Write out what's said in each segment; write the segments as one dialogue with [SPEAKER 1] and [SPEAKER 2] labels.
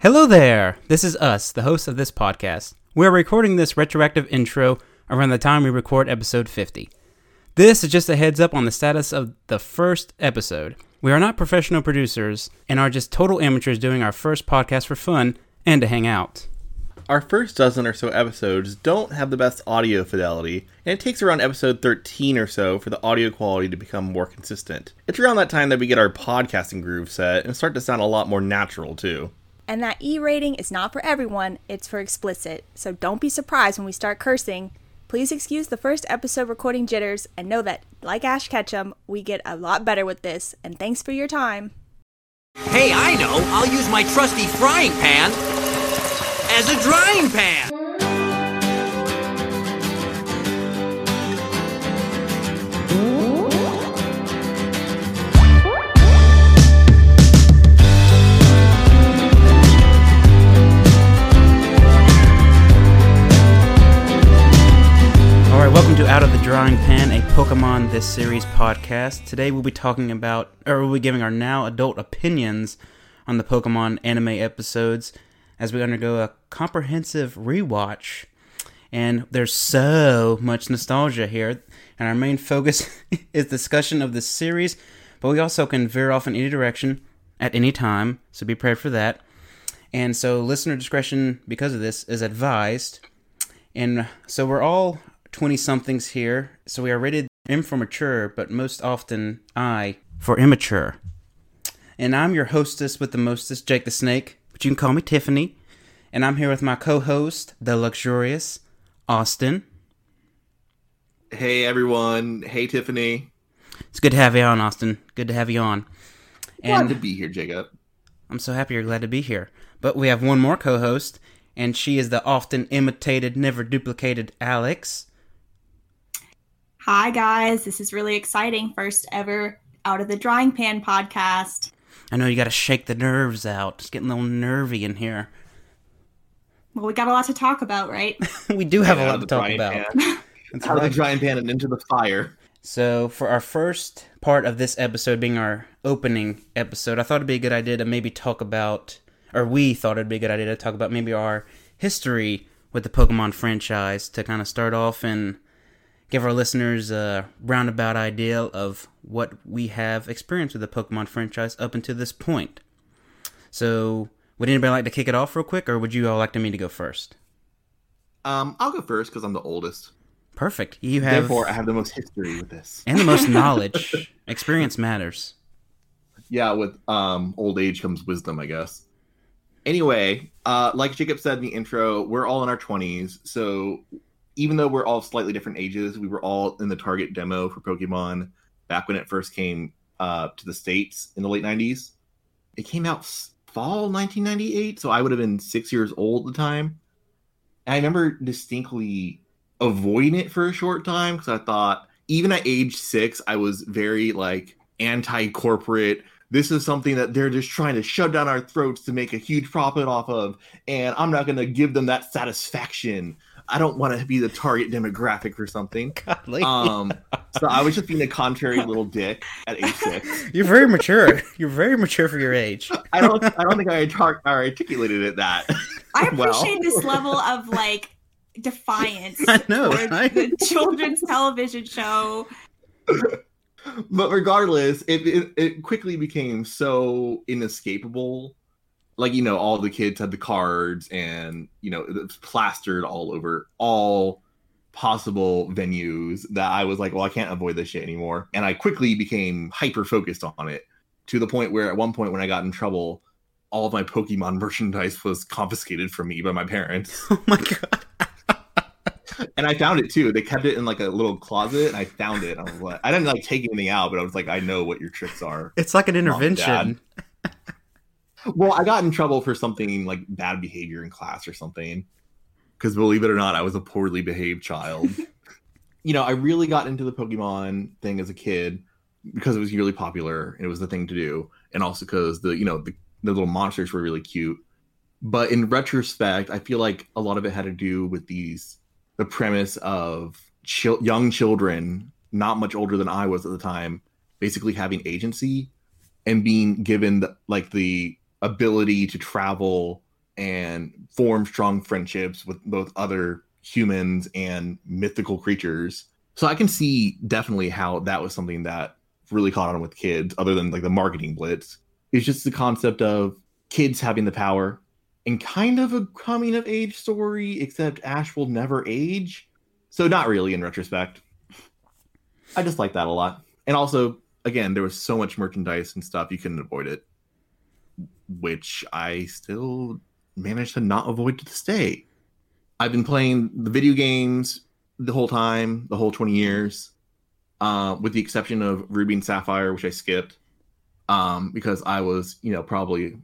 [SPEAKER 1] Hello there! This is us, the hosts of this podcast. We're recording this retroactive intro around the time we record episode 50. This is just a heads up on the status of the first episode. We are not professional producers and are just total amateurs doing our first podcast for fun and to hang out.
[SPEAKER 2] Our first dozen or so episodes don't have the best audio fidelity, and it takes around episode 13 or so for the audio quality to become more consistent. It's around that time that we get our podcasting groove set and start to sound a lot more natural, too.
[SPEAKER 3] And that E rating is not for everyone, it's for explicit. So don't be surprised when we start cursing. Please excuse the first episode recording jitters and know that, like Ash Ketchum, we get a lot better with this. And thanks for your time.
[SPEAKER 4] Hey, I know. I'll use my trusty frying pan as a drying pan.
[SPEAKER 1] All right, welcome to Out of the Drawing Pan, a Pokemon This Series podcast. Today we'll be talking about, or we'll be giving our now adult opinions on the Pokemon anime episodes as we undergo a comprehensive rewatch. And there's so much nostalgia here, and our main focus is discussion of the series, but we also can veer off in any direction at any time, so be prepared for that. And so, listener discretion, because of this, is advised. And so we're all 20 somethings here. So we are rated M for mature, but most often I for immature. And I'm your hostess with the mostest, Jake the Snake, but you can call me Tiffany. And I'm here with my co host, the luxurious Austin.
[SPEAKER 2] Hey, everyone. Hey, Tiffany.
[SPEAKER 1] It's good to have you on, Austin. Good to have you on.
[SPEAKER 2] Glad
[SPEAKER 1] And
[SPEAKER 2] to be here, Jacob.
[SPEAKER 1] I'm so happy you're glad to be here. But we have one more co host, and she is the often imitated, never duplicated Alex.
[SPEAKER 5] Hi, guys. This is really exciting. First ever Out of the Drawing Pan podcast.
[SPEAKER 1] I know you gotta shake the nerves out. It's getting a little nervy in here.
[SPEAKER 5] Well, we got a lot to talk about, right?
[SPEAKER 1] we do have
[SPEAKER 2] Out
[SPEAKER 1] a
[SPEAKER 2] of
[SPEAKER 1] lot
[SPEAKER 2] the
[SPEAKER 1] to talk
[SPEAKER 2] frying
[SPEAKER 1] about.
[SPEAKER 2] pan.
[SPEAKER 1] That's
[SPEAKER 2] Out of the
[SPEAKER 1] right.
[SPEAKER 2] drying pan and into the fire.
[SPEAKER 1] So, for our first part of this episode being our opening episode, I thought it'd be a good idea to maybe talk about, or we thought it'd be a good idea to talk about maybe our history with the Pokemon franchise to kind of start off and give our listeners a roundabout idea of what we have experienced with the Pokemon franchise up until this point. So, would anybody like to kick it off real quick, or would you all like to me to go first?
[SPEAKER 2] Um, I'll go first because I'm the oldest.
[SPEAKER 1] Perfect. You have
[SPEAKER 2] Therefore, I have the most history with this.
[SPEAKER 1] and the most knowledge. Experience matters.
[SPEAKER 2] yeah with um old age comes wisdom i guess anyway uh like jacob said in the intro we're all in our 20s so even though we're all slightly different ages we were all in the target demo for pokemon back when it first came uh to the states in the late 90s it came out s- fall 1998 so i would have been six years old at the time and i remember distinctly avoiding it for a short time because i thought even at age six i was very like anti-corporate this is something that they're just trying to shove down our throats to make a huge profit off of and i'm not going to give them that satisfaction i don't want to be the target demographic for something
[SPEAKER 1] Golly.
[SPEAKER 2] um so i was just being a contrary little dick at age six
[SPEAKER 1] You're very mature. You're very mature for your age.
[SPEAKER 2] I don't. I don't think I, tar- I articulated it that.
[SPEAKER 5] I
[SPEAKER 2] Well.
[SPEAKER 5] appreciate this level of like defiance
[SPEAKER 1] I know,
[SPEAKER 5] for
[SPEAKER 1] right?
[SPEAKER 5] the children's television show.
[SPEAKER 2] But regardless, it, it it quickly became so inescapable. Like you know, all the kids had the cards, and you know, it was plastered all over all possible venues. That I was like, well, I can't avoid this shit anymore, and I quickly became hyper focused on it to the point where, at one point, when I got in trouble, all of my Pokemon merchandise was confiscated from me by my parents.
[SPEAKER 1] Oh my god.
[SPEAKER 2] And I found it too. They kept it in like a little closet, and I found it. I was like, I didn't like take anything out, but I was like, I know what your tricks are.
[SPEAKER 1] It's like an
[SPEAKER 2] Mom,
[SPEAKER 1] intervention.
[SPEAKER 2] Well, I got in trouble for something like bad behavior in class or something. Because believe it or not, I was a poorly behaved child. you know, I really got into the Pokemon thing as a kid because it was really popular and it was the thing to do, and also because the you know the, the little monsters were really cute. But in retrospect, I feel like a lot of it had to do with these the premise of chil- young children, not much older than I was at the time, basically having agency and being given the, like the ability to travel and form strong friendships with both other humans and mythical creatures. So I can see definitely how that was something that really caught on with kids, other than like the marketing blitz. It's just the concept of kids having the power and kind of a coming of age story, except Ash will never age. So not really in retrospect. I just like that a lot. And also, again, there was so much merchandise and stuff, you couldn't avoid it. Which I still managed to not avoid to this day. I've been playing the video games the whole time, the whole 20 years, uh, with the exception of Ruby and Sapphire, which I skipped um, because I was, you know, probably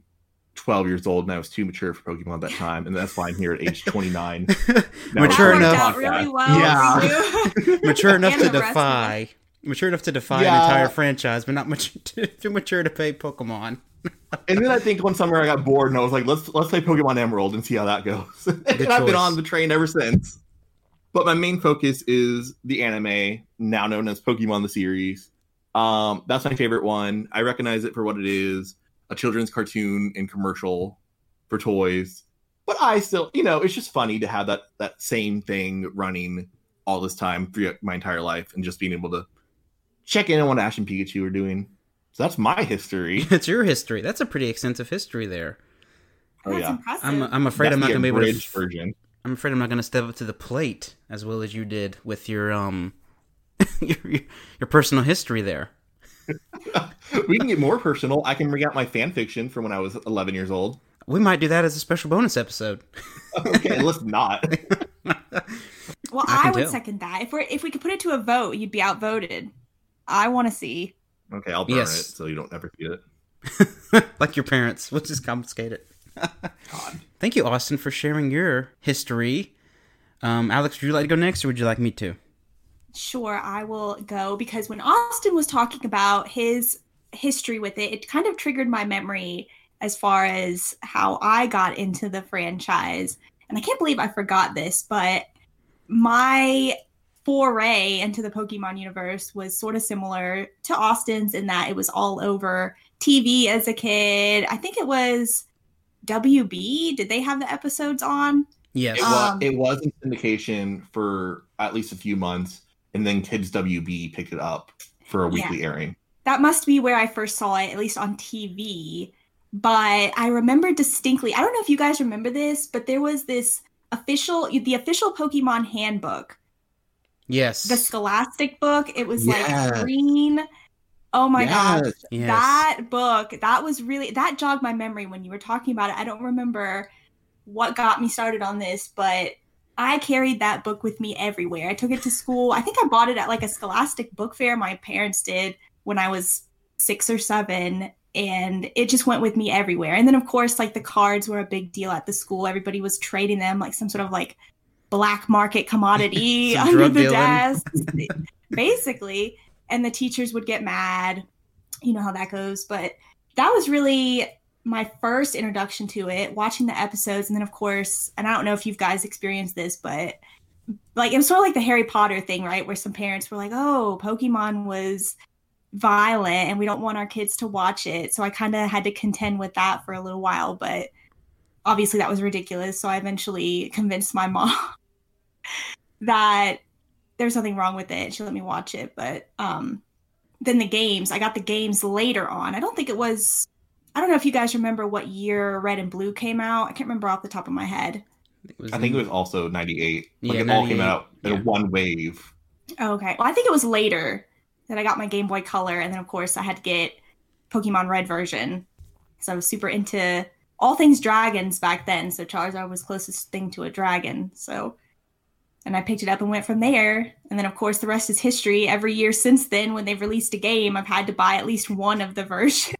[SPEAKER 2] 12 years old and I was too mature for Pokemon at that time. And that's why I'm here at age 29. Now
[SPEAKER 1] Mature
[SPEAKER 5] that worked
[SPEAKER 1] enough- Oh,
[SPEAKER 5] out really well.
[SPEAKER 2] Yeah.
[SPEAKER 5] for you.
[SPEAKER 1] mature enough
[SPEAKER 5] And
[SPEAKER 1] to
[SPEAKER 5] the rest of
[SPEAKER 1] defy, mature enough to defy an
[SPEAKER 2] Yeah.
[SPEAKER 1] entire franchise, but not mature to, too mature to play Pokemon.
[SPEAKER 2] and then I think one summer I got bored and I was like, let's let's play Pokemon Emerald and see how that goes. and I've
[SPEAKER 1] choice.
[SPEAKER 2] been on the train ever since. But my main focus is the anime, now known as Pokemon the series. Um, that's my favorite one. I recognize it for what it is, a children's cartoon and commercial for toys. But I still, you know, it's just funny to have that that same thing running all this time throughout my entire life and just being able to check in on what Ash and Pikachu are doing. So that's my history.
[SPEAKER 1] It's your history. That's a pretty extensive history there.
[SPEAKER 2] Oh
[SPEAKER 5] That's
[SPEAKER 2] yeah.
[SPEAKER 5] impressive.
[SPEAKER 1] I'm, I'm afraid I'm not
[SPEAKER 2] That's
[SPEAKER 1] gonna be
[SPEAKER 2] the
[SPEAKER 1] able to.
[SPEAKER 2] abridged version.
[SPEAKER 1] I'm afraid I'm not gonna step up to the plate as well as you did with your um, your, your your personal history there.
[SPEAKER 2] We can get more personal. I can bring out my fan fiction from when I was 11 years old.
[SPEAKER 1] We might do that as a special bonus episode.
[SPEAKER 2] Okay, let's not.
[SPEAKER 5] well,
[SPEAKER 1] I
[SPEAKER 5] I,
[SPEAKER 1] can
[SPEAKER 5] would
[SPEAKER 1] tell.
[SPEAKER 5] second that. If we're if we could put it to a vote, you'd be outvoted. I want to see.
[SPEAKER 2] Okay, I'll burn
[SPEAKER 1] Yes.
[SPEAKER 2] it so you don't ever see it.
[SPEAKER 1] like your parents. We'll just confiscate it.
[SPEAKER 2] God.
[SPEAKER 1] Thank you, Austin, for sharing your history. Um, Alex, would you like to go next, or would you like me to?
[SPEAKER 5] Sure, I will go because when Austin was talking about his history with it, it kind of triggered my memory as far as how I got into the franchise. And I can't believe I forgot this, but my foray into the Pokemon universe was sort of similar to Austin's in that it was all over TV as a kid. I think it was WB. Did they have the episodes on?
[SPEAKER 1] Yes.
[SPEAKER 2] It,
[SPEAKER 5] Um,
[SPEAKER 2] was, it was in syndication for at least a few months, and then Kids WB picked it up for a
[SPEAKER 5] Yeah.
[SPEAKER 2] weekly airing.
[SPEAKER 5] that must be where I first saw it, at least on TV. But I remember distinctly, I don't know if you guys remember this, but there was this official, the official Pokemon handbook,
[SPEAKER 1] yes.
[SPEAKER 5] the Scholastic book. It was like
[SPEAKER 2] Yes.
[SPEAKER 5] green. Oh my gosh.
[SPEAKER 2] Yes.
[SPEAKER 1] yes.
[SPEAKER 5] That book, that was really, that jogged my memory when you were talking about it. I don't remember what got me started on this, but I carried that book with me everywhere. I took it to school. I think I bought it at like a scholastic book fair my parents did when I was six or seven. And it just went with me everywhere. And then, of course, like the cards were a big deal at the school. Everybody was trading them like some sort of like black market commodity
[SPEAKER 1] Some
[SPEAKER 5] under
[SPEAKER 1] drug
[SPEAKER 5] the
[SPEAKER 1] dealing.
[SPEAKER 5] desk, basically. And the teachers would get mad. You know how that goes. But that was really my first introduction to it, watching the episodes, and then of course, and I don't know if you guys experienced this, but like it was sort of like the Harry Potter thing, right? Where some parents were like, "Oh, Pokemon was violent, and we don't want our kids to watch it." So I kind of had to contend with that for a little while, but obviously that was ridiculous. So I eventually convinced my mom that there's nothing wrong with it. She let me watch it, but um, then the games, I got the games later on. I don't think it was. I don't know if you guys remember what year Red and Blue came out. I can't remember off the top of my head.
[SPEAKER 1] was
[SPEAKER 2] I think it
[SPEAKER 1] in-
[SPEAKER 2] was also 98. Like
[SPEAKER 1] Yeah,
[SPEAKER 2] it all came
[SPEAKER 1] 98,
[SPEAKER 2] out in
[SPEAKER 1] yeah.
[SPEAKER 2] one wave.
[SPEAKER 5] Okay. Well, I think it was later that I got my Game Boy Color, and then of course I had to get Pokemon Red version. So I was super into all things dragons back then. So Charizard was closest thing to a dragon. So, and I picked it up and went from there. And then of course the rest is history. Every year since then, when they've released a game, I've had to buy at least one of the versions.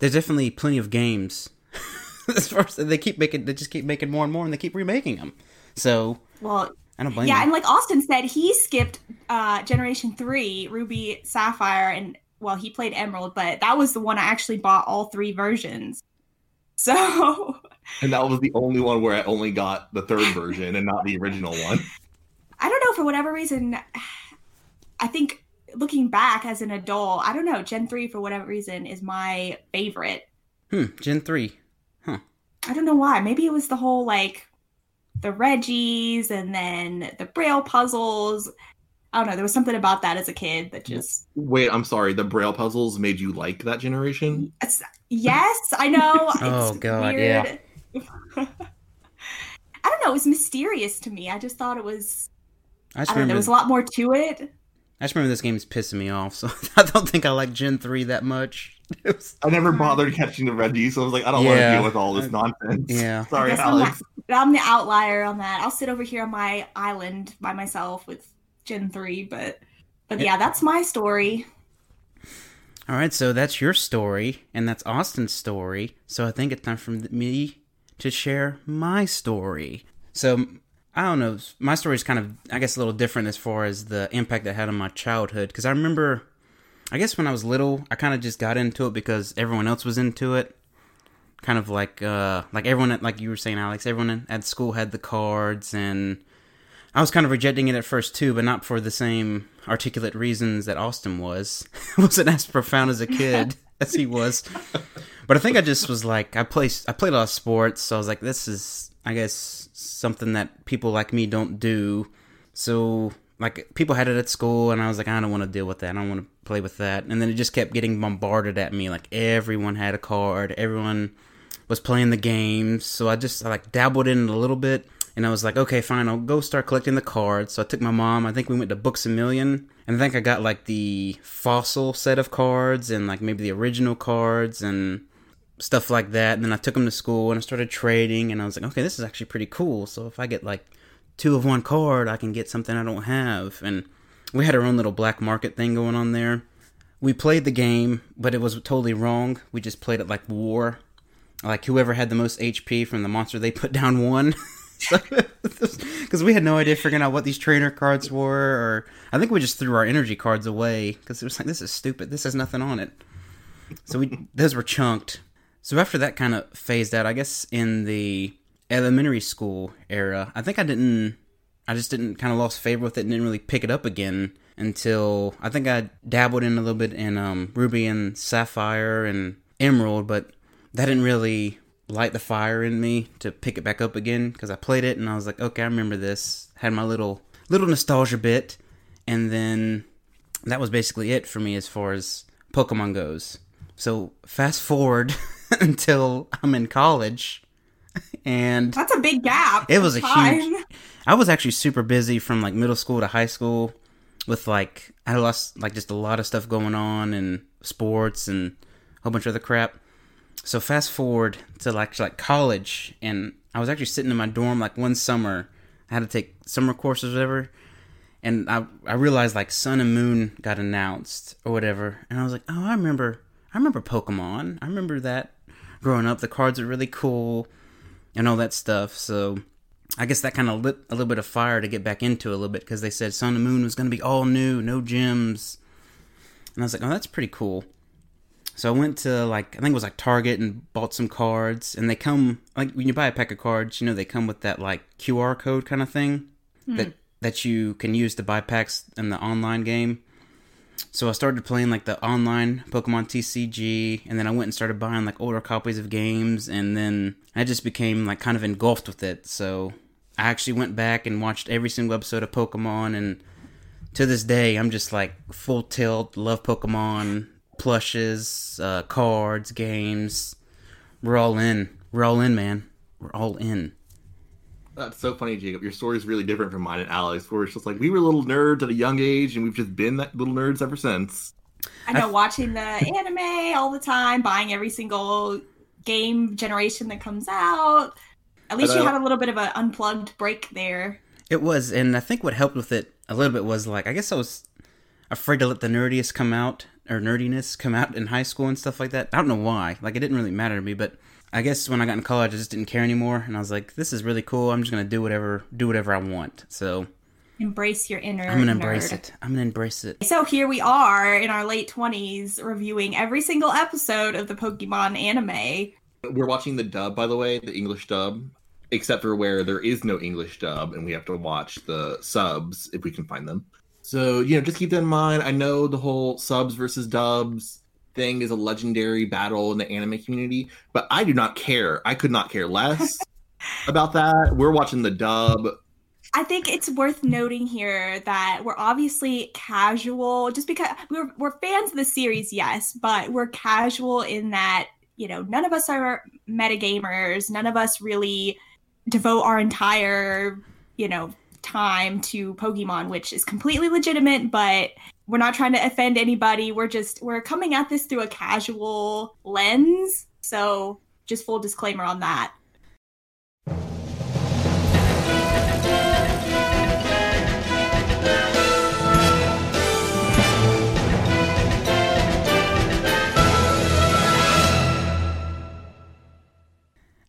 [SPEAKER 1] There's definitely plenty of games. as far as they keep making, they just keep making more and more, and they keep remaking them. So
[SPEAKER 5] well,
[SPEAKER 1] I don't blame
[SPEAKER 5] Yeah,
[SPEAKER 1] you.
[SPEAKER 5] and like Austin said, he skipped uh, Generation Three, Ruby, Sapphire, and well, he played Emerald, but that was the one I actually bought all three versions. So
[SPEAKER 2] And that was the only one where I only got the third version and not the original one.
[SPEAKER 5] I don't know for whatever reason. I think looking back as an adult, I don't know Gen Three for whatever reason is my favorite.
[SPEAKER 1] Hmm, Gen three.
[SPEAKER 5] I don't know why. Maybe it was the whole like the Reggies and then the Braille puzzles. I don't know. There was something about that as a kid that just
[SPEAKER 2] Wait, I'm sorry. The Braille puzzles made you like that generation.
[SPEAKER 5] It's- yes, I know.
[SPEAKER 1] Oh,
[SPEAKER 5] it's
[SPEAKER 1] God,
[SPEAKER 5] weird. I don't know. It was mysterious to me. I just thought it was.
[SPEAKER 1] I
[SPEAKER 5] I
[SPEAKER 1] just
[SPEAKER 5] don't know. There
[SPEAKER 1] remember.
[SPEAKER 5] was a lot more to it.
[SPEAKER 1] I just remember this game's pissing me off. So I don't think I like Gen three that much. It was-
[SPEAKER 2] I never bothered catching the Reggie, so I was like, I don't want
[SPEAKER 1] Yeah.
[SPEAKER 2] to deal with all this nonsense.
[SPEAKER 1] yeah.
[SPEAKER 2] Sorry,
[SPEAKER 5] Yes, I'm
[SPEAKER 2] Alex.
[SPEAKER 5] But I'm the outlier on that. I'll sit over here on my island by myself with Gen three. But but yeah, that's my story.
[SPEAKER 1] All right, so that's your story, and that's Austin's story. So I think it's time for me to share my story. So I don't know, my story is kind of, I guess, a little different as far as the impact it had on my childhood. Because I remember, I guess when I was little, I kind of just got into it because everyone else was into it. Kind of like, uh, like everyone, at, like you were saying, Alex, everyone at school had the cards, and I was kind of rejecting it at first too, but not for the same articulate reasons that Austin was. I wasn't as profound as a kid as he was. But I think I just was like I play I played a lot of sports, so I was like, this is I guess something that people like me don't do. So like people had it at school, and I was like, I don't want to deal with that. I don't want to play with that. And then it just kept getting bombarded at me. Like everyone had a card. Everyone was playing the games. So I just I like dabbled in it a little bit. And I was like, okay, fine, I'll go start collecting the cards. So I took my mom. I think we went to Books a Million, and I think I got like the fossil set of cards and like maybe the original cards and stuff like that. And then I took them to school and I started trading, and I was like, okay, this is actually pretty cool. So if I get like two of one card, I can get something I don't have. And we had our own little black market thing going on there. We played the game, but it was totally wrong. We just played it like war. Like whoever had the most HP from the monster they put down won. Because we had no idea figuring out what these trainer cards were, or I think we just threw our energy cards away because it was like this is stupid. This has nothing on it. So we those were chunked. So after that kind of phased out, I guess in the elementary school era, I think I didn't, I just didn't kind of lost favor with it and didn't really pick it up again until I think I dabbled in a little bit in um, Ruby and Sapphire and Emerald, but that didn't really light the fire in me to pick it back up again because I played it and I was like, okay, I remember this. Had my little little nostalgia bit, and then that was basically it for me as far as Pokemon goes. So fast forward until I'm in college, and
[SPEAKER 5] That's a big gap.
[SPEAKER 1] it was a
[SPEAKER 5] of time.
[SPEAKER 1] huge. I was actually super busy from like middle school to high school, with like I lost like just a lot of stuff going on and sports and a whole bunch of other crap. So fast forward to like to, like college, and I was actually sitting in my dorm like one summer. I had to take summer courses, or whatever, and I I realized like Sun and Moon got announced or whatever, and I was like, oh, I remember, I remember Pokemon. I remember that growing up. The cards are really cool, and all that stuff. So I guess that kind of lit a little bit of fire to get back into it a little bit because they said Sun and Moon was going to be all new, no gyms. And I was like, oh, that's pretty cool. So I went to like, I think it was like Target and bought some cards. And they come, like, when you buy a pack of cards, you know, they come with that like QR code kind of thing that, that you can use to buy packs in the online game. So I started playing like the online Pokemon TCG, and then I went and started buying like older copies of games, and then I just became like kind of engulfed with it. So I actually went back and watched every single episode of Pokemon, and to this day, I'm just like full tilt, love Pokemon, plushes, uh, cards, games. We're all in. We're all in, man. We're all in.
[SPEAKER 2] That's so funny, Jacob. Your story is really different from mine and Alex, where it's just like we were little nerds at a young age, and we've just been that little nerds ever since.
[SPEAKER 5] I know, watching the anime all the time, buying every single game generation that comes out. At least you
[SPEAKER 2] Hello.
[SPEAKER 5] had a little bit of an unplugged break there.
[SPEAKER 1] It was, and I think what helped with it a little bit was like I guess I was afraid to let the nerdiest come out or nerdiness come out in high school and stuff like that. I don't know why. Like it didn't really matter to me, but I guess when I got in college, I just didn't care anymore, and I was like, "This is really cool. I'm just gonna do whatever do whatever I want." So
[SPEAKER 5] Embrace your inner.
[SPEAKER 1] I'm gonna embrace
[SPEAKER 5] nerd.
[SPEAKER 1] it. I'm gonna embrace it.
[SPEAKER 5] So here we are in our late 20s reviewing every single episode of the Pokemon anime.
[SPEAKER 2] We're watching the dub, by the way, the English dub, except for where there is no English dub, and we have to watch the subs if we can find them. So you know, just keep that in mind. I know the whole subs versus dubs thing is a legendary battle in the anime community, but I do not care. I could not care less about that. We're watching the dub.
[SPEAKER 5] I think it's worth noting here that we're obviously casual, just because we're we're fans of the series, yes, but we're casual in that you know none of us are metagamers, none of us really devote our entire you know time to Pokemon, which is completely legitimate, but we're not trying to offend anybody. We're just we're coming at this through a casual lens, so just full disclaimer on that.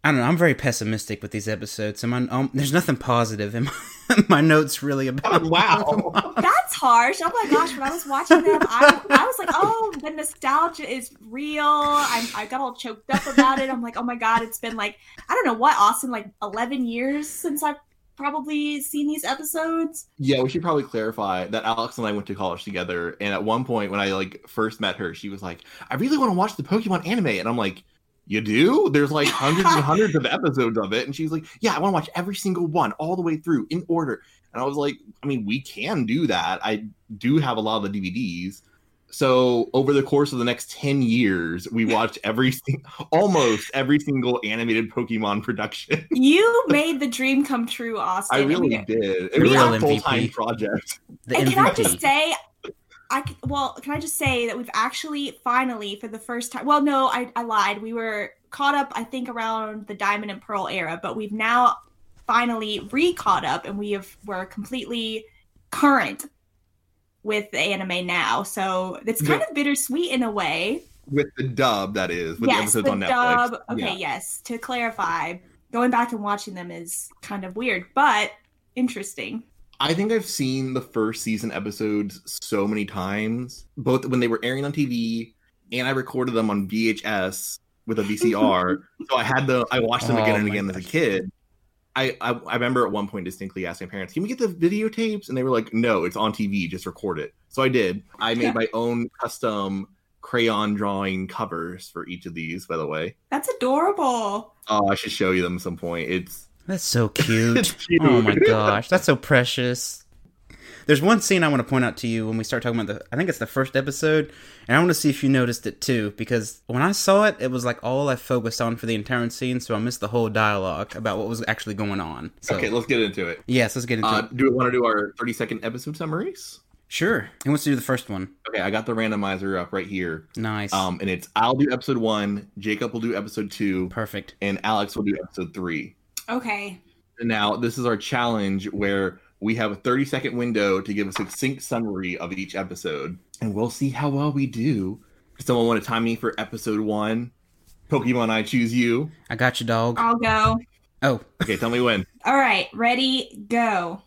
[SPEAKER 1] I don't know. I'm very pessimistic with these episodes. So my, um, there's nothing positive in my, my notes really
[SPEAKER 5] Oh,
[SPEAKER 1] about.
[SPEAKER 2] wow.
[SPEAKER 5] That's harsh. Oh my gosh, when I was watching them, I, I was like, oh, the nostalgia is real. I'm, I got all choked up about it. I'm like, oh my God, it's been like, I don't know what, Austin, like 11 years since I've probably seen these episodes.
[SPEAKER 2] yeah, we should probably clarify that Alex and I went to college together, and at one point when I like first met her, she was like, "I really want to watch the Pokemon anime," and I'm like. You do? There's like hundreds and hundreds of episodes of it. And she's like, Yeah, I want to watch every single one all the way through in order. And I was like, I mean, we can do that. I do have a lot of the DVDs. So over the course of the next 10 years, we watched every sing- almost every single animated Pokemon production.
[SPEAKER 5] You made the dream come true, Austin.
[SPEAKER 2] I
[SPEAKER 5] And
[SPEAKER 2] really
[SPEAKER 5] we-
[SPEAKER 2] did. It
[SPEAKER 1] You're
[SPEAKER 2] was
[SPEAKER 1] a real
[SPEAKER 2] a full time
[SPEAKER 1] MVP.
[SPEAKER 2] project.
[SPEAKER 1] The
[SPEAKER 5] and can I just
[SPEAKER 1] MVP.
[SPEAKER 5] say, I c- well, can I just say that we've actually finally, for the first time, well, no, I, I lied. We were caught up, I think, around the Diamond and Pearl era, but we've now finally re caught up, and we have we're completely current with the anime now. So it's kind of bittersweet in a way.
[SPEAKER 2] With the dub, that is, with the
[SPEAKER 5] yes,
[SPEAKER 2] episodes
[SPEAKER 5] the
[SPEAKER 2] on Netflix.
[SPEAKER 5] dub.
[SPEAKER 2] Yeah.
[SPEAKER 5] Okay, yes. To clarify, going back and watching them is kind of weird, but interesting.
[SPEAKER 2] I think I've seen the first season episodes so many times, both when they were airing on TV and I recorded them on VHS with a VCR. so I had the I watched them again
[SPEAKER 1] Oh
[SPEAKER 2] and
[SPEAKER 1] my
[SPEAKER 2] again as a kid. I, I I remember at one point distinctly asking my parents, "Can we get the videotapes?" And they were like, "No, it's on TV. Just record it." So I did. I made my own custom crayon drawing covers for each of these. By the way,
[SPEAKER 5] That's adorable.
[SPEAKER 2] oh, I should show you them at some point. It's
[SPEAKER 1] That's so
[SPEAKER 2] it's
[SPEAKER 1] cute.
[SPEAKER 2] cute.
[SPEAKER 1] Oh my gosh, that's so precious. There's one scene I want to point out to you when we start talking about the. I think it's the first episode, and I want to see if you noticed it too, because when I saw it, it was like all I focused on for the entire scene, so I missed the whole dialogue about what was actually going on. So,
[SPEAKER 2] okay, let's get into it.
[SPEAKER 1] yes, let's get into
[SPEAKER 2] Uh,
[SPEAKER 1] it.
[SPEAKER 2] do we want to do our thirty second episode summaries?
[SPEAKER 1] Sure. Who wants to do the first one?
[SPEAKER 2] Okay, I got the randomizer up right here.
[SPEAKER 1] Nice.
[SPEAKER 2] Um, and it's I'll do episode one, Jacob will do episode two,
[SPEAKER 1] Perfect.
[SPEAKER 2] and Alex will do episode three.
[SPEAKER 5] Okay.
[SPEAKER 2] And now this is our challenge where we have a 30 second window to give a succinct summary of each episode. And we'll see how well we do. Does someone want to time me for episode one? Pokemon I choose you.
[SPEAKER 1] I got you, dog.
[SPEAKER 5] I'll go.
[SPEAKER 1] Oh,
[SPEAKER 2] Okay, tell me when.
[SPEAKER 5] All right, ready, go.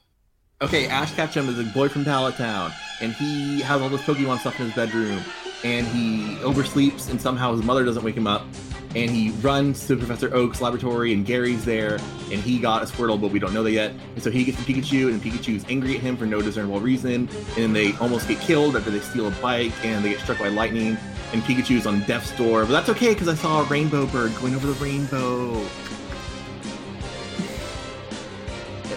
[SPEAKER 2] Okay, Ash Ketchum is a boy from Pallet Town, and he has all this Pokemon stuff in his bedroom, and he oversleeps, and somehow his mother doesn't wake him up, and he runs to Professor Oak's laboratory, and Gary's there, and he got a Squirtle, but we don't know that yet, and so he gets to Pikachu, and Pikachu's angry at him for no discernible reason, and then they almost get killed after they steal a bike, and they get struck by lightning, and Pikachu's on death's door, but that's okay, because I saw a rainbow bird going over the rainbow.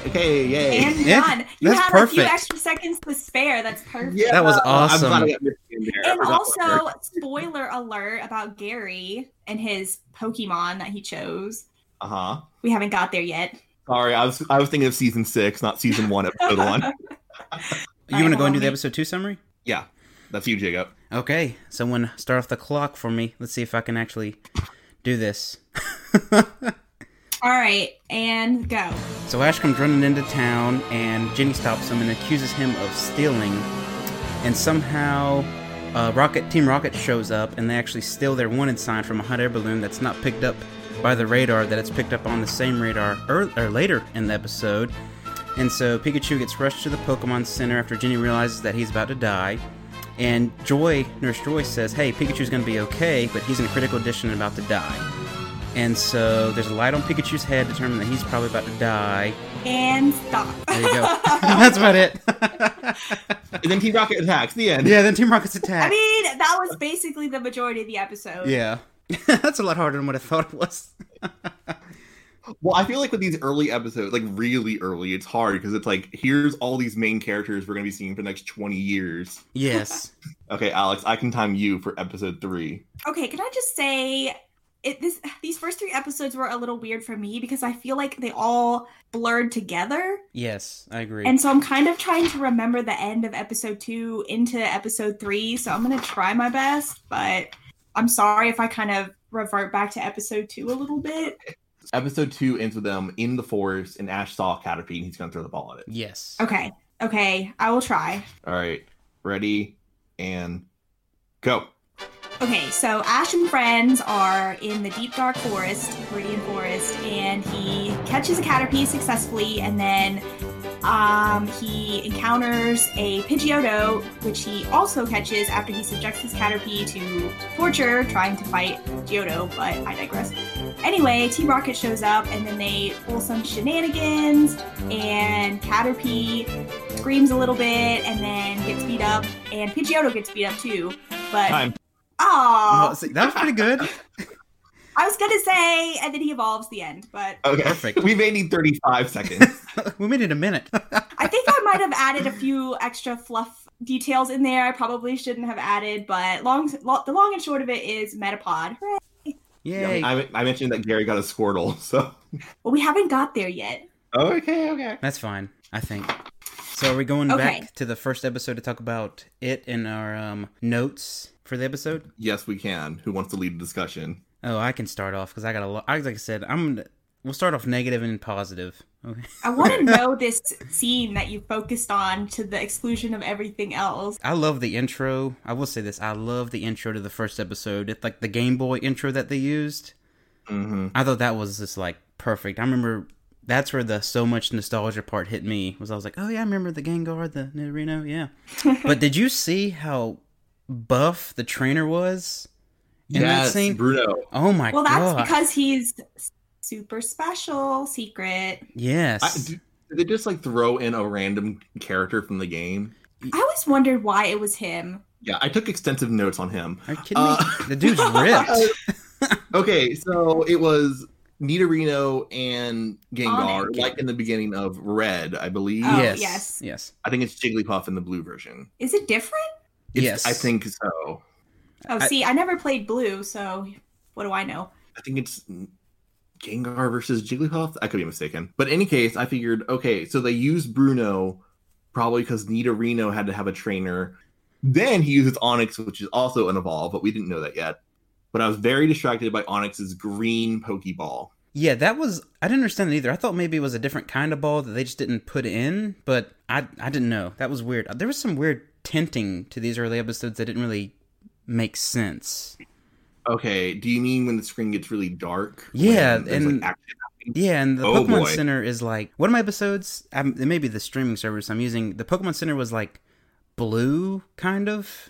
[SPEAKER 2] Okay, yay.
[SPEAKER 5] And
[SPEAKER 1] Yeah,
[SPEAKER 5] done. You
[SPEAKER 1] that's
[SPEAKER 5] had a
[SPEAKER 1] perfect.
[SPEAKER 5] few extra seconds to spare. That's perfect.
[SPEAKER 2] Yeah,
[SPEAKER 1] That was
[SPEAKER 2] I'm glad
[SPEAKER 1] awesome.
[SPEAKER 2] I got Misty in there. I
[SPEAKER 5] And
[SPEAKER 2] forgot about her.
[SPEAKER 5] also, spoiler alert about Gary and his Pokemon that he chose.
[SPEAKER 2] uh-huh.
[SPEAKER 5] We haven't got there yet.
[SPEAKER 2] Sorry, I was I was thinking of season six, not season one, episode one.
[SPEAKER 1] you want to
[SPEAKER 5] hold
[SPEAKER 1] go
[SPEAKER 5] on,
[SPEAKER 1] and do the
[SPEAKER 5] wait.
[SPEAKER 1] episode two summary?
[SPEAKER 2] Yeah, that's you, Jacob.
[SPEAKER 1] Okay, someone start off the clock for me. Let's see if I can actually do this.
[SPEAKER 5] All right, and go.
[SPEAKER 1] So Ash comes running into town, and Jenny stops him and accuses him of stealing. And somehow, uh, Rocket Team Rocket shows up, and they actually steal their wanted sign from a hot air balloon that's not picked up by the radar that it's picked up on the same radar ear or later in the episode. And so Pikachu gets rushed to the Pokemon Center after Jenny realizes that he's about to die. And Joy, Nurse Joy, says, "Hey, Pikachu's going to be okay, but he's in critical condition and about to die." And so there's a light on Pikachu's head, determining that he's probably about to die.
[SPEAKER 5] And stop.
[SPEAKER 1] There you go. That's about it.
[SPEAKER 2] And then Team Rocket attacks. The end.
[SPEAKER 1] yeah, then Team Rocket's attack.
[SPEAKER 5] I mean, that was basically the majority of the episode.
[SPEAKER 1] yeah. That's a lot harder than what I thought it was.
[SPEAKER 2] Well, I feel like with these early episodes, like really early, it's hard because it's like here's all these main characters we're gonna be seeing for the next twenty years.
[SPEAKER 1] Yes.
[SPEAKER 2] Okay, Alex, I can time you for episode three.
[SPEAKER 5] Okay, can I just say it this these first three episodes were a little weird for me because I feel like they all blurred together.
[SPEAKER 1] Yes, I agree.
[SPEAKER 5] And so I'm kind of trying to remember the end of episode 2 into episode 3, so I'm going to try my best, but I'm sorry if I kind of revert back to episode 2 a little bit.
[SPEAKER 2] Episode two ends with them in the forest, and Ash saw Caterpie, and he's gonna throw the ball at it.
[SPEAKER 1] yes.
[SPEAKER 5] Okay. Okay, I will try.
[SPEAKER 2] All right, ready and go.
[SPEAKER 5] Okay, so Ash and friends are in the deep dark forest, Meridian Forest, and he catches a caterpie successfully, and then um, he encounters a Pidgeotto, which he also catches after he subjects his caterpie to torture, trying to fight Geodo, but I digress. Anyway, Team Rocket shows up, and then they pull some shenanigans, and Caterpie screams a little bit, and then gets beat up, and Pidgeotto gets beat up too, but.
[SPEAKER 2] Time.
[SPEAKER 5] Oh,
[SPEAKER 1] Well, see, that was pretty good.
[SPEAKER 5] I was gonna say, and then he evolves the end, but
[SPEAKER 2] Okay,
[SPEAKER 1] Perfect.
[SPEAKER 2] We may need thirty-five seconds.
[SPEAKER 1] we made it a minute.
[SPEAKER 5] I think I might have added a few extra fluff details in there. I probably shouldn't have added, but long, lo- the long and short of it is Metapod. Hooray.
[SPEAKER 1] Yay.
[SPEAKER 2] I, I mentioned that Gary got a Squirtle, so
[SPEAKER 5] Well, we haven't got there yet.
[SPEAKER 2] okay, okay.
[SPEAKER 1] That's fine, I think. So are we going
[SPEAKER 5] Okay.
[SPEAKER 1] back to the first episode to talk about it in our um, notes for the episode?
[SPEAKER 2] Yes, we can. Who wants to lead the discussion?
[SPEAKER 1] Oh, I can start off because I got a lot. Like I said, I'm. gonna- We'll start off negative and positive. Okay.
[SPEAKER 5] I want to know this scene that you focused on to the exclusion of everything else.
[SPEAKER 1] I love the intro. I will say this: I love the intro to the first episode. It's like the Game Boy intro that they used.
[SPEAKER 2] Mm-hmm.
[SPEAKER 1] I thought that was just like perfect. I remember that's where the so much nostalgia part hit me. Was I was like, oh yeah, I remember the Gengar, the New Reno, yeah. but did you see how buff the trainer was in that scene?
[SPEAKER 2] Bruno.
[SPEAKER 1] oh my
[SPEAKER 5] Well, that's
[SPEAKER 1] god!
[SPEAKER 5] because he's super special, secret.
[SPEAKER 1] yes,
[SPEAKER 2] I, did, did they just like throw in a random character from the game?
[SPEAKER 5] I always wondered why it was him.
[SPEAKER 2] Yeah, I took extensive notes on him.
[SPEAKER 1] are you kidding
[SPEAKER 2] uh,
[SPEAKER 1] me? The dude's
[SPEAKER 5] Oh,
[SPEAKER 1] ripped.
[SPEAKER 2] Okay, so it was Nidorino and Gengar,
[SPEAKER 5] Onyx.
[SPEAKER 2] like in the beginning of Red, I believe.
[SPEAKER 5] Oh,
[SPEAKER 1] yes,
[SPEAKER 5] yes.
[SPEAKER 1] yes, yes.
[SPEAKER 2] I think it's Jigglypuff in the blue version.
[SPEAKER 5] Is it different?
[SPEAKER 2] It's,
[SPEAKER 1] Yes.
[SPEAKER 2] I think so.
[SPEAKER 5] Oh,
[SPEAKER 1] I-
[SPEAKER 5] see, I never played blue, so what do I know?
[SPEAKER 2] I think it's Gengar versus Jigglypuff. I could be mistaken, but in any case, I figured okay, so they used Bruno probably because Nidorino had to have a trainer. Then he uses Onyx, which is also an evolve, but we didn't know that yet. But I was very distracted by Onyx's green Pokeball.
[SPEAKER 1] Yeah, that was. I didn't understand it either. I thought maybe it was a different kind of ball that they just didn't put in, but I I didn't know. That was weird. There was some weird tinting to these early episodes that didn't really make sense.
[SPEAKER 2] Okay, do you mean when the screen gets really dark?
[SPEAKER 1] Yeah,
[SPEAKER 2] When there's,
[SPEAKER 1] and-
[SPEAKER 2] action?
[SPEAKER 1] Yeah, and the
[SPEAKER 2] Oh,
[SPEAKER 1] Pokemon
[SPEAKER 2] boy.
[SPEAKER 1] Center is like one of my episodes. I'm, it may be the streaming service I'm using. The Pokemon Center was like blue, kind of,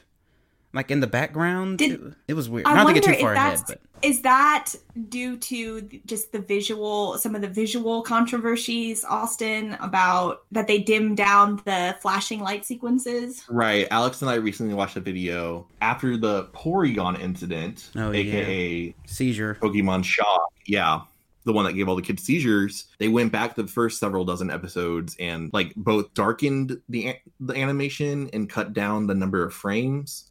[SPEAKER 1] like in the background.
[SPEAKER 5] Did-
[SPEAKER 1] it, it was weird.
[SPEAKER 5] I
[SPEAKER 1] I don't think
[SPEAKER 5] wonder
[SPEAKER 1] it's
[SPEAKER 5] if
[SPEAKER 1] too far ahead,
[SPEAKER 5] that's-
[SPEAKER 1] but
[SPEAKER 5] Is that due to th- just the visual, some of the visual controversies, Austin, about that they dim down the flashing light sequences?
[SPEAKER 2] Right. Alex and I recently watched a video after the Porygon incident,
[SPEAKER 1] Oh,
[SPEAKER 2] aka
[SPEAKER 1] seizure.
[SPEAKER 2] Pokemon Shock. Yeah. The one that gave all the kids seizures. They went back to the first several dozen episodes and like both darkened the an- the animation and cut down the number of frames.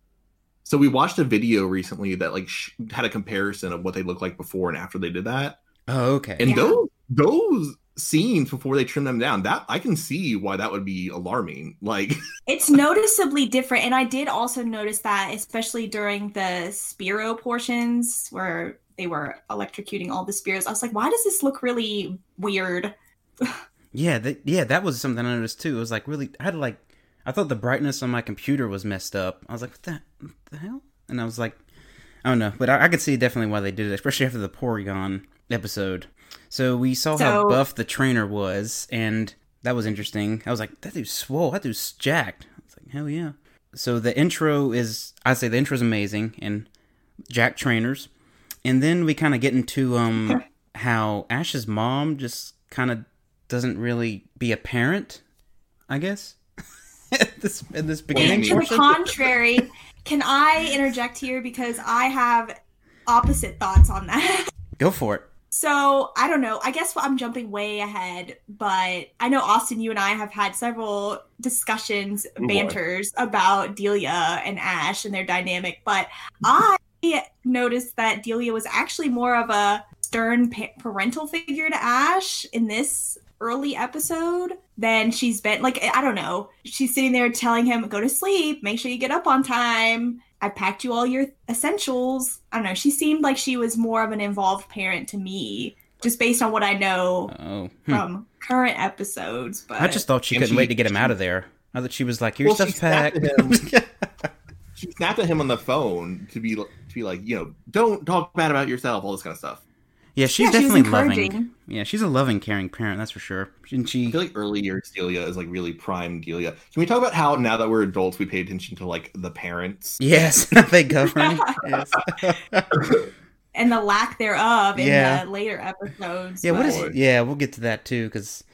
[SPEAKER 2] So we watched a video recently that like sh- had a comparison of what they looked like before and after they did that.
[SPEAKER 1] Oh, okay.
[SPEAKER 2] And
[SPEAKER 5] Yeah.
[SPEAKER 2] those those scenes before they trimmed them down, that I can see why that would be alarming. Like
[SPEAKER 5] It's noticeably different. And I did also notice that, especially during the Spiro portions where they were electrocuting all the Spiros. I was like, why does this look really weird?
[SPEAKER 1] Yeah, that yeah, that was something I noticed too. It was like really, I had like, I thought the brightness on my computer was messed up. I was like, what the, what the hell? And I was like, I don't know, but I, I could see definitely why they did it, especially after the Porygon episode. So we saw how
[SPEAKER 5] So-
[SPEAKER 1] buff the trainer was, and that was interesting. I was like, that dude's swole, that dude's jacked. I was like, hell yeah. So the intro is, I say the intro is amazing, and Jack trainers. And then we kind of get into um, how Ash's mom just kind of doesn't really be a parent, I guess. at this at this
[SPEAKER 5] And
[SPEAKER 1] beginning,
[SPEAKER 5] to the
[SPEAKER 1] portion.
[SPEAKER 5] contrary, can I interject here because I have opposite thoughts on that.
[SPEAKER 1] go for it.
[SPEAKER 5] So I don't know. I guess I'm jumping way ahead, but I know Austin, you and I have had several discussions,
[SPEAKER 2] Oh, boy.
[SPEAKER 5] banters about Delia and Ash and their dynamic. But I noticed that Delia was actually more of a stern pa- parental figure to Ash in this early episode than she's been. Like I don't know. She's sitting there telling him, "Go to sleep. Make sure you get up on time." I packed you all your essentials. I don't know. She seemed like she was more of an involved parent to me, just based on what I know
[SPEAKER 1] Oh, hmm.
[SPEAKER 5] from current episodes. But
[SPEAKER 1] I just thought she
[SPEAKER 2] And
[SPEAKER 1] couldn't wait
[SPEAKER 2] she-
[SPEAKER 1] to get him out of there. I thought she was like, "Your
[SPEAKER 2] Well, she
[SPEAKER 1] stuff's
[SPEAKER 2] snapped
[SPEAKER 1] packed."
[SPEAKER 2] at She snapped at him on the phone to be to be like, you know, don't talk bad about yourself, all this kind of stuff.
[SPEAKER 1] yeah, she's
[SPEAKER 5] Yeah, she was
[SPEAKER 1] definitely loving.
[SPEAKER 5] encouraging.
[SPEAKER 1] Yeah, she's a loving, caring parent. That's for sure. And
[SPEAKER 2] I
[SPEAKER 1] she,
[SPEAKER 2] feel like earlier Delia is like really prime Delia. Can we talk about how now that we're adults, we pay attention to like the parents?
[SPEAKER 1] yes, they govern. yes.
[SPEAKER 5] and the lack thereof in
[SPEAKER 1] Yeah.
[SPEAKER 5] the later episodes.
[SPEAKER 1] Yeah, what
[SPEAKER 5] but-
[SPEAKER 1] is? Yeah, we'll get to that too because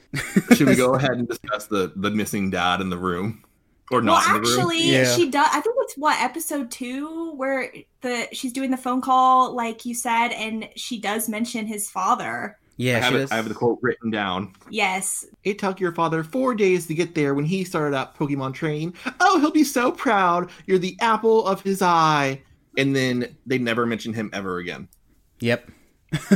[SPEAKER 2] Should we go ahead and discuss the the missing dad in the room, or
[SPEAKER 5] Well,
[SPEAKER 2] not in the room?
[SPEAKER 5] actually,
[SPEAKER 1] Yeah.
[SPEAKER 5] she does. I think it's what episode two where the she's doing the phone call, like you said, and she does mention his father.
[SPEAKER 1] yeah,
[SPEAKER 2] I have,
[SPEAKER 1] she
[SPEAKER 2] it,
[SPEAKER 1] does-
[SPEAKER 2] I have the quote written down.
[SPEAKER 5] Yes,
[SPEAKER 2] It took your father four days to get there when he started out Pokemon training. Oh, he'll be so proud. You're the apple of his eye. And then they never mention him ever again.
[SPEAKER 1] Yep,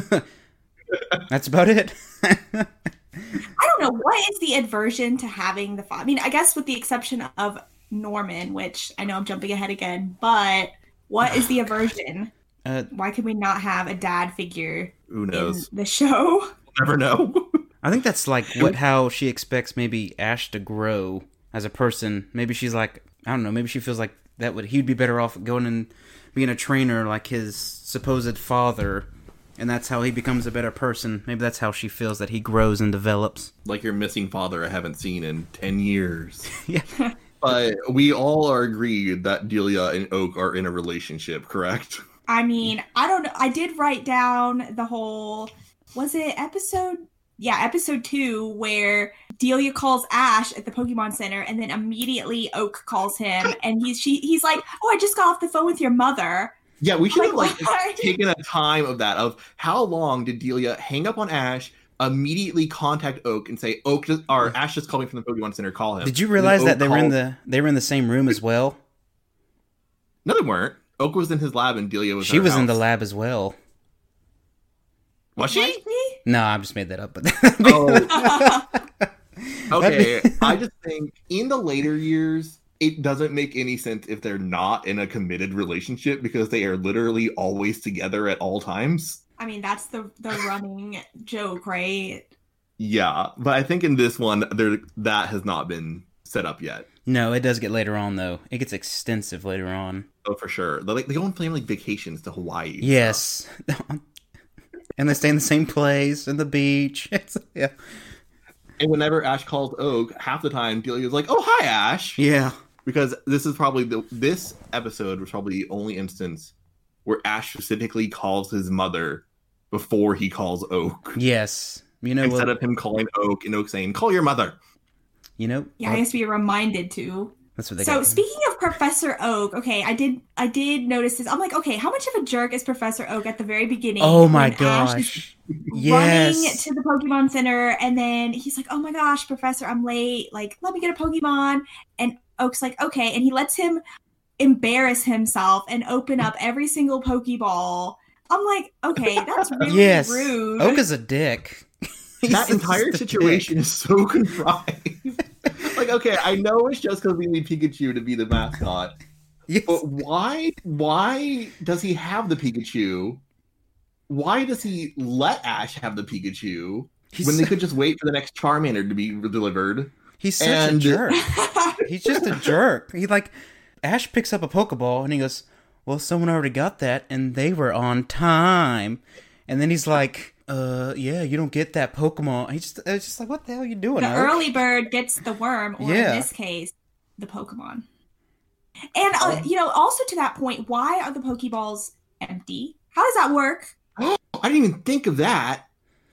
[SPEAKER 1] that's about it.
[SPEAKER 5] I don't know what is the aversion to having the father. I mean, I guess with the exception of Norman, which I know I'm jumping ahead again, but what is the aversion?
[SPEAKER 1] uh,
[SPEAKER 5] Why can we not have a dad figure
[SPEAKER 2] Who
[SPEAKER 5] in
[SPEAKER 2] knows?
[SPEAKER 5] the show?
[SPEAKER 2] We'll never know.
[SPEAKER 1] I think that's like what how she expects maybe Ash to grow as a person. Maybe she's like I don't know. Maybe she feels like that would he'd be better off going and being a trainer like his supposed father, and that's how he becomes a better person. Maybe that's how she feels that he grows and develops.
[SPEAKER 2] like your missing father I haven't seen in 10 years.
[SPEAKER 1] Yeah.
[SPEAKER 2] But we all are agreed that Delia and Oak are in a relationship, correct?
[SPEAKER 5] I mean, I don't know. I did write down the whole was it episode yeah, episode two where Delia calls Ash at the Pokemon Center and then immediately Oak calls him and he's she he's like, Oh, I just got off the phone with your mother.
[SPEAKER 2] Yeah, we should
[SPEAKER 5] Like,
[SPEAKER 2] have like
[SPEAKER 5] what?
[SPEAKER 2] taken a time of that of how long did Delia hang up on Ash, immediately contact Oak and say, Oak just, or Ash just called me from the Pokemon Center, call him.
[SPEAKER 1] Did you realize
[SPEAKER 2] And
[SPEAKER 1] that
[SPEAKER 2] then
[SPEAKER 1] they
[SPEAKER 2] Oak
[SPEAKER 1] were in
[SPEAKER 2] called-
[SPEAKER 1] the they were in the same room as well?
[SPEAKER 2] No, they weren't. Oak was in his lab and Delia was.
[SPEAKER 1] She
[SPEAKER 2] at her
[SPEAKER 1] was in the
[SPEAKER 2] house.
[SPEAKER 1] lab as well.
[SPEAKER 2] Was she?
[SPEAKER 1] No, I just made that up. But
[SPEAKER 2] Oh. Okay,
[SPEAKER 1] That'd be-
[SPEAKER 2] I just think in the later years, it doesn't make any sense if they're not in a committed relationship because they are literally always together at all times.
[SPEAKER 5] I mean, that's the the running joke, right?
[SPEAKER 2] Yeah, but I think in this one, there that has not been set up yet.
[SPEAKER 1] no, it does get later on though. It gets extensive later on.
[SPEAKER 2] Oh, for sure. They like they go on family vacations to Hawaii. and stuff.
[SPEAKER 1] Yes. and they stay in the same place in the beach. It's, yeah.
[SPEAKER 2] And whenever Ash calls Oak, half the time Delia's like, "Oh, hi, Ash."
[SPEAKER 1] Yeah.
[SPEAKER 2] because this is probably the this episode was probably the only instance where Ash specifically calls his mother before he calls Oak.
[SPEAKER 1] Yes. You know
[SPEAKER 2] Instead
[SPEAKER 1] what?
[SPEAKER 2] of him calling Oak and Oak saying, Call your mother.
[SPEAKER 1] you know.
[SPEAKER 5] Yeah, I guess we are reminded to.
[SPEAKER 1] That's what they
[SPEAKER 5] So
[SPEAKER 1] got.
[SPEAKER 5] speaking of Professor Oak, okay, I did I did notice this. I'm like, okay, how much of a jerk is Professor Oak at the very beginning?
[SPEAKER 1] oh my
[SPEAKER 5] when Ash is
[SPEAKER 1] gosh.
[SPEAKER 5] Running
[SPEAKER 1] Yes.
[SPEAKER 5] to the Pokemon Center, and then he's like, "Oh my gosh, Professor, I'm late. Like, let me get a Pokemon." And Oak's like, "Okay," and he lets him embarrass himself and open up every single Pokeball. I'm like, "Okay, that's really
[SPEAKER 1] yes.
[SPEAKER 5] rude."
[SPEAKER 1] Oak is a dick. He's
[SPEAKER 2] That
[SPEAKER 1] just a
[SPEAKER 2] entire
[SPEAKER 1] dick.
[SPEAKER 2] situation is so contrived. like, okay, I know it's just because we need Pikachu to be the mascot,
[SPEAKER 1] Yes.
[SPEAKER 2] but why why does he have the Pikachu? Why does he let Ash have the Pikachu
[SPEAKER 1] He's,
[SPEAKER 2] when they
[SPEAKER 1] su-
[SPEAKER 2] could just wait for the next Charmander to be delivered?
[SPEAKER 1] he's such a
[SPEAKER 2] and-
[SPEAKER 1] jerk. He's just a jerk. He like Ash picks up a Pokeball and he goes, "Well, someone already got that, and they were on time." And then he's like, "Uh, yeah, you don't get that Pokemon." He just, it's just like, "What the hell are you doing?"
[SPEAKER 5] the
[SPEAKER 1] Oak?"
[SPEAKER 5] early bird gets the worm, or
[SPEAKER 1] Yeah.
[SPEAKER 5] in this case, the
[SPEAKER 1] Oh.
[SPEAKER 5] Pokemon. And uh, you know, also to that point, why are the Pokeballs empty? How does that work?
[SPEAKER 2] I didn't even think of that.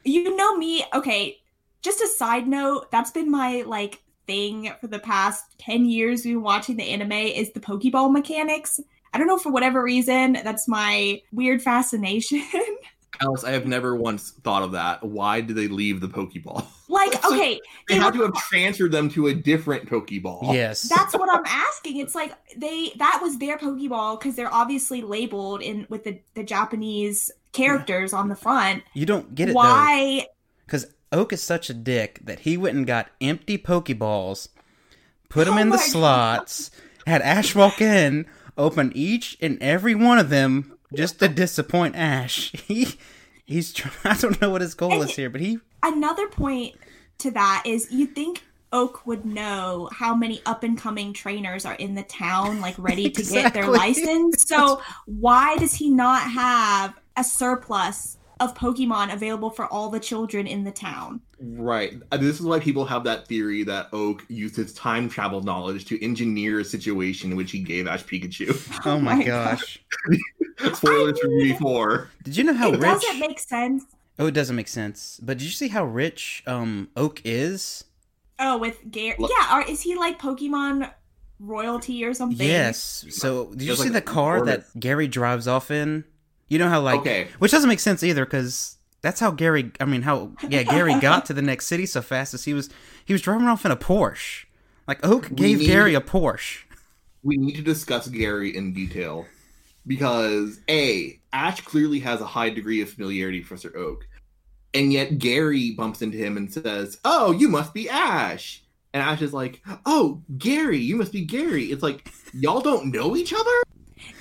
[SPEAKER 5] You know me. Okay, just a side note. That's been my like thing for the past ten years. We've been watching the anime is the Pokeball mechanics. I don't know for whatever reason. That's my weird fascination.
[SPEAKER 2] Alice, I have never once thought of that. Why did they leave the Pokeball?
[SPEAKER 5] like,
[SPEAKER 2] So-
[SPEAKER 5] okay,
[SPEAKER 2] They
[SPEAKER 5] They
[SPEAKER 2] had
[SPEAKER 5] were-
[SPEAKER 2] to have transferred them to a different Pokeball.
[SPEAKER 1] Yes.
[SPEAKER 5] That's what I'm asking. It's like they that was their Pokeball because they're obviously labeled in with the, the Japanese characters on the front.
[SPEAKER 1] you don't get it though.
[SPEAKER 5] Why?
[SPEAKER 1] Because Oak is such a dick that he went and got empty Pokeballs, put them
[SPEAKER 5] Oh
[SPEAKER 1] in the
[SPEAKER 5] my God.
[SPEAKER 1] slots, had Ash walk in, open each and every one of them just to disappoint Ash. He, he's trying. I don't know what his goal is here, but he.
[SPEAKER 5] Another point to that is you think Oak would know how many up and coming trainers are in the town, like ready to get their
[SPEAKER 1] Exactly.
[SPEAKER 5] license. So why does he not have a surplus of Pokemon available for all the children in the town?
[SPEAKER 2] Right. Uh, This is why people have that theory that Oak used his time travel knowledge to engineer a situation in which he gave Ash Pikachu.
[SPEAKER 1] Oh my
[SPEAKER 5] my
[SPEAKER 1] gosh!
[SPEAKER 2] Spoilers for me four.
[SPEAKER 1] Did you know how
[SPEAKER 5] it
[SPEAKER 1] Oh, rich?
[SPEAKER 5] doesn't make sense.
[SPEAKER 1] oh, it doesn't make sense. But did you see how rich um Oak is?
[SPEAKER 5] Oh, with Gary.
[SPEAKER 2] Look-
[SPEAKER 5] yeah, or is he like Pokemon royalty or something?
[SPEAKER 1] Yes. So did you
[SPEAKER 2] Feels
[SPEAKER 1] see
[SPEAKER 2] like
[SPEAKER 1] the
[SPEAKER 2] a
[SPEAKER 1] car
[SPEAKER 2] Corvette.
[SPEAKER 1] that Gary drives off in? You know how like
[SPEAKER 2] Okay.
[SPEAKER 1] which doesn't make sense either because that's how Gary. I mean, how yeah, Gary got to the next city so fast as he was. He was driving off in a Porsche. Like Oak
[SPEAKER 2] We
[SPEAKER 1] gave
[SPEAKER 2] need-
[SPEAKER 1] Gary a Porsche.
[SPEAKER 2] We need to discuss Gary in detail because A, Ash clearly has a high degree of familiarity with Professor Oak. And yet Gary bumps into him and says, Oh, you must be Ash. And Ash is like, Oh, Gary, you must be Gary. It's like, y'all don't know each other?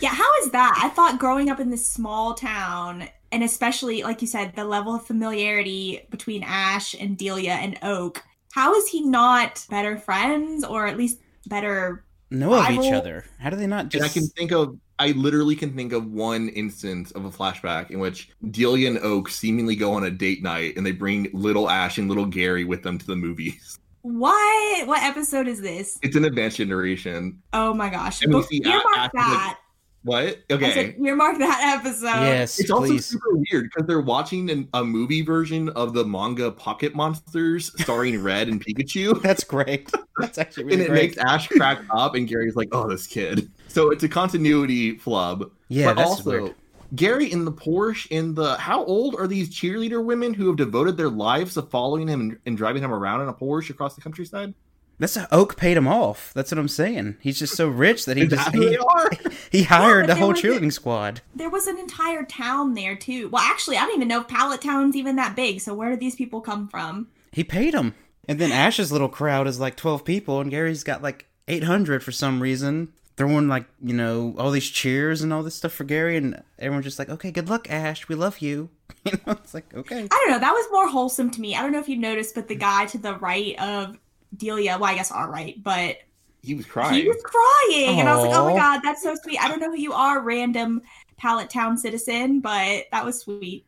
[SPEAKER 5] Yeah, how is that? I thought growing up in this small town, and especially, like you said, the level of familiarity between Ash and Delia and Oak, how is he not better friends or at least better?
[SPEAKER 1] Know of
[SPEAKER 5] I
[SPEAKER 1] each
[SPEAKER 5] will-
[SPEAKER 1] other. How do they not
[SPEAKER 2] And I
[SPEAKER 1] just?
[SPEAKER 2] can think of, I literally can think of one instance of a flashback in which Delia and Oak seemingly go on a date night and they bring little Ash and little Gary with them to the movies.
[SPEAKER 5] What? What episode is this?
[SPEAKER 2] It's an advanced generation.
[SPEAKER 5] Oh my gosh.
[SPEAKER 2] And we
[SPEAKER 5] Book-
[SPEAKER 2] see A- Ash
[SPEAKER 5] earmark
[SPEAKER 2] is like,
[SPEAKER 5] that.
[SPEAKER 2] What?
[SPEAKER 5] I
[SPEAKER 2] Okay.
[SPEAKER 5] said, earmark that episode.
[SPEAKER 1] Yes,
[SPEAKER 2] it's also
[SPEAKER 1] please.
[SPEAKER 2] super weird because they're watching an, a movie version of the manga Pocket Monsters starring Red and Pikachu.
[SPEAKER 1] That's great. That's actually
[SPEAKER 2] and
[SPEAKER 1] really
[SPEAKER 2] it
[SPEAKER 1] great.
[SPEAKER 2] makes Ash crack up, and Gary's like, "Oh, this kid." So it's a continuity flub.
[SPEAKER 1] yeah,
[SPEAKER 2] but
[SPEAKER 1] that's
[SPEAKER 2] also,
[SPEAKER 1] weird.
[SPEAKER 2] Gary in the Porsche in the how old are these cheerleader women who have devoted their lives to following him and, and driving him around in a Porsche across the countryside?
[SPEAKER 1] That's how Oak paid him off. That's what I'm saying. He's just so rich that he
[SPEAKER 2] Is
[SPEAKER 1] just
[SPEAKER 2] that who
[SPEAKER 1] he,
[SPEAKER 2] they are?
[SPEAKER 1] he hired the
[SPEAKER 5] but there
[SPEAKER 1] whole
[SPEAKER 5] was a-
[SPEAKER 1] cheerleading squad.
[SPEAKER 5] There was an entire town there too. Well, actually, I don't even know if Pallet Town's even that big. So where do these people come from?
[SPEAKER 1] He paid him. And then Ash's little crowd is like 12 people, and Gary's got like 800 for some reason. Throwing like, you know, all these cheers and all this stuff for Gary, and everyone's just like, okay, good luck, Ash. We love you. You know, it's like, okay.
[SPEAKER 5] I don't know. That was more wholesome to me. I don't know if you noticed, but the guy to the right of Delia, well, I guess our right, but
[SPEAKER 2] He was crying.
[SPEAKER 5] he was crying, and I was like, "Oh
[SPEAKER 1] Aw.
[SPEAKER 5] my god, that's so sweet." I don't know who you are, random Pallet Town citizen, but that was sweet.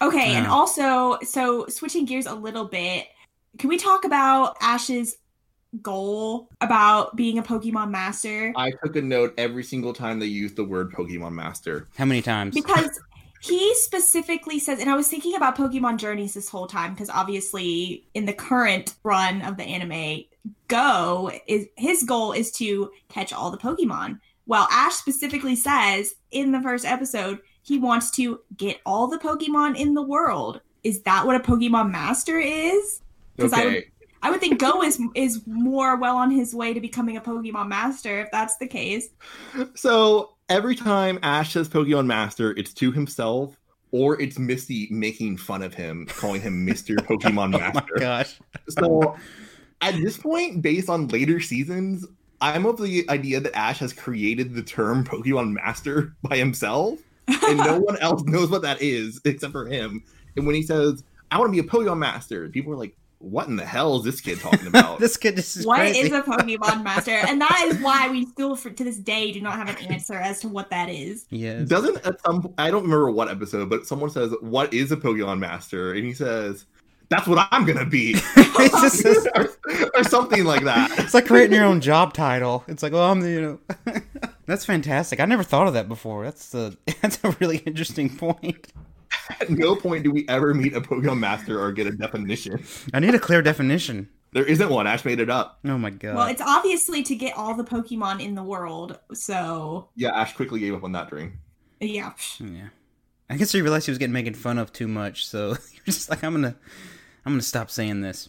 [SPEAKER 5] Okay, and
[SPEAKER 1] Yeah.
[SPEAKER 5] also, so switching gears a little bit, can we talk about Ash's goal about being a Pokemon master?
[SPEAKER 2] I took a note every single time they used the word Pokemon Master.
[SPEAKER 1] How many times? Oh
[SPEAKER 5] because he specifically says and i was thinking about pokemon journeys this whole time because obviously in the current run of the anime go is his goal is to catch all the pokemon well ash specifically says in the first episode he wants to get all the pokemon in the world is that what a pokemon master is because I would-
[SPEAKER 2] Okay.
[SPEAKER 5] i would think go is is more well on his way to becoming a pokemon master if that's the case
[SPEAKER 2] So every time Ash says Pokemon Master, it's to himself or it's Misty making fun of him, calling him Mr. Pokemon
[SPEAKER 1] Oh my
[SPEAKER 2] Master.
[SPEAKER 1] gosh.
[SPEAKER 2] so at this point, based on later seasons, I'm of the idea that Ash has created the term Pokemon Master by himself, and no one else knows what that is except for him. And when he says, I want to be a Pokemon Master, people are like, what in the hell is this kid talking about?
[SPEAKER 1] This kid just is
[SPEAKER 5] What is
[SPEAKER 1] crazy.
[SPEAKER 5] a Pokemon Master? And that is why we still, for, to this day, do not have an answer as to what that is.
[SPEAKER 1] yes.
[SPEAKER 2] Doesn't at some I don't remember what episode, but someone says, "What is a Pokemon Master?" and he says, "That's what I'm gonna be,"
[SPEAKER 1] it's, just, it's,
[SPEAKER 2] or, or something like that.
[SPEAKER 1] it's like creating your own job title. It's like, oh, I'm the, you know. That's fantastic. I never thought of that before. That's a that's a really interesting point.
[SPEAKER 2] At no point do we ever meet a Pokemon master or get a definition.
[SPEAKER 1] I need a clear definition.
[SPEAKER 2] There isn't one. Ash made it up.
[SPEAKER 1] Oh my god.
[SPEAKER 5] Well, it's obviously to get all the Pokemon in the world. So
[SPEAKER 2] Yeah, Ash quickly gave up on that dream.
[SPEAKER 5] yeah, psh,
[SPEAKER 1] yeah. I guess he realized he was getting making fun of too much, so he was just like, I'm gonna I'm gonna stop saying this.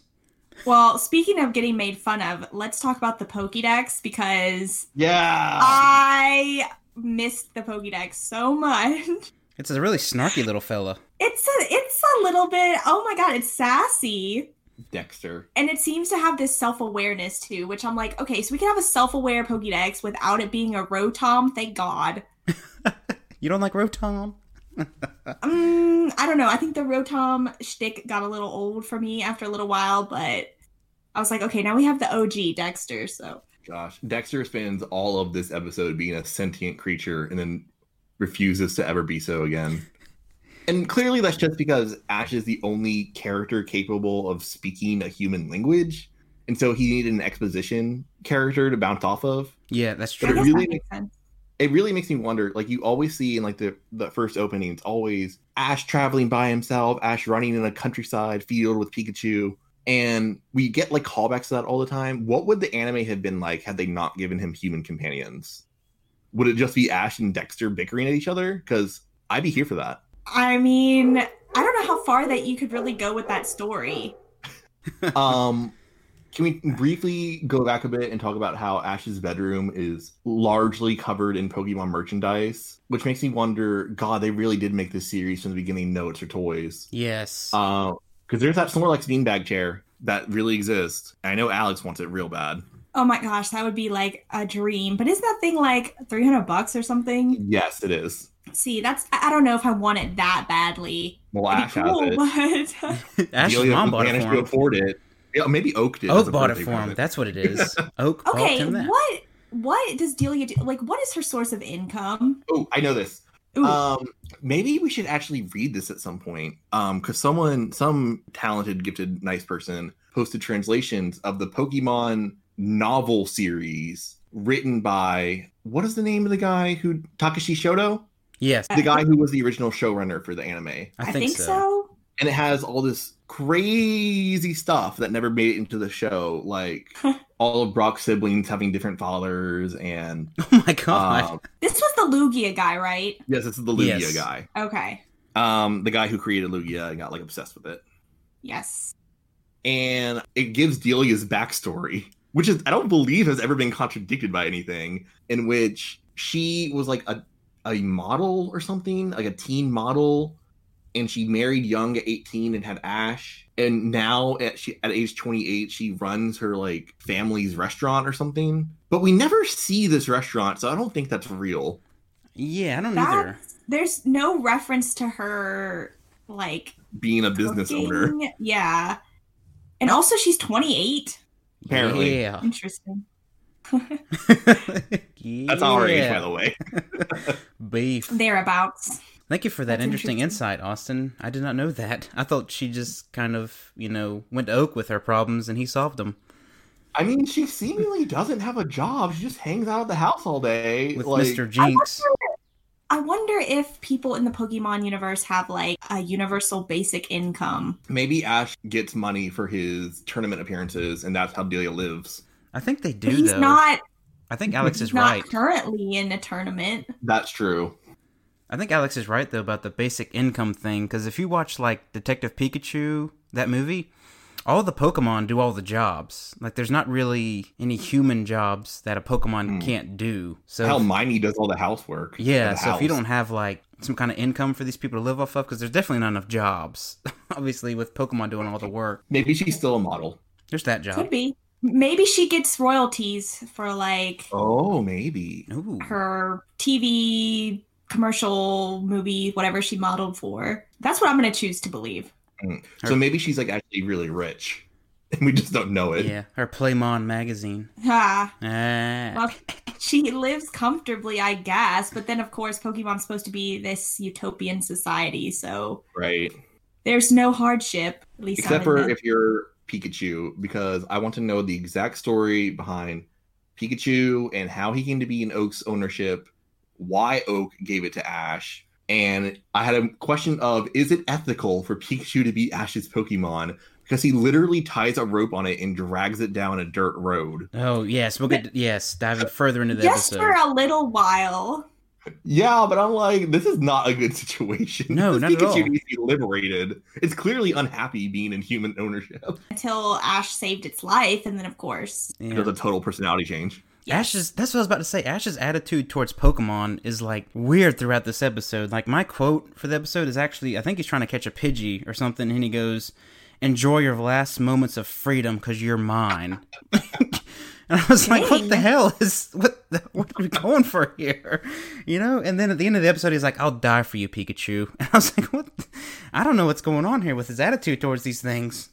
[SPEAKER 5] Well, speaking of getting made fun of, let's talk about the Pokédex because
[SPEAKER 1] Oh.
[SPEAKER 2] Yeah.
[SPEAKER 5] Ah. I missed the Pokédex so much.
[SPEAKER 1] It's a really snarky little fella.
[SPEAKER 5] It's a it's a little bit oh my god, it's sassy.
[SPEAKER 2] Dexter.
[SPEAKER 5] And it seems to have this self-awareness too, which I'm like, okay, so we can have a self-aware Pokédex without it being a Rotom, thank God.
[SPEAKER 1] You don't like Rotom?
[SPEAKER 5] Um, I don't know. I think the Rotom shtick got a little old for me after a little while, but I was like, okay, now we have the OG Dexter, so
[SPEAKER 2] Gosh. Dexter spends all of this episode being a sentient creature and then refuses to ever be so again. And clearly that's just because Ash is the only character capable of speaking a human language. And so he needed an exposition character to bounce off of.
[SPEAKER 1] Yeah, that's
[SPEAKER 2] But
[SPEAKER 5] I
[SPEAKER 2] it
[SPEAKER 1] true.
[SPEAKER 5] guess
[SPEAKER 2] really
[SPEAKER 5] that makes sense.
[SPEAKER 2] it really makes me wonder like you always see in like the the first opening it's always ash traveling by himself ash running in a countryside field with pikachu and we get like callbacks to that all the time what would the anime have been like had they not given him human companions would it just be ash and dexter bickering at each other because i'd be here for that
[SPEAKER 5] I mean, I don't know how far that you could really go with that story.
[SPEAKER 2] um can we briefly go back a bit and talk about how ash's bedroom is largely covered in pokemon merchandise which makes me wonder god they really did make this series from the beginning know it's for toys
[SPEAKER 1] Yes.
[SPEAKER 2] because there's that snorlax beanbag chair that really exists i know alex wants it real bad
[SPEAKER 5] Oh my gosh, that would be like a dream. But isn't that thing like 300 bucks or something?
[SPEAKER 2] yes it is
[SPEAKER 5] See, that's I I don't know if I want it that badly.
[SPEAKER 2] well
[SPEAKER 5] It'd be
[SPEAKER 2] ash has it
[SPEAKER 5] but
[SPEAKER 1] Ash's
[SPEAKER 2] Delia
[SPEAKER 1] mom bought it
[SPEAKER 2] managed
[SPEAKER 1] for
[SPEAKER 2] to
[SPEAKER 1] him.
[SPEAKER 2] afford it yeah, maybe oak did as
[SPEAKER 1] Oak
[SPEAKER 2] a
[SPEAKER 1] bought it
[SPEAKER 2] birthday
[SPEAKER 1] for him.
[SPEAKER 2] present.
[SPEAKER 1] That's what it is. Oak bought
[SPEAKER 5] okay,
[SPEAKER 1] him that.
[SPEAKER 5] what what does Delia do? Like, what is her source of income?
[SPEAKER 2] oh i know this
[SPEAKER 5] Ooh,
[SPEAKER 2] Um, maybe we should actually read this at some point. Um, because someone, some talented, gifted, nice person posted translations of the Pokemon novel series written by what is the name of the guy who Takashi Shoto,
[SPEAKER 1] Yes.
[SPEAKER 2] the guy who was the original showrunner for the anime, and
[SPEAKER 1] I think, so.
[SPEAKER 2] it has all this crazy stuff that never made it into the show, like all of Brock's siblings having different fathers, and
[SPEAKER 1] Oh my god.
[SPEAKER 2] um,
[SPEAKER 5] This was the Lugia guy, right?
[SPEAKER 2] yes, this is the Lugia
[SPEAKER 1] Yes.
[SPEAKER 2] guy.
[SPEAKER 5] Okay.
[SPEAKER 2] um, the guy who created Lugia and got like obsessed with it.
[SPEAKER 5] Yes.
[SPEAKER 2] And it gives Delia's backstory, which is I don't believe has ever been contradicted by anything, in which she was like a a model or something, like a teen model, and she married young at 18 and had Ash. And now at she at age 28, she runs her like family's restaurant or something. But we never see this restaurant, so I don't think that's real.
[SPEAKER 1] yeah, I don't
[SPEAKER 5] That-
[SPEAKER 1] either.
[SPEAKER 5] There's no reference to her like
[SPEAKER 2] Being a business
[SPEAKER 5] cooking.
[SPEAKER 2] owner.
[SPEAKER 5] Yeah. And also she's 28.
[SPEAKER 2] Apparently.
[SPEAKER 1] Yeah.
[SPEAKER 5] Interesting.
[SPEAKER 2] That's our age, by the way.
[SPEAKER 1] Beef.
[SPEAKER 5] Thereabouts.
[SPEAKER 1] Thank you for that
[SPEAKER 5] That's
[SPEAKER 1] interesting,
[SPEAKER 5] interesting.
[SPEAKER 1] insight, Austin. I did not know that. I thought she just kind of, you know, went to Oak with her problems and he solved them
[SPEAKER 2] I mean, she seemingly doesn't have a job. She just hangs out at the house all day.
[SPEAKER 1] with
[SPEAKER 2] like,
[SPEAKER 1] Mr. Jinx.
[SPEAKER 5] I wonder if people in the Pokemon universe have like a universal basic income.
[SPEAKER 2] Maybe Ash gets money for his tournament appearances, and that's how Delia lives.
[SPEAKER 1] I think they
[SPEAKER 5] But
[SPEAKER 1] do,
[SPEAKER 5] he's
[SPEAKER 1] though.
[SPEAKER 5] not
[SPEAKER 1] I think Alex is
[SPEAKER 5] he's not
[SPEAKER 1] right.
[SPEAKER 5] currently in a tournament.
[SPEAKER 2] That's true.
[SPEAKER 1] I think Alex is right though about the basic income thing because if you watch like Detective Pikachu, that movie, all the Pokemon do all the jobs. Like, there's not really any human jobs that a Pokemon
[SPEAKER 2] Hmm.
[SPEAKER 1] can't do. So,
[SPEAKER 2] Hell, Mimey does all the housework. for
[SPEAKER 1] yeah.
[SPEAKER 2] the
[SPEAKER 1] So if you
[SPEAKER 2] house.
[SPEAKER 1] don't have like some kind of income for these people to live off of, because there's definitely not enough jobs, obviously with Pokemon doing all the work.
[SPEAKER 2] maybe she's still a model.
[SPEAKER 1] There's that
[SPEAKER 5] Could
[SPEAKER 1] job.
[SPEAKER 5] be. Maybe she gets royalties for like
[SPEAKER 2] Oh, maybe.
[SPEAKER 1] Ooh,
[SPEAKER 5] her TV commercial movie, whatever she modeled for. That's what I'm going to choose to believe.
[SPEAKER 2] So maybe she's like actually really rich, and we just don't know it.
[SPEAKER 1] yeah, her Playmon magazine.
[SPEAKER 5] Ah,
[SPEAKER 1] Ah.
[SPEAKER 5] well, she lives comfortably, I guess. But then, of course, Pokemon's supposed to be this utopian society, so
[SPEAKER 2] Right.
[SPEAKER 5] there's no hardship. At least, not
[SPEAKER 2] Except
[SPEAKER 5] in
[SPEAKER 2] for
[SPEAKER 5] the-
[SPEAKER 2] if you're Pikachu, because I want to know the exact story behind Pikachu and how he came to be in Oak's ownership, why Oak gave it to Ash. And I had a question of is it ethical for Pikachu to be Ash's Pokemon? Because he literally ties a rope on it and drags it down a dirt road.
[SPEAKER 1] Oh yes, we'll get yes diving further into the
[SPEAKER 5] Just
[SPEAKER 1] episode.
[SPEAKER 5] for a little while.
[SPEAKER 2] Yeah, but I'm like, this is not a good situation.
[SPEAKER 1] No,
[SPEAKER 2] This
[SPEAKER 1] not at
[SPEAKER 2] Pikachu
[SPEAKER 1] all.
[SPEAKER 2] needs to be liberated. It's clearly unhappy being in human ownership.
[SPEAKER 5] Until Ash saved its life, and then of course
[SPEAKER 1] Yeah.
[SPEAKER 2] There's a total personality change.
[SPEAKER 1] Ash's that's what I was about to say. Ash's attitude towards Pokemon is like weird throughout this episode. Like my quote for the episode is actually I think he's trying to catch a Pidgey or something and he goes, "Enjoy your last moments of freedom because you're mine." and I was like, "What the
[SPEAKER 5] Dang.
[SPEAKER 1] hell is what the, what are we going for here?" You know? And then at the end of the episode he's like, "I'll die for you, Pikachu." And I was like, "What? the- I don't know what's going on here with his attitude towards these things."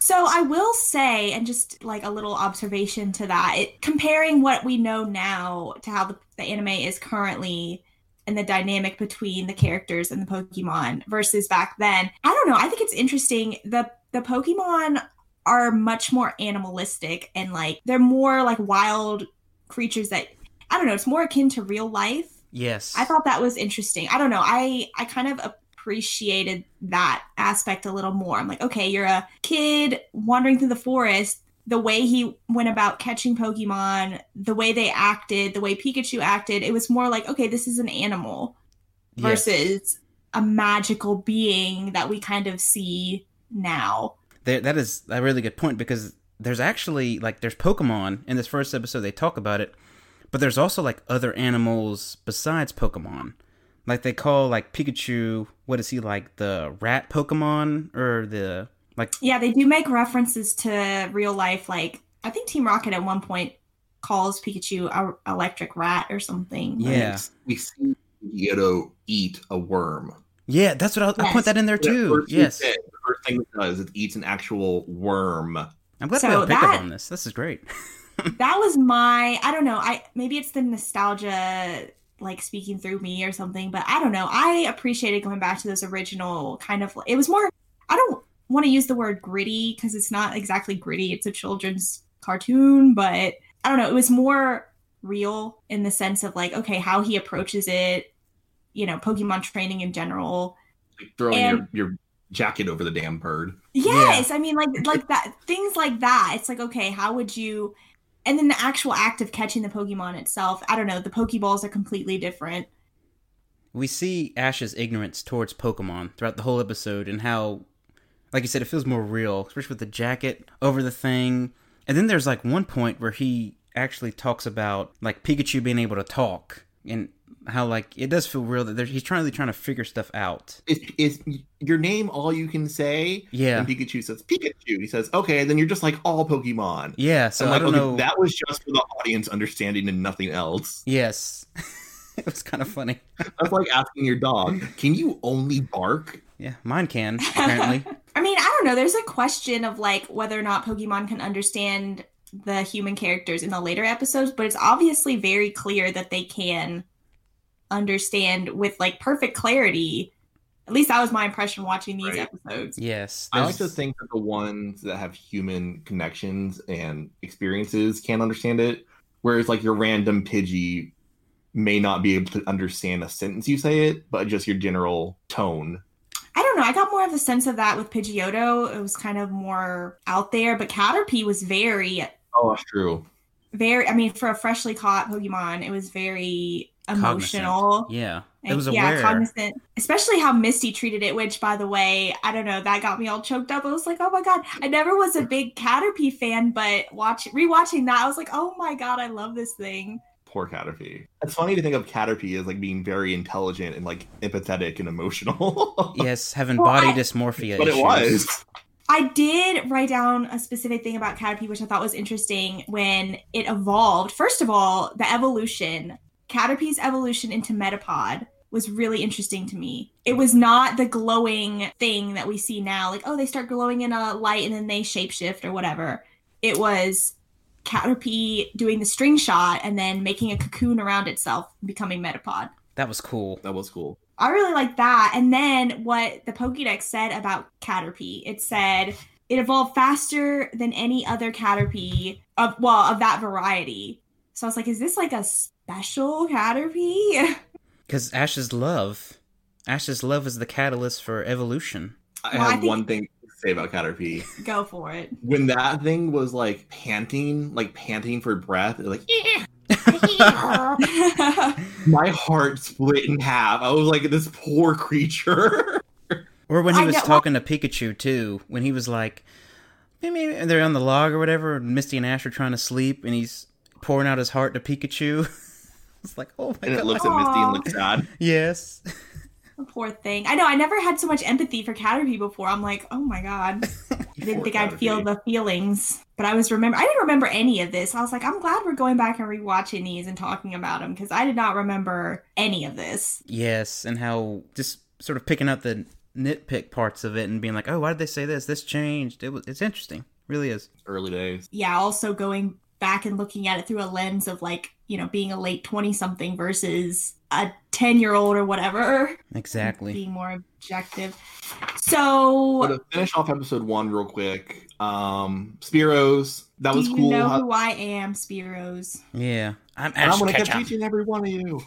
[SPEAKER 5] So I will say, and just like a little observation to that, it, comparing what we know now to how the, the anime is currently and the dynamic between the characters and the Pokemon versus back then, I don't know. I think it's interesting. The the Pokemon are much more animalistic and like they're more like wild creatures that I don't know. It's more akin to real life.
[SPEAKER 1] Yes.
[SPEAKER 5] I thought that was interesting. I don't know. I I kind of appreciated that aspect a little more. I'm like, okay, you're a kid wandering through the forest. The way he went about catching Pokemon, the way they acted, the way Pikachu acted, it was more like, okay, this is an animal
[SPEAKER 1] Yes.
[SPEAKER 5] versus a magical being that we kind of see now.
[SPEAKER 1] There, that is a really good point because there's actually like there's Pokemon in this first episode. They talk about it, but there's also like other animals besides Pokemon. Like they call like Pikachu. What is he like the rat Pokemon or the like?
[SPEAKER 5] Yeah, they do make references to real life. Like, I think Team Rocket at one point calls Pikachu a electric rat or something.
[SPEAKER 1] Yeah,
[SPEAKER 2] We see Yodo eat a worm.
[SPEAKER 1] yeah. That's what I, I put
[SPEAKER 5] Yes.
[SPEAKER 1] that in there
[SPEAKER 2] That
[SPEAKER 1] too.
[SPEAKER 2] first thing
[SPEAKER 1] Yes,
[SPEAKER 2] it- the first thing it does is eats an actual worm.
[SPEAKER 1] I'm glad
[SPEAKER 5] So
[SPEAKER 1] we got a pick up
[SPEAKER 5] that-
[SPEAKER 1] on this. This is great.
[SPEAKER 5] that was my i don't know i maybe it's the nostalgia like speaking through me or something but i don't know i appreciated going back to those original kind of it was more i don't want to use the word gritty because it's not exactly gritty it's a children's cartoon but i don't know it was more real in the sense of like okay how he approaches it you know pokemon training in general
[SPEAKER 2] Like throwing
[SPEAKER 5] And-
[SPEAKER 2] your, your jacket over the damn bird.
[SPEAKER 5] Yes, I mean like like that things like that. It's like okay, how would you and then the actual act of catching the Pokemon itself, I don't know, the Pokeballs are completely different.
[SPEAKER 1] we see Ash's ignorance towards Pokemon throughout the whole episode and how, like you said, it feels more real, especially with the jacket over the thing. And then there's like one point where he actually talks about like Pikachu being able to talk and how like it does feel real that there's, he's trying really trying to figure stuff out.
[SPEAKER 2] Is is your name all you can say?
[SPEAKER 1] Yeah,
[SPEAKER 2] And Pikachu says Pikachu. He says, "Okay." then you're just like all Pokemon.
[SPEAKER 1] yeah. So
[SPEAKER 2] I'm
[SPEAKER 1] I
[SPEAKER 2] like,
[SPEAKER 1] don't
[SPEAKER 2] okay,
[SPEAKER 1] know.
[SPEAKER 2] That was just for the audience understanding and nothing else.
[SPEAKER 1] yes, it was kind of funny.
[SPEAKER 2] That's like asking your dog, "Can you only bark?"
[SPEAKER 1] Yeah, mine can apparently.
[SPEAKER 5] I mean, I don't know, there's a question of like whether or not Pokemon can understand the human characters in the later episodes, but it's obviously very clear that they can understand with like perfect clarity. At least that was my impression watching these
[SPEAKER 2] Right.
[SPEAKER 5] episodes.
[SPEAKER 1] yes,
[SPEAKER 2] I like to
[SPEAKER 1] there's-
[SPEAKER 2] think that the ones that have human connections and experiences can understand it, whereas like your random Pidgey may not be able to understand a sentence you say it, but just your general tone.
[SPEAKER 5] I don't know. I got more of a sense of that with Pidgeotto. It was kind of more out there, but Caterpie was very
[SPEAKER 2] Oh, that's true.
[SPEAKER 5] very i mean for a freshly caught pokemon it was very
[SPEAKER 1] cognizant.
[SPEAKER 5] emotional
[SPEAKER 1] Yeah, it
[SPEAKER 5] And,
[SPEAKER 1] was
[SPEAKER 5] yeah
[SPEAKER 1] aware.
[SPEAKER 5] cognizant especially how misty treated it which by the way i don't know that got me all choked up i was like oh my god i never was a big caterpie fan but watch rewatching that i was like oh my god i love this thing
[SPEAKER 2] Poor Caterpie. It's funny to think of Caterpie as like being very intelligent and like empathetic and emotional.
[SPEAKER 1] yes, having
[SPEAKER 5] Well,
[SPEAKER 1] body
[SPEAKER 5] I-
[SPEAKER 1] dysmorphia.
[SPEAKER 2] but it
[SPEAKER 1] issues.
[SPEAKER 2] was.
[SPEAKER 5] I did write down a specific thing about Caterpie, which I thought was interesting when it evolved. First of all, the evolution, Caterpie's evolution into Metapod was really interesting to me. It was not the glowing thing that we see now, like, oh, they start glowing in a light and then they shapeshift or whatever. It was Caterpie doing the string shot and then making a cocoon around itself, becoming Metapod.
[SPEAKER 1] That was cool.
[SPEAKER 2] That was cool.
[SPEAKER 5] I really like that. And then what the Pokédex said about Caterpie, it said it evolved faster than any other Caterpie of well of that variety. So I was like, is this like a special Caterpie?
[SPEAKER 1] Because Ash's love, Ash's love is the catalyst for evolution.
[SPEAKER 2] I
[SPEAKER 5] Well, I
[SPEAKER 2] have
[SPEAKER 5] think-
[SPEAKER 2] one thing to say about Caterpie.
[SPEAKER 5] Go for it.
[SPEAKER 2] When that thing was like panting, like panting for breath, it was like my heart split in half. I was like, this poor creature.
[SPEAKER 1] Or when he
[SPEAKER 5] I
[SPEAKER 1] was
[SPEAKER 5] know-
[SPEAKER 1] talking to Pikachu too, when he was like, maybe they're on the log or whatever, and Misty and Ash are trying to sleep, and he's pouring out his heart to Pikachu. it's like, oh my
[SPEAKER 2] and it
[SPEAKER 1] god,
[SPEAKER 2] looks at Misty and
[SPEAKER 5] Aw.
[SPEAKER 2] looks sad.
[SPEAKER 1] yes.
[SPEAKER 5] Poor thing. I know. I never had so much empathy for Caterpie before. I'm like, oh my god. I didn't
[SPEAKER 2] Poor
[SPEAKER 5] think I'd feel
[SPEAKER 2] Caterpie.
[SPEAKER 5] the feelings, but I was remember. I didn't remember any of this. I was like, I'm glad we're going back and rewatching these and talking about them because I did not remember any of this.
[SPEAKER 1] Yes, and how just sort of picking up the nitpick parts of it and being like, oh, why did they say this? This changed. It was, it's interesting. Really is.
[SPEAKER 2] early days.
[SPEAKER 5] Yeah. Also going back and looking at it through a lens of like, you know, being a late twenty something versus a ten year old or whatever.
[SPEAKER 1] Exactly.
[SPEAKER 5] Being more objective.
[SPEAKER 2] But
[SPEAKER 5] So.
[SPEAKER 2] to finish off episode one real quick, um, Spiros, that
[SPEAKER 5] Do
[SPEAKER 2] was
[SPEAKER 5] you
[SPEAKER 2] cool.
[SPEAKER 5] know
[SPEAKER 2] how-
[SPEAKER 5] who I am, Spiros?
[SPEAKER 1] Yeah. I'm
[SPEAKER 2] and
[SPEAKER 1] Ash
[SPEAKER 2] I'm gonna catch each
[SPEAKER 1] Ketchum.
[SPEAKER 2] and every one of you.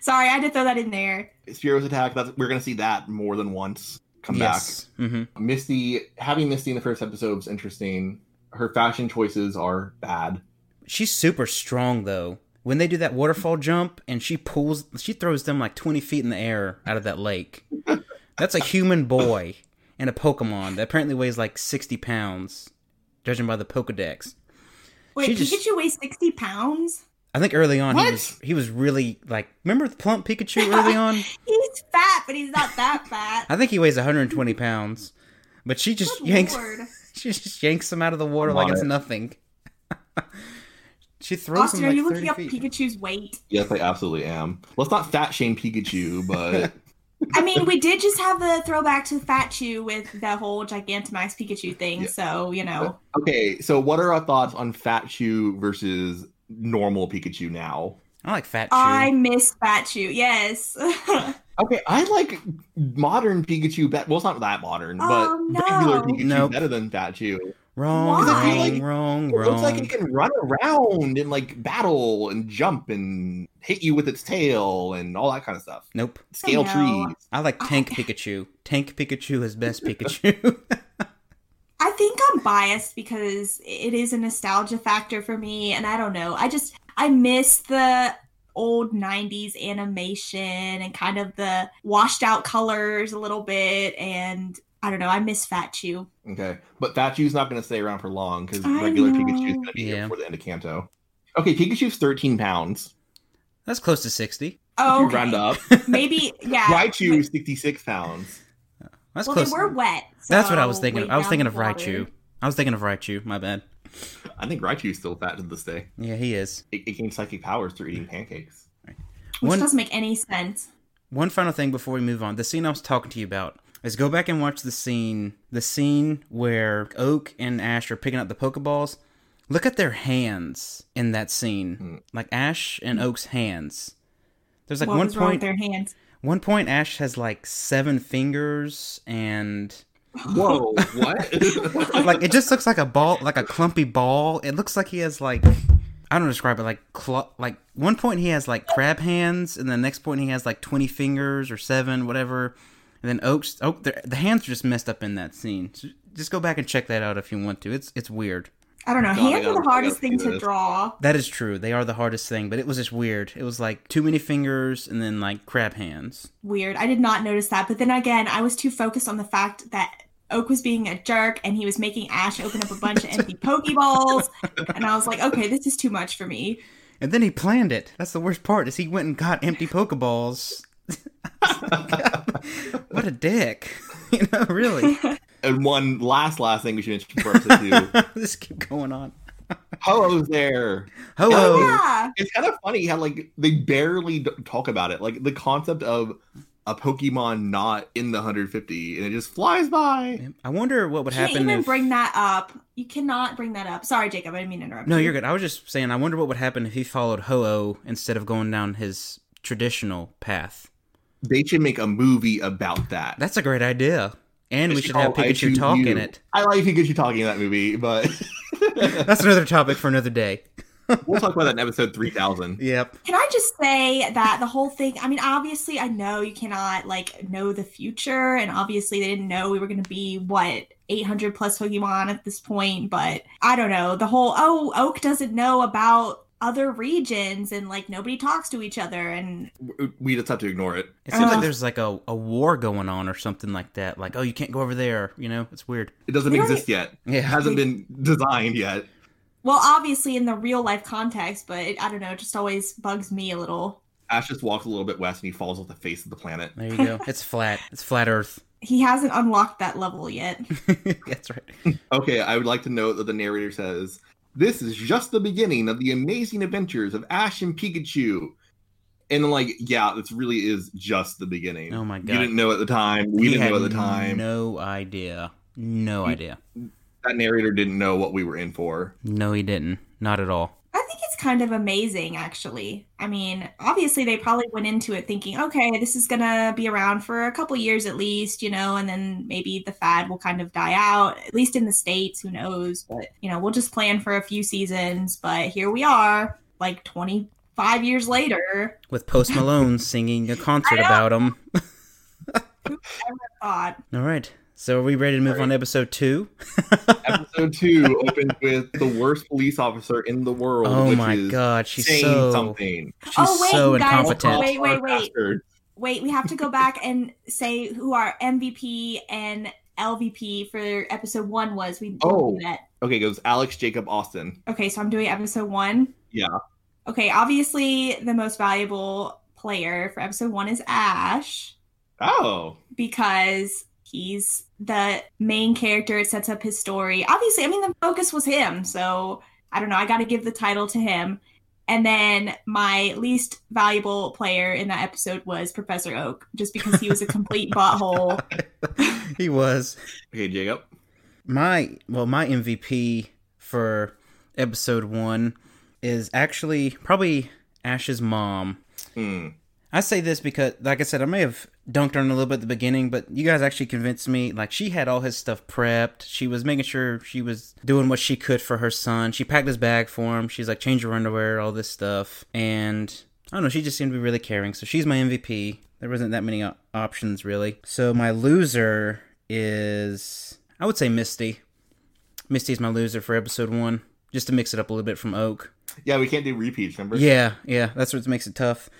[SPEAKER 5] Sorry, I had to throw that in there.
[SPEAKER 2] Spiros attack. That's we're gonna see that more than once. Come
[SPEAKER 1] Yes. hmm
[SPEAKER 2] back. Misty having Misty in the first episode was interesting. Her fashion choices are bad.
[SPEAKER 1] She's super strong though. When they do that waterfall jump and she pulls, she throws them like 20 feet in the air out of that lake. That's a human boy and a Pokemon that apparently weighs like 60 pounds, judging by the Pokedex.
[SPEAKER 5] Wait,
[SPEAKER 1] She
[SPEAKER 5] Pikachu
[SPEAKER 1] just-
[SPEAKER 5] weighs sixty pounds.
[SPEAKER 1] I think early on he
[SPEAKER 2] What?
[SPEAKER 1] was he was really like remember the plump Pikachu early on?
[SPEAKER 5] He's fat, but he's not that fat.
[SPEAKER 1] I think he weighs 120 pounds, but she just
[SPEAKER 5] Good
[SPEAKER 1] yanks
[SPEAKER 5] lord.
[SPEAKER 1] she just yanks him out of the water
[SPEAKER 2] I'm
[SPEAKER 1] like
[SPEAKER 2] on
[SPEAKER 1] it's
[SPEAKER 2] it.
[SPEAKER 1] nothing. she throws
[SPEAKER 5] Austin,
[SPEAKER 1] him
[SPEAKER 5] are
[SPEAKER 1] like
[SPEAKER 5] you
[SPEAKER 1] 30
[SPEAKER 5] looking up
[SPEAKER 1] feet.
[SPEAKER 5] Pikachu's weight?
[SPEAKER 2] Yes, I absolutely am. Let's not fat shame Pikachu, but
[SPEAKER 5] I mean, we did just have the throwback to Fat Chew with the whole Gigantamax Pikachu thing,
[SPEAKER 2] Yeah.
[SPEAKER 5] so you know.
[SPEAKER 2] okay. So, what are our thoughts on Fat Chew versus normal Pikachu now?
[SPEAKER 1] I like fat
[SPEAKER 5] I
[SPEAKER 1] chew.
[SPEAKER 5] miss Fat Chew. Yes.
[SPEAKER 2] Okay, I like modern Pikachu better. Well, it's not that modern, but
[SPEAKER 5] Oh, no.
[SPEAKER 2] regular Pikachu
[SPEAKER 1] Nope.
[SPEAKER 2] better than Fat Chew.
[SPEAKER 1] Wrong,
[SPEAKER 5] Why?
[SPEAKER 1] wrong,
[SPEAKER 2] Like,
[SPEAKER 1] wrong,
[SPEAKER 2] It
[SPEAKER 1] wrong.
[SPEAKER 2] looks like it can run around and like battle and jump and hit you with its tail and all that kind of stuff.
[SPEAKER 1] Nope.
[SPEAKER 2] Scale
[SPEAKER 5] no.
[SPEAKER 2] trees.
[SPEAKER 1] I
[SPEAKER 5] Oh,
[SPEAKER 1] like tank Pikachu. Tank Pikachu is best Pikachu.
[SPEAKER 5] I think I'm biased because it is a nostalgia factor for me, and I don't know. I just I miss the old 90s animation and kind of the washed out colors a little bit and I don't know, I miss Fat Chew.
[SPEAKER 2] Okay, but Fat Chew's not going to stay around for long because
[SPEAKER 5] I
[SPEAKER 2] regular
[SPEAKER 5] know.
[SPEAKER 2] Pikachu's going to be
[SPEAKER 1] Yeah.
[SPEAKER 2] here before the end of Kanto. Okay, Pikachu's 13 pounds.
[SPEAKER 1] That's close to 60.
[SPEAKER 5] Oh,
[SPEAKER 2] You round up.
[SPEAKER 5] maybe yeah.
[SPEAKER 2] Raichu's 66 pounds.
[SPEAKER 1] That's
[SPEAKER 5] Well,
[SPEAKER 1] close.
[SPEAKER 5] they were wet.
[SPEAKER 1] That's what I
[SPEAKER 5] so
[SPEAKER 1] was thinking. of.
[SPEAKER 5] way
[SPEAKER 1] I was
[SPEAKER 5] down
[SPEAKER 1] thinking of
[SPEAKER 5] the water.
[SPEAKER 1] Raichu. I was thinking of Raichu. My bad.
[SPEAKER 2] I think Raichu's still fat to this day.
[SPEAKER 1] Yeah, he is.
[SPEAKER 2] It, it gained psychic powers through eating pancakes.
[SPEAKER 5] Which
[SPEAKER 1] One-
[SPEAKER 5] doesn't make any sense.
[SPEAKER 1] One final thing before we move on. The scene I was talking to you about is go back and watch the scene. The scene where Oak and Ash are picking up the Pokeballs. Look at their hands in that scene.
[SPEAKER 5] Hmm.
[SPEAKER 1] Like Ash and Oak's hands. There's like
[SPEAKER 5] what
[SPEAKER 1] one
[SPEAKER 5] was wrong
[SPEAKER 1] point.
[SPEAKER 5] with their hands?
[SPEAKER 1] One point, Ash has like seven fingers, and
[SPEAKER 2] Whoa, what?
[SPEAKER 1] like it just looks like a ball, like a clumpy ball. It looks like he has like I don't describe it like cl- like one point he has like crab hands, and the next point he has like twenty fingers or seven, whatever. And then Oaks, oh, the the hands are just messed up in that scene. So just go back and check that out if you want to. It's it's weird.
[SPEAKER 5] I don't know.
[SPEAKER 2] God, I
[SPEAKER 5] hands are
[SPEAKER 2] gotta-
[SPEAKER 5] the
[SPEAKER 2] I gotta
[SPEAKER 5] hardest thing
[SPEAKER 2] see
[SPEAKER 5] to
[SPEAKER 2] this.
[SPEAKER 5] draw.
[SPEAKER 1] That is true. They are the hardest thing, but it was just weird. It was like too many fingers, and then like crab hands.
[SPEAKER 5] Weird. I did not notice that. But then again, I was too focused on the fact that Oak was being a jerk and he was making Ash open up a bunch of empty Pokeballs. And I was like, okay, this is too much for me.
[SPEAKER 1] And then he planned it. That's the worst part is he went and got empty Pokeballs. what a dick. You know, really.
[SPEAKER 2] and one last, last thing we should mention for episode two.
[SPEAKER 1] Just keep going on.
[SPEAKER 2] Hello's there.
[SPEAKER 1] Hello.
[SPEAKER 5] Yeah.
[SPEAKER 2] It's kind of funny how like they barely d- talk about it. Like the concept of a Pokemon not in the 150, and it just flies by.
[SPEAKER 1] I wonder what would
[SPEAKER 5] You can't
[SPEAKER 1] happen
[SPEAKER 5] even
[SPEAKER 1] if
[SPEAKER 5] bring that up. You cannot bring that up. Sorry, Jacob. I didn't mean to interrupt.
[SPEAKER 1] No,
[SPEAKER 5] you.
[SPEAKER 1] you're good. I was just saying I wonder what would happen if he followed Ho-Oh instead of going down his traditional path.
[SPEAKER 2] They should make a movie about that.
[SPEAKER 1] That's a great idea. And we
[SPEAKER 2] It's
[SPEAKER 1] should have
[SPEAKER 2] called I
[SPEAKER 1] Pikachu
[SPEAKER 2] Choose
[SPEAKER 1] talk
[SPEAKER 2] You.
[SPEAKER 1] in it.
[SPEAKER 2] I like Pikachu talking in that movie, but
[SPEAKER 1] That's another topic for another day.
[SPEAKER 2] We'll talk about that in episode 3000.
[SPEAKER 1] Yep.
[SPEAKER 5] Can I just say that the whole thing? I mean, obviously, I know you cannot like know the future, and obviously, they didn't know we were going to be what 800 plus Pokemon at this point. But I don't know the whole. Oh, Oak doesn't know about other regions, and like nobody talks to each other, and
[SPEAKER 2] W- We just have to ignore it.
[SPEAKER 1] It seems like
[SPEAKER 5] Ugh.
[SPEAKER 1] there's like a, a war going on or something like that. Like, oh, you can't go over there. You know, it's weird.
[SPEAKER 2] It doesn't
[SPEAKER 5] We don't
[SPEAKER 2] exist yet. It
[SPEAKER 1] Yeah.
[SPEAKER 2] hasn't been designed yet.
[SPEAKER 5] well, obviously, in the real life context. But I don't know. It just always bugs me a little.
[SPEAKER 2] Ash just walks a little bit west and he falls off the face of the planet.
[SPEAKER 1] There you go. It's flat. It's flat Earth.
[SPEAKER 5] He hasn't unlocked that level yet.
[SPEAKER 1] That's right.
[SPEAKER 2] Okay, I would like to note that the narrator says, This is just the beginning of the amazing adventures of Ash and Pikachu. And I'm like, yeah, this really is just the beginning.
[SPEAKER 1] Oh my
[SPEAKER 2] You
[SPEAKER 1] god.
[SPEAKER 2] didn't know at the time. We
[SPEAKER 1] He
[SPEAKER 2] didn't know
[SPEAKER 1] had
[SPEAKER 2] at the time.
[SPEAKER 1] No idea. No
[SPEAKER 2] He-
[SPEAKER 1] idea.
[SPEAKER 2] That narrator didn't know what we were in for.
[SPEAKER 1] No, he didn't. Not at all.
[SPEAKER 5] I think it's kind of amazing, actually. I mean, obviously, they probably went into it thinking, okay, this is going to be around for a couple years at least, you know, and then maybe the fad will kind of die out, at least in the States, who knows? But, you know, we'll just plan for a few seasons. But here we are, like 25 years later.
[SPEAKER 1] With Post Malone singing a concert
[SPEAKER 5] I know.
[SPEAKER 1] about him.
[SPEAKER 5] God,
[SPEAKER 1] All right. So are we ready to move on to episode two?
[SPEAKER 2] Episode two opens with the worst police officer in the world.
[SPEAKER 1] Oh
[SPEAKER 2] which
[SPEAKER 1] my
[SPEAKER 2] is
[SPEAKER 1] god, she's
[SPEAKER 2] saying
[SPEAKER 1] so
[SPEAKER 2] something.
[SPEAKER 1] she's
[SPEAKER 5] Oh, wait,
[SPEAKER 1] so
[SPEAKER 5] you guys,
[SPEAKER 1] incompetent.
[SPEAKER 5] wait, wait, wait.
[SPEAKER 2] Bastard.
[SPEAKER 5] wait, we have to go back and say who our MVP and LVP for episode one was. We
[SPEAKER 2] Oh.
[SPEAKER 5] that.
[SPEAKER 2] Okay, it goes Alex Jacob Austin.
[SPEAKER 5] Okay, so I'm doing episode one.
[SPEAKER 2] Yeah.
[SPEAKER 5] Okay, obviously the most valuable player for episode one is Ash
[SPEAKER 2] Oh,
[SPEAKER 5] because he's the main character. It sets up his story. Obviously, I mean the focus was him, so I don't know. I got to give the title to him. And then my least valuable player in that episode was Professor Oak, just because he was a complete butthole.
[SPEAKER 1] he was.
[SPEAKER 2] okay, Jacob.
[SPEAKER 1] My well, my MVP for episode one is actually probably Ash's mom.
[SPEAKER 2] Hmm.
[SPEAKER 1] I say this because, like I said, I may have dunked on her a little bit at the beginning, but you guys actually convinced me. Like, she had all his stuff prepped. She was making sure she was doing what she could for her son. She packed his bag for him. She's like, change your underwear, all this stuff. And I don't know, she just seemed to be really caring. So she's my MVP. There wasn't that many o- options, really. So my loser is, I would say Misty. Misty's my loser for episode one, just to mix it up a little bit from Oak.
[SPEAKER 2] Yeah, we can't do repeats, remember?
[SPEAKER 1] Yeah, yeah, that's what makes it tough.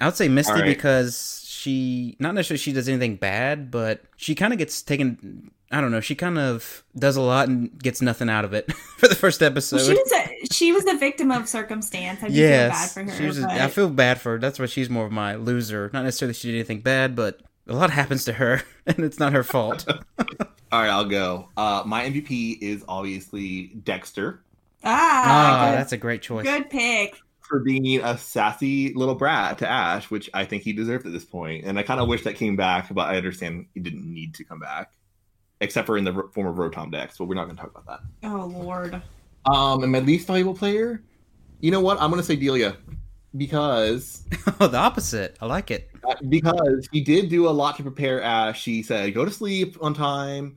[SPEAKER 1] I would say Misty
[SPEAKER 2] All right.
[SPEAKER 1] because she not necessarily she does anything bad, but she kind of gets taken. I don't know. She kind of does a lot and gets nothing out of it for the first episode.
[SPEAKER 5] Well, she was a she was a victim of circumstance. I do
[SPEAKER 1] yes,
[SPEAKER 5] feel bad for her.
[SPEAKER 1] she was. a-
[SPEAKER 5] but-
[SPEAKER 1] I feel bad for her. That's why she's more of my loser. Not necessarily she did anything bad, but a lot happens to her, and it's not her fault.
[SPEAKER 2] All right, I'll go. Uh, my MVP is obviously Dexter
[SPEAKER 1] ah,
[SPEAKER 5] ah,
[SPEAKER 1] that's a great
[SPEAKER 5] good,
[SPEAKER 1] choice.
[SPEAKER 5] good pick.
[SPEAKER 2] for being a sassy little brat to Ash, which I think he deserved at this point. And I kind of wish that came back, but I understand he didn't need to come back, except for in the r- form of Rotom Dex. But we're not going to talk about that.
[SPEAKER 5] Oh lord.
[SPEAKER 2] Um, and my least valuable player, you know what? I'm gonna say Delia because
[SPEAKER 1] Oh, the opposite. I like it.
[SPEAKER 2] Uh, because he did do a lot to prepare Ash. She said go to sleep on time,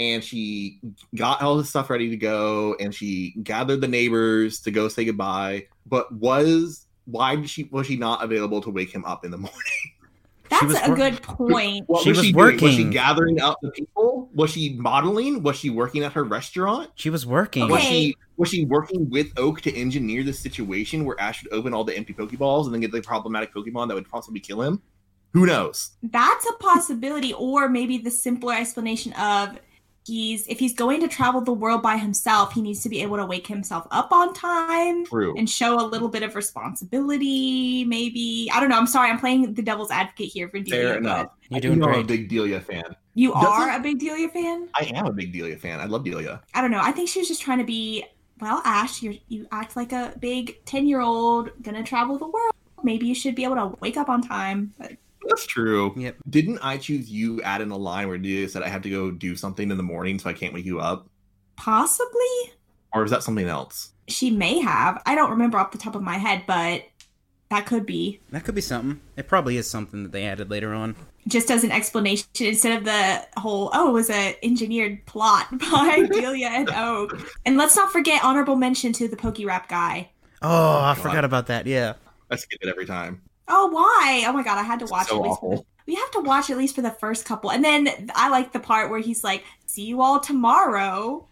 [SPEAKER 2] and she got all his stuff ready to go, and she gathered the neighbors to go say goodbye. But was why did she was she not available to wake him up in the morning?
[SPEAKER 5] That's
[SPEAKER 1] was
[SPEAKER 5] a
[SPEAKER 1] work-
[SPEAKER 5] good point.
[SPEAKER 2] What
[SPEAKER 1] She was
[SPEAKER 2] doing? Was she
[SPEAKER 1] working.
[SPEAKER 2] gathering up the people? Was she modeling? Was she working at her restaurant?
[SPEAKER 1] She was working.
[SPEAKER 2] Was
[SPEAKER 5] Okay.
[SPEAKER 2] she was she working with Oak to engineer the situation where Ash would open all the empty Pokeballs and then get the problematic Pokemon that would possibly kill him? Who knows?
[SPEAKER 5] That's a possibility, or maybe the simpler explanation of he's if he's going to travel the world by himself, he needs to be able to wake himself up on time
[SPEAKER 2] True.
[SPEAKER 5] and show a little bit of responsibility. Maybe I don't know. I'm sorry. I'm playing the devil's advocate here for Delia.
[SPEAKER 2] Fair
[SPEAKER 5] but
[SPEAKER 2] enough.
[SPEAKER 1] You're
[SPEAKER 2] I
[SPEAKER 1] doing
[SPEAKER 2] know I'm a
[SPEAKER 1] great.
[SPEAKER 2] big Delia fan.
[SPEAKER 5] You
[SPEAKER 2] Doesn't-
[SPEAKER 5] are a big Delia fan.
[SPEAKER 2] I am a big Delia fan. I love Delia.
[SPEAKER 5] I don't know. I think she was just trying to be well, Ash. You you act like a big ten year old gonna travel the world. Maybe you should be able to wake up on time. But
[SPEAKER 2] That's true.
[SPEAKER 1] Yep.
[SPEAKER 2] Didn't I choose you add in a line where Delia said I have to go do something in the morning so I can't wake you up?
[SPEAKER 5] possibly
[SPEAKER 2] Or is that something else?
[SPEAKER 5] she may have. I don't remember off the top of my head, but that could be
[SPEAKER 1] That could be something. It probably is something that they added later on.
[SPEAKER 5] just as an explanation instead of the whole oh it was a engineered plot by Delia and Oak. And let's not forget honorable mention to the Poke Rap guy.
[SPEAKER 1] Oh, I
[SPEAKER 2] God.
[SPEAKER 1] forgot about that. Yeah.
[SPEAKER 2] I skip it every time.
[SPEAKER 5] Oh, why? Oh my god, I had to watch
[SPEAKER 2] so
[SPEAKER 5] at least. For the,
[SPEAKER 2] awful.
[SPEAKER 5] we have to watch at least for the first couple, and then I like the part where he's like, "See you all tomorrow."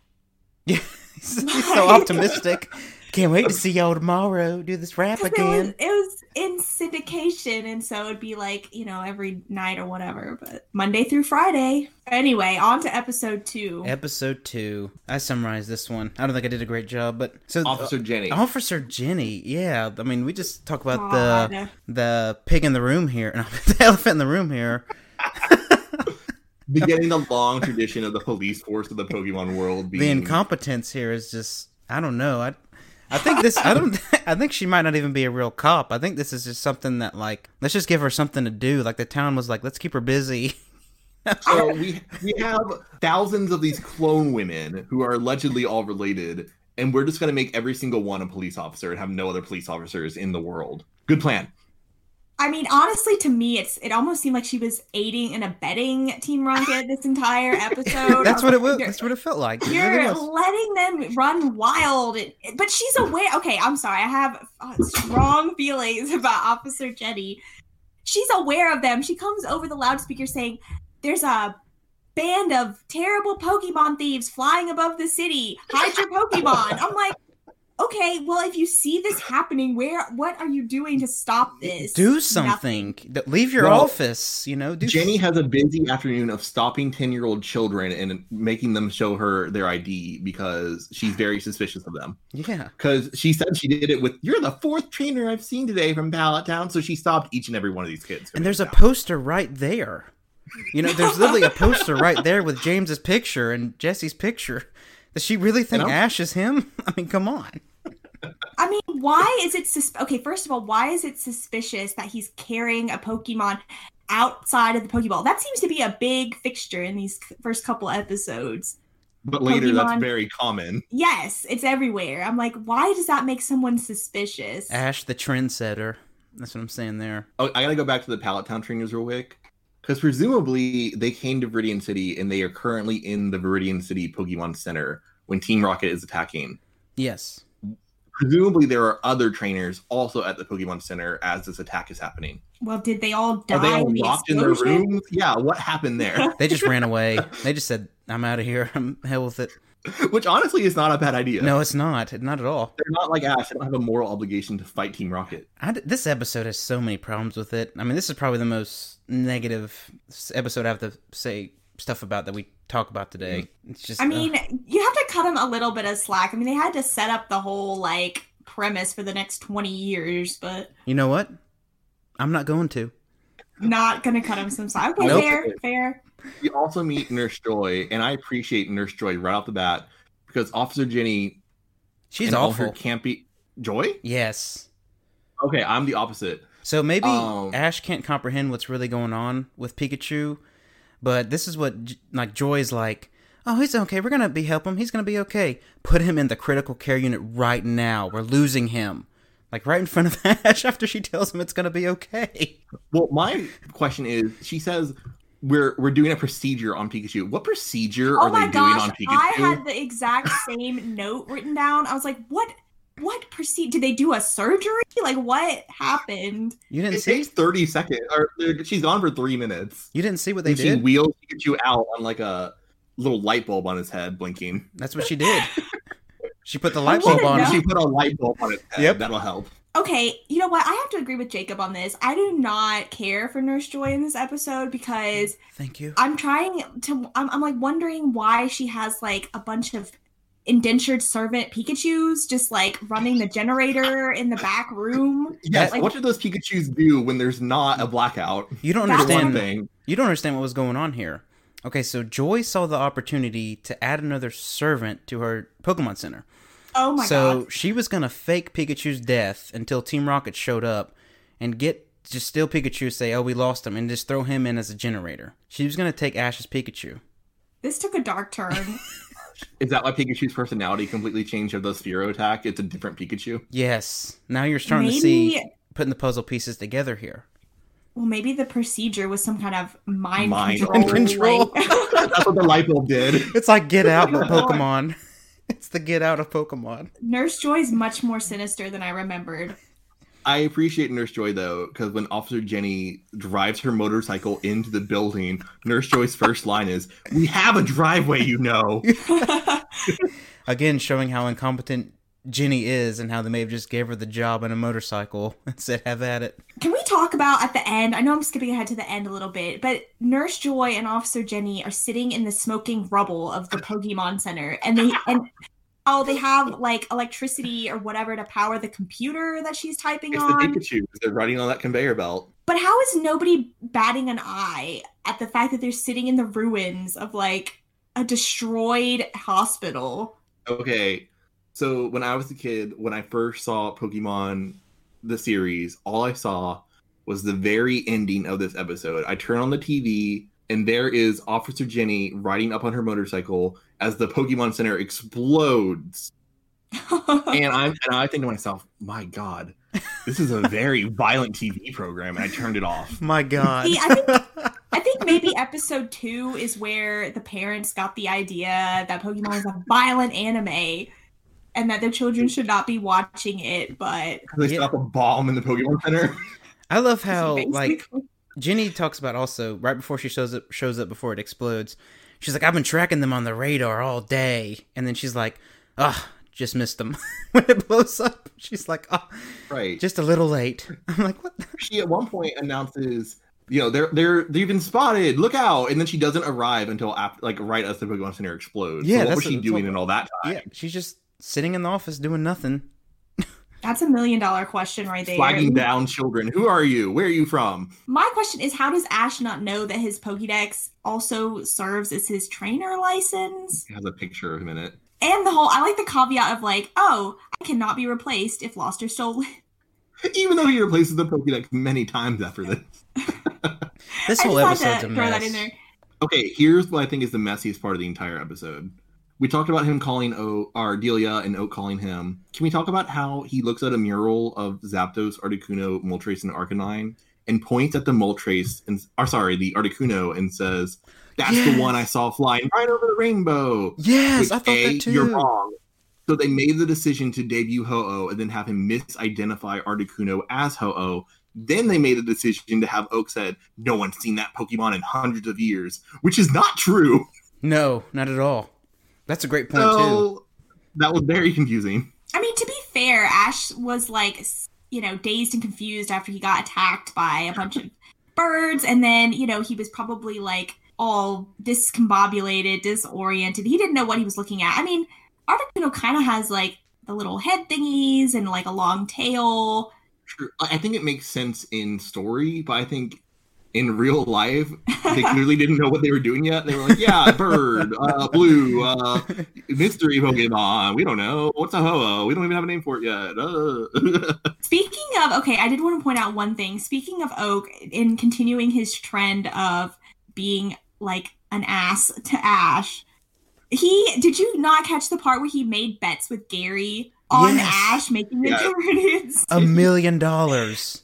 [SPEAKER 1] He's so optimistic. Can't wait to see y'all tomorrow. Do this rap
[SPEAKER 5] 'Cause It was,
[SPEAKER 1] again.
[SPEAKER 5] it was in syndication, and so it'd be like you know every night or whatever, but Monday through Friday. Anyway, on to episode two.
[SPEAKER 1] Episode two. I summarized this one. I don't think I did a great job, but so uh,
[SPEAKER 2] Officer Jenny.
[SPEAKER 1] Officer Jenny. Yeah, I mean, we just talk about
[SPEAKER 5] God.
[SPEAKER 1] the the pig in the room here, and the elephant in the room here.
[SPEAKER 2] Beginning the long tradition of the police force of the Pokemon world being
[SPEAKER 1] The incompetence here is just. I don't know. I. I think this. I don't. I think she might not even be a real cop. I think this is just something that, like, let's just give her something to do. Like the town was like, let's keep her busy.
[SPEAKER 2] So we we have thousands of these clone women who are allegedly all related, and we're just gonna make every single one a police officer and have no other police officers in the world. Good plan.
[SPEAKER 5] I mean, honestly, to me, it's it almost seemed like she was aiding and abetting Team Rocket this entire episode.
[SPEAKER 1] That's what it was.
[SPEAKER 5] You're-
[SPEAKER 1] That's what it felt like. It really
[SPEAKER 5] You're
[SPEAKER 1] was.
[SPEAKER 5] letting them run wild, and- but she's aware. Okay, I'm sorry. I have uh, strong feelings about Officer Jenny. She's aware of them. She comes over the loudspeaker saying, "There's a band of terrible Pokemon thieves flying above the city. Hide your Pokemon." I'm like, okay, well, if you see this happening, where what are you doing to stop this?
[SPEAKER 1] do
[SPEAKER 5] Nothing.
[SPEAKER 1] something. D- Leave your
[SPEAKER 2] Well,
[SPEAKER 1] office. You know, do
[SPEAKER 2] Jenny has a busy afternoon of stopping ten year old children and making them show her their ID because she's very suspicious of them.
[SPEAKER 1] Yeah,
[SPEAKER 2] Because she said she did it with you're the fourth trainer I've seen today from Pallet Town, so she stopped each and every one of these kids.
[SPEAKER 1] and there's a
[SPEAKER 2] Pallet
[SPEAKER 1] poster right there. You know, there's literally a poster right there with James's picture and Jesse's picture. Does she really think
[SPEAKER 2] know?
[SPEAKER 1] Ash is him? I mean, come on.
[SPEAKER 5] I mean, why is it sus- okay? First of all, why is it suspicious that he's carrying a Pokemon outside of the Pokeball? That seems to be a big fixture in these c- first couple episodes.
[SPEAKER 2] But later,
[SPEAKER 5] Pokemon.
[SPEAKER 2] that's very common.
[SPEAKER 5] Yes, it's everywhere. I'm like, why does that make someone suspicious?
[SPEAKER 2] Eh.
[SPEAKER 1] Ash, the trendsetter. That's what I'm saying there.
[SPEAKER 2] Oh, I gotta go back to the Pallet Town trainers real quick. Because presumably they came to Viridian City and they are currently in the Viridian City Pokemon Center when Team Rocket is attacking.
[SPEAKER 1] Yes.
[SPEAKER 2] Presumably there are other trainers also at the Pokemon Center as this attack is happening.
[SPEAKER 5] well, did they all die?
[SPEAKER 2] Are they all
[SPEAKER 5] in the
[SPEAKER 2] locked in their
[SPEAKER 5] explosion?
[SPEAKER 2] rooms? Yeah, what happened there?
[SPEAKER 1] They just ran away. They just said, I'm out of here. I'm hell with it.
[SPEAKER 2] Which honestly is not a bad idea.
[SPEAKER 1] No, it's not. Not at all.
[SPEAKER 2] They're not like Ash. They don't have a moral obligation to fight Team Rocket.
[SPEAKER 1] I d this episode has so many problems with it. I mean, this is probably the most negative s- episode I have to say stuff about that we talk about today.
[SPEAKER 2] Mm.
[SPEAKER 1] It's just,
[SPEAKER 5] I mean,
[SPEAKER 1] ugh.
[SPEAKER 5] you have to cut them a little bit of slack. I mean, they had to set up the whole like premise for the next 20 years, but
[SPEAKER 1] you know what? I'm not going to.
[SPEAKER 5] not gonna cut them some slack. Okay,
[SPEAKER 1] Nope.
[SPEAKER 5] fair, fair.
[SPEAKER 2] We also meet Nurse Joy, and I appreciate Nurse Joy right off the bat because Officer Jenny
[SPEAKER 1] She's
[SPEAKER 2] and all her
[SPEAKER 1] awful.
[SPEAKER 2] campy Joy?
[SPEAKER 1] yes.
[SPEAKER 2] Okay, I'm the opposite.
[SPEAKER 1] So maybe
[SPEAKER 2] Um,
[SPEAKER 1] Ash can't comprehend what's really going on with Pikachu, but this is what J- like Joy's like. Oh, he's okay. We're gonna be help him. He's gonna be okay. Put him in the critical care unit right now. We're losing him, like right in front of Ash after she tells him it's gonna be okay.
[SPEAKER 2] Well, my question is, she says we're we're doing a procedure on Pikachu. What procedure
[SPEAKER 5] Oh
[SPEAKER 2] are
[SPEAKER 5] my
[SPEAKER 2] they
[SPEAKER 5] gosh,
[SPEAKER 2] doing on
[SPEAKER 5] I
[SPEAKER 2] Pikachu?
[SPEAKER 5] had the exact same note written down. I was like, what what proceed did they do a surgery? Like what happened?
[SPEAKER 1] You
[SPEAKER 2] It
[SPEAKER 1] didn't see.
[SPEAKER 2] takes thirty seconds, or she's gone for three minutes.
[SPEAKER 1] You didn't see what they
[SPEAKER 2] And she
[SPEAKER 1] did.
[SPEAKER 2] wheels Pikachu out on like a little light bulb on his head, blinking.
[SPEAKER 1] That's what she did. She put the light
[SPEAKER 5] wanna
[SPEAKER 1] bulb on.
[SPEAKER 5] know-
[SPEAKER 1] and
[SPEAKER 2] She put a light bulb on his head.
[SPEAKER 1] Yep.
[SPEAKER 2] that'll help.
[SPEAKER 5] Okay, you know what? I have to agree with Jacob on this. I do not care for Nurse Joy in this episode because
[SPEAKER 1] she- Thank you.
[SPEAKER 5] I'm trying to I'm, I'm like wondering why she has like a bunch of indentured servant Pikachu's just like running the generator in the back room.
[SPEAKER 2] Yes.
[SPEAKER 5] Like-
[SPEAKER 2] what do those Pikachu's do when there's not a blackout?
[SPEAKER 1] You don't
[SPEAKER 5] That's
[SPEAKER 1] understand.
[SPEAKER 2] thing.
[SPEAKER 1] You don't understand what was going on here. Okay, so Joy saw the opportunity to add another servant to her Pokemon Center.
[SPEAKER 5] Oh my
[SPEAKER 1] so
[SPEAKER 5] god.
[SPEAKER 1] she was gonna fake Pikachu's death until Team Rocket showed up and get just steal Pikachu, say, "Oh, we lost him," and just throw him in as a generator. She was gonna take Ash's Pikachu.
[SPEAKER 5] This took a dark turn.
[SPEAKER 2] Is that why Pikachu's personality completely changed of the Sphero attack? It's a different Pikachu.
[SPEAKER 1] Yes, now you're starting
[SPEAKER 5] Maybe
[SPEAKER 1] to see putting the puzzle pieces together here.
[SPEAKER 5] Well, maybe the procedure was some kind of mind,
[SPEAKER 2] Mind
[SPEAKER 5] control.
[SPEAKER 1] control.
[SPEAKER 5] like-
[SPEAKER 2] That's what the light bulb did.
[SPEAKER 1] It's like Get Out, but Pokemon. It's the get out of Pokemon.
[SPEAKER 5] Nurse Joy is much more sinister than I remembered.
[SPEAKER 2] I appreciate Nurse Joy though, because when Officer Jenny drives her motorcycle into the building, Nurse Joy's first line is, "We have a driveway, you know."
[SPEAKER 1] Again, showing how incompetent Jenny is and how they may have just gave her the job and a motorcycle and said, have at it.
[SPEAKER 5] Can we talk about at the end? I know I'm skipping ahead to the end a little bit, but Nurse Joy and Officer Jenny are sitting in the smoking rubble of the Pokemon Center, and they and oh, they have like electricity or whatever to power the computer that she's typing
[SPEAKER 2] It's the
[SPEAKER 5] on.
[SPEAKER 2] Pikachu. They're riding on that conveyor belt.
[SPEAKER 5] But how is nobody batting an eye at the fact that they're sitting in the ruins of like a destroyed hospital?
[SPEAKER 2] Okay, so when I was a kid, when I first saw Pokemon, the series, all I saw was the very ending of this episode. I turn on the TV, and there is Officer Jenny riding up on her motorcycle as the Pokemon Center explodes. and I and I think to myself, my God, this is a very violent TV program, and I turned it off.
[SPEAKER 1] My God.
[SPEAKER 5] See, I I think maybe episode two is where the parents got the idea that Pokemon is a violent anime and that their children should not be watching it, but
[SPEAKER 2] They
[SPEAKER 1] Yeah.
[SPEAKER 2] stop a bomb in the Pokemon Center.
[SPEAKER 1] I love how, like,
[SPEAKER 5] basically-
[SPEAKER 1] Jenny talks about also right before she shows up shows up before it explodes. She's like, I've been tracking them on the radar all day, and then she's like, Ugh, just missed them when it blows up. She's like, oh,
[SPEAKER 2] right.
[SPEAKER 1] just a little late. I'm like, what? The?
[SPEAKER 2] she at one point announces, you know, they're they're they've been spotted. Look out! And then she doesn't arrive until after, like right as the Pokemon Center explodes.
[SPEAKER 1] Yeah,
[SPEAKER 2] so what
[SPEAKER 1] that's
[SPEAKER 2] was
[SPEAKER 1] what
[SPEAKER 2] she
[SPEAKER 1] I'm
[SPEAKER 2] doing
[SPEAKER 1] talking
[SPEAKER 2] in all that time?
[SPEAKER 1] Yeah, she's just sitting in the office doing nothing.
[SPEAKER 5] that's a million dollar question right there.
[SPEAKER 2] Flagging down children. Who are you? Where are you from?
[SPEAKER 5] My question is how does Ash not know that his Pokédex also serves as his trainer license?
[SPEAKER 2] She has a picture of him in it.
[SPEAKER 5] And the whole I like the caveat of like, oh, I cannot be replaced if lost or stolen.
[SPEAKER 2] Even though he replaces the Pokédex many times after this.
[SPEAKER 1] This
[SPEAKER 5] I
[SPEAKER 1] whole
[SPEAKER 5] just had
[SPEAKER 1] episode's
[SPEAKER 5] to
[SPEAKER 1] a
[SPEAKER 5] throw that
[SPEAKER 1] mess.
[SPEAKER 5] in there.
[SPEAKER 2] Okay, here's what I think is the messiest part of the entire episode. We talked about him calling O or Delia and Oak calling him. Can we talk about how he looks at a mural of Zapdos, Articuno, Moltres, and Arcanine and points at the Moltres and or sorry, the Articuno and says, That's
[SPEAKER 1] Yes.
[SPEAKER 2] the one I saw flying right over the rainbow.
[SPEAKER 1] Yes,
[SPEAKER 2] Which,
[SPEAKER 1] I thought
[SPEAKER 2] A,
[SPEAKER 1] that too.
[SPEAKER 2] You're wrong. So they made the decision to debut Ho-Oh and then have him misidentify Articuno as Ho-Oh. Then they made the decision to have Oak said, "No one's seen that Pokemon in hundreds of years," which is not true.
[SPEAKER 1] No, not at all. That's a great point too.
[SPEAKER 2] So that was very confusing.
[SPEAKER 5] I mean, to be fair, Ash was like, s- you know, dazed and confused after he got attacked by a bunch of birds. And then, you know, he was probably like all discombobulated, disoriented. He didn't know what he was looking at. I mean, Articuno kind of has like the little head thingies and like a long tail.
[SPEAKER 2] Sure, I I think it makes sense in story, but I think in real life they clearly didn't know what they were doing yet. They were like, "Yeah, bird, uh, blue, uh, mystery Pokemon. We don't know what's a Ho-Oh. We don't even have a name for it yet." Uh.
[SPEAKER 5] Speaking of, okay, I did want to point out one thing. Speaking of Oak, in continuing his trend of being like an ass to Ash, he did you not catch the part where he made bets with Gary on
[SPEAKER 1] Yes. Um,
[SPEAKER 5] Ash making the
[SPEAKER 2] Yeah.
[SPEAKER 5] Jordans?
[SPEAKER 1] A million dollars.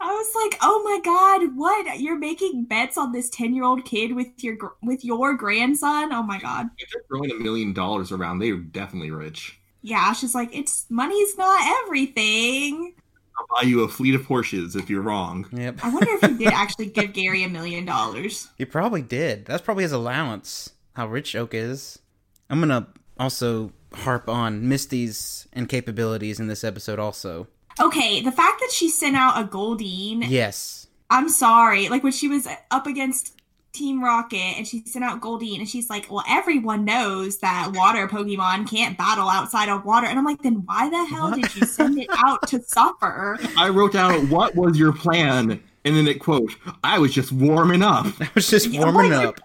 [SPEAKER 5] I was like, oh my god, what? You're making bets on this ten year old kid with your gr- with your grandson? Oh my god.
[SPEAKER 2] If they're throwing a million dollars around, they're definitely rich.
[SPEAKER 5] Yeah, Ash is like, it's money's not everything.
[SPEAKER 2] I'll buy you a fleet of Porsches if you're wrong.
[SPEAKER 1] Yep.
[SPEAKER 5] I wonder if he did actually give Gary a million dollars.
[SPEAKER 1] He probably did. That's probably his allowance. How rich Oak is. I'm gonna also harp on Misty's incapabilities in this episode. Also,
[SPEAKER 5] Okay, the fact that she sent out a Goldeen,
[SPEAKER 1] yes,
[SPEAKER 5] I'm sorry. Like when she was up against Team Rocket and she sent out Goldeen and she's like, Well, everyone knows that water Pokemon can't battle outside of water. And I'm like, Then why the hell
[SPEAKER 1] What?
[SPEAKER 5] did you send it out to suffer?
[SPEAKER 2] I wrote down what was your plan, and then it quote, "I was just warming up."
[SPEAKER 1] I was just
[SPEAKER 5] Yeah,
[SPEAKER 1] warming
[SPEAKER 5] why-
[SPEAKER 1] up.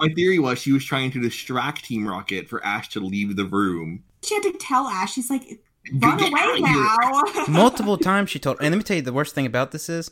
[SPEAKER 2] My theory was she was trying to distract Team Rocket for Ash to leave the room.
[SPEAKER 5] She had to tell Ash, she's like, Run
[SPEAKER 2] Get out
[SPEAKER 5] away
[SPEAKER 2] of
[SPEAKER 5] now.
[SPEAKER 1] multiple times she told, and let me tell you the worst thing about this is,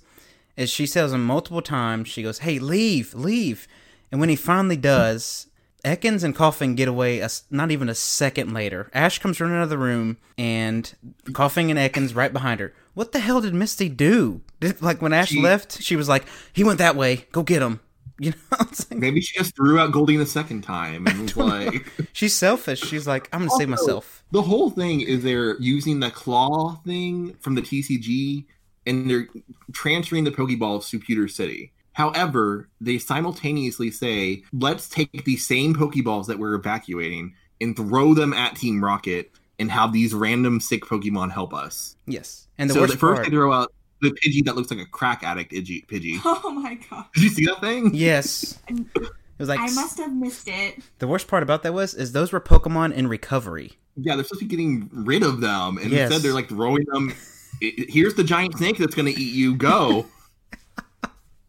[SPEAKER 1] is she tells him multiple times. She goes, "Hey, leave, leave," and when he finally does, Ekans and Coughing get away. A, s- not even a second later, Ash comes running out of the room, and Coughing and Ekans right behind her. What the hell did Misty do? Did, like when Ash
[SPEAKER 2] She-
[SPEAKER 1] left, she was like, "He went that way. Go get him." You know, what I'm saying?
[SPEAKER 2] Maybe she just threw out Goldie the second time and was like,
[SPEAKER 1] she's selfish. She's like, I'm gonna save
[SPEAKER 2] Also-
[SPEAKER 1] myself.
[SPEAKER 2] the whole thing is they're using the claw thing from the TCG and they're transferring the Pokeballs to Pewter City. However, they simultaneously say, let's take the same Pokeballs that we're evacuating and throw them at Team Rocket and have these random sick Pokemon help us.
[SPEAKER 1] Yes, and the
[SPEAKER 2] so
[SPEAKER 1] worst
[SPEAKER 2] at first
[SPEAKER 1] part.
[SPEAKER 2] they throw out the Pidgey that looks like a crack addict Idgy- Pidgey.
[SPEAKER 5] Oh my god.
[SPEAKER 2] Did you see that thing?
[SPEAKER 1] yes, it was like
[SPEAKER 5] I must have missed it.
[SPEAKER 1] the worst part about that was is those were Pokemon in recovery.
[SPEAKER 2] Yeah, they're supposed to be getting rid of them, and
[SPEAKER 1] Yes.
[SPEAKER 2] instead they're like throwing them. "I- I- Here's the giant snake that's going to eat you. Go.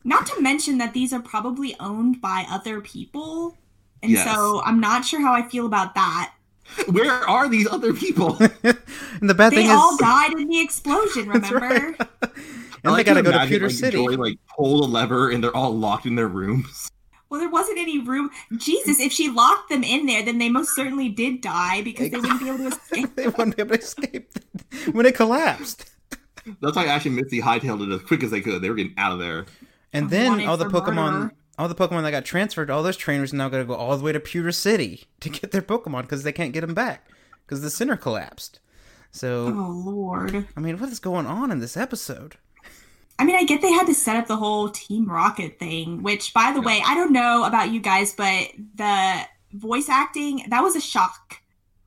[SPEAKER 5] Not to mention that these are probably owned by other people. And
[SPEAKER 2] Yes.
[SPEAKER 5] so I'm not sure how I feel about that.
[SPEAKER 2] Where are these other people?
[SPEAKER 1] And the bad
[SPEAKER 5] They
[SPEAKER 1] thing
[SPEAKER 5] all
[SPEAKER 1] is,
[SPEAKER 5] died in the explosion, remember?
[SPEAKER 1] and
[SPEAKER 2] I like
[SPEAKER 1] they gotta go to
[SPEAKER 2] imagine,
[SPEAKER 1] Pewter
[SPEAKER 2] like,
[SPEAKER 1] City.
[SPEAKER 2] Joy like pull a lever, and they're all locked in their rooms.
[SPEAKER 5] Well, there wasn't any room. Jesus, if she locked them in there, then they most certainly did die because they wouldn't be able to escape.
[SPEAKER 1] they wouldn't be able to escape when it collapsed.
[SPEAKER 2] That's why Ash and Misty hightailed it as quick as they could. They were getting out of there.
[SPEAKER 1] And then
[SPEAKER 5] wanted
[SPEAKER 1] all the
[SPEAKER 5] for
[SPEAKER 1] Pokemon,
[SPEAKER 5] murder.
[SPEAKER 1] all the Pokemon that got transferred, all those trainers now got to go all the way to Pewter City to get their Pokemon because they can't get them back because the center collapsed. So
[SPEAKER 5] Oh, Lord.
[SPEAKER 1] I mean, what is going on in this episode?
[SPEAKER 5] I mean, I get they had to set up the whole Team Rocket thing, which, by the way, I don't know about you guys, but the voice acting, that was a shock.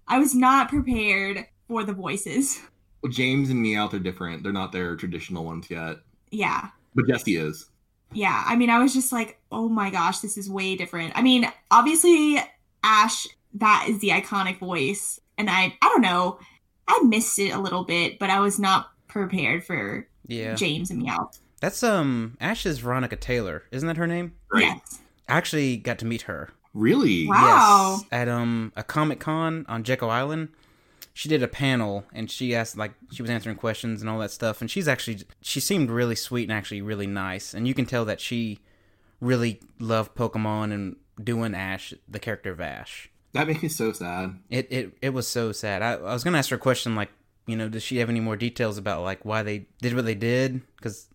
[SPEAKER 5] I was not prepared for the voices.
[SPEAKER 2] Well, James and Meowth are different. They're not their traditional ones yet,
[SPEAKER 5] Yeah.
[SPEAKER 2] but Jesse is.
[SPEAKER 5] Yeah. I mean, I was just like, oh my gosh, this is way different. I mean, obviously, Ash, that is the iconic voice. And I, I don't know, I missed it a little bit, but I was not prepared for
[SPEAKER 1] Yeah,
[SPEAKER 5] James and Meowth.
[SPEAKER 1] that's um Ash's Veronica Taylor, isn't that her name?
[SPEAKER 2] Right.
[SPEAKER 5] Yes.
[SPEAKER 1] I actually got to meet her.
[SPEAKER 2] Really?
[SPEAKER 5] Wow.
[SPEAKER 1] Yes, at um a Comic Con on Jekyll Island. She did a panel and she asked like she was answering questions and all that stuff and she's actually she seemed really sweet and actually really nice and you can tell that she really loved Pokemon and doing Ash the character of Ash.
[SPEAKER 2] That makes me so sad.
[SPEAKER 1] It it it was so sad. I, I was gonna ask her a question like you know does she have any more details about like why they did what they did because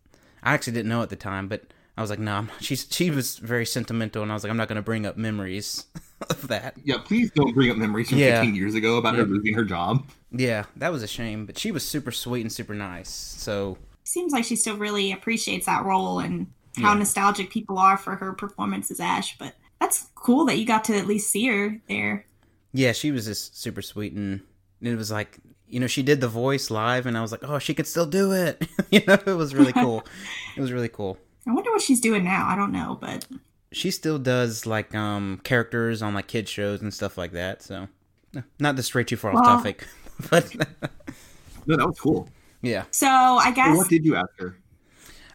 [SPEAKER 1] I actually didn't know at the time but I was like no I'm not. she's she was very sentimental and I was like I'm not gonna bring up memories of that.
[SPEAKER 2] Yeah, please don't bring up memories from
[SPEAKER 1] Yeah.
[SPEAKER 2] 15 years ago about her
[SPEAKER 1] Yeah.
[SPEAKER 2] losing her job.
[SPEAKER 1] Yeah, that was a shame, but she was super sweet and super nice. So,
[SPEAKER 5] seems like she still really appreciates that role and how
[SPEAKER 1] Yeah.
[SPEAKER 5] nostalgic people are for her performance as Ash. But that's cool that you got to at least see her there.
[SPEAKER 1] yeah, she was just super sweet and it was like, you know, she did the voice live and I was like, "Oh, she could still do it." you know, it was really cool. it was really cool.
[SPEAKER 5] I wonder what she's doing now. I don't know, but
[SPEAKER 1] She still does like um characters on like kids shows and stuff like that, so not to stray too far off
[SPEAKER 5] Well-
[SPEAKER 1] topic, but
[SPEAKER 2] No, that was cool.
[SPEAKER 1] yeah.
[SPEAKER 5] so I guess
[SPEAKER 2] What did you ask her?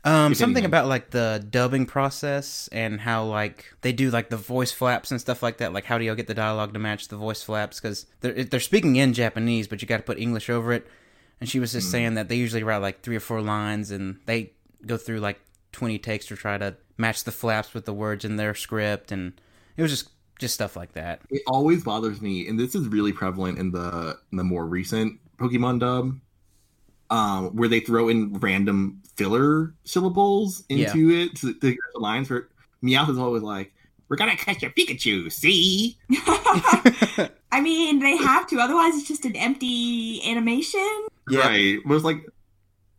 [SPEAKER 1] Um,
[SPEAKER 2] If
[SPEAKER 1] something
[SPEAKER 2] anything.
[SPEAKER 1] about like the dubbing process and how like they do like the voice flaps and stuff like that. Like, how do y'all get the dialogue to match the voice flaps? Because they're it- they're speaking in Japanese, but you got to put English over it. And she was
[SPEAKER 2] Mm-hmm.
[SPEAKER 1] just saying that they usually write like three or four lines, and they go through like twenty takes to try to match the flaps with the words in their script, and it was just just stuff like that.
[SPEAKER 2] it always bothers me, and this is really prevalent in the in the more recent Pokemon dub, um, where they throw in random filler syllables
[SPEAKER 1] Yeah.
[SPEAKER 2] into it to, to get the lines. For Meowth is always like, "We're gonna catch your Pikachu, see?"
[SPEAKER 5] I mean they have to. Otherwise, it's just an empty animation.
[SPEAKER 1] Yeah.
[SPEAKER 2] Right? But it's like,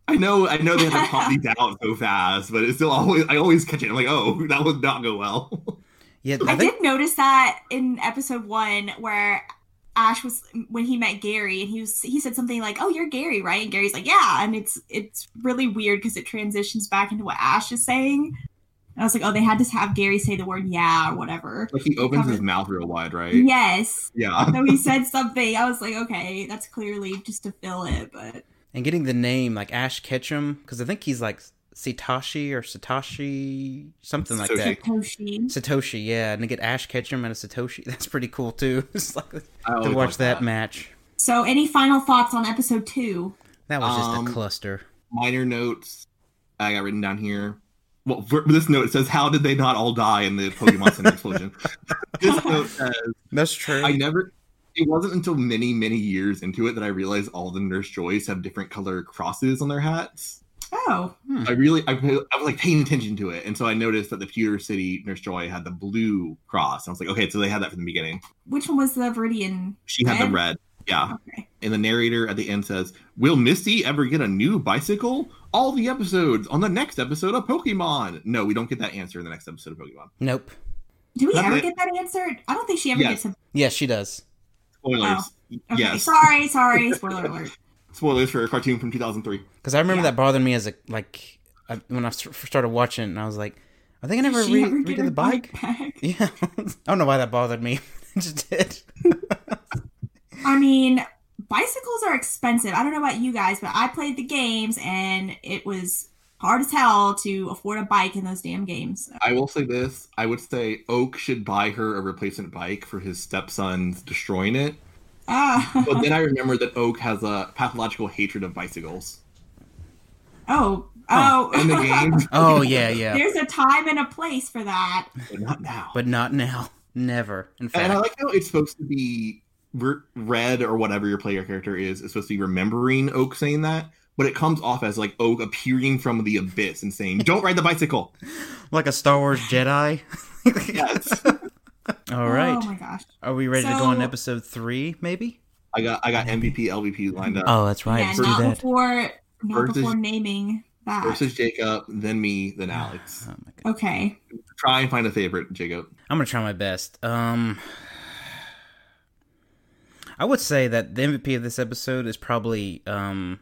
[SPEAKER 2] I know, I know they have to pop these out so fast, but it's still always I always catch it. I'm like, oh, that would not go well.
[SPEAKER 1] Yeah,
[SPEAKER 5] I
[SPEAKER 1] I think
[SPEAKER 5] did notice that in episode one where Ash was when he met Gary and he was he said something like, "Oh, you're Gary, right?" And Gary's like, "Yeah," and it's it's really weird because it transitions back into what Ash is saying. And I was like, "Oh, they had to have Gary say the word yeah or whatever."
[SPEAKER 2] like he opens his mouth real wide, right?
[SPEAKER 5] Yes,
[SPEAKER 2] Yeah.
[SPEAKER 5] so he said something. I was like, "Okay, that's clearly just to fill it," but
[SPEAKER 1] and getting the name like Ash Ketchum because I think he's like Satoshi or Satoshi something like
[SPEAKER 2] Satoshi.
[SPEAKER 1] that.
[SPEAKER 5] Toshi.
[SPEAKER 1] Satoshi, yeah, and to get Ash Ketchum and a Satoshi, that's pretty cool too. It's like to
[SPEAKER 2] I always
[SPEAKER 1] watch
[SPEAKER 2] like
[SPEAKER 1] that, match.
[SPEAKER 5] So, any final thoughts on episode two?
[SPEAKER 1] That was just
[SPEAKER 2] Um,
[SPEAKER 1] a cluster.
[SPEAKER 2] minor notes I got written down here. Well, for this note says, "How did they not all die in the Pokemon Center explosion?" this note says,
[SPEAKER 1] That's true.
[SPEAKER 2] "I never." It wasn't until many, many years into it that I realized all the Nurse Joys have different color crosses on their hats.
[SPEAKER 5] Oh,
[SPEAKER 2] I really, I, really- I was like paying attention to it, and so I noticed that the Pewter City Nurse Joy had the blue cross. I was like, okay, so they had that from the beginning.
[SPEAKER 5] which one was the Viridian?
[SPEAKER 2] She had the
[SPEAKER 5] Red?
[SPEAKER 2] red, yeah.
[SPEAKER 5] Okay.
[SPEAKER 2] And the narrator at the end says, "Will Misty ever get a new bicycle? All the episodes on the next episode of Pokemon." No, we don't get that answer in the next episode of Pokemon.
[SPEAKER 1] Nope.
[SPEAKER 5] Do we
[SPEAKER 2] Not
[SPEAKER 5] ever
[SPEAKER 2] that-
[SPEAKER 5] get that answer? I don't think she ever
[SPEAKER 2] Yes.
[SPEAKER 5] gets a.
[SPEAKER 1] Yes, she does.
[SPEAKER 2] Spoilers.
[SPEAKER 5] Oh, Okay,
[SPEAKER 2] Yes.
[SPEAKER 5] sorry, sorry. Spoiler alert.
[SPEAKER 2] Spoilers for a cartoon from 2003.
[SPEAKER 1] Because I remember
[SPEAKER 5] Yeah.
[SPEAKER 1] that bothered me as a like I, when I s- first started watching, it and I was like, I think I never
[SPEAKER 5] Does she
[SPEAKER 1] re-
[SPEAKER 5] ever get
[SPEAKER 1] redid
[SPEAKER 5] her
[SPEAKER 1] the bike.
[SPEAKER 5] back?
[SPEAKER 1] Yeah, I don't know why that bothered me. it just did.
[SPEAKER 5] I mean, bicycles are expensive. I don't know about you guys, but I played the games and it was hard as hell to afford a bike in those damn games.
[SPEAKER 2] I will say this: I would say Oak should buy her a replacement bike for his stepson's destroying it. But
[SPEAKER 5] Uh,
[SPEAKER 2] then I remembered that Oak has a pathological hatred of bicycles
[SPEAKER 5] oh, oh.
[SPEAKER 2] in the game.
[SPEAKER 1] Oh yeah, yeah,
[SPEAKER 5] There's a time and a place for that.
[SPEAKER 2] but not now.
[SPEAKER 1] but not now. Never. In
[SPEAKER 2] And I
[SPEAKER 1] fact,
[SPEAKER 2] like how it's supposed to be re- red or whatever your player character is. It's supposed to be remembering Oak saying that, but it comes off as like Oak appearing from the abyss and saying, "Don't ride the bicycle."
[SPEAKER 1] like a Star Wars Jedi.
[SPEAKER 2] Yes,
[SPEAKER 1] All right.
[SPEAKER 5] Oh my gosh.
[SPEAKER 1] Are we ready to go on
[SPEAKER 5] So-
[SPEAKER 1] episode three? Maybe.
[SPEAKER 2] I got I got MVP LVP lined up.
[SPEAKER 1] Oh, that's right.
[SPEAKER 5] yeah,
[SPEAKER 1] Let's do
[SPEAKER 5] not
[SPEAKER 1] that.
[SPEAKER 5] before not
[SPEAKER 2] Versus-
[SPEAKER 5] before naming that.
[SPEAKER 2] Versus Jacob, then me, then Alex.
[SPEAKER 1] Oh my god.
[SPEAKER 5] Okay.
[SPEAKER 2] Try and find a favorite, Jacob.
[SPEAKER 1] I'm gonna try my best. Um, I would say that the MVP of this episode is probably um,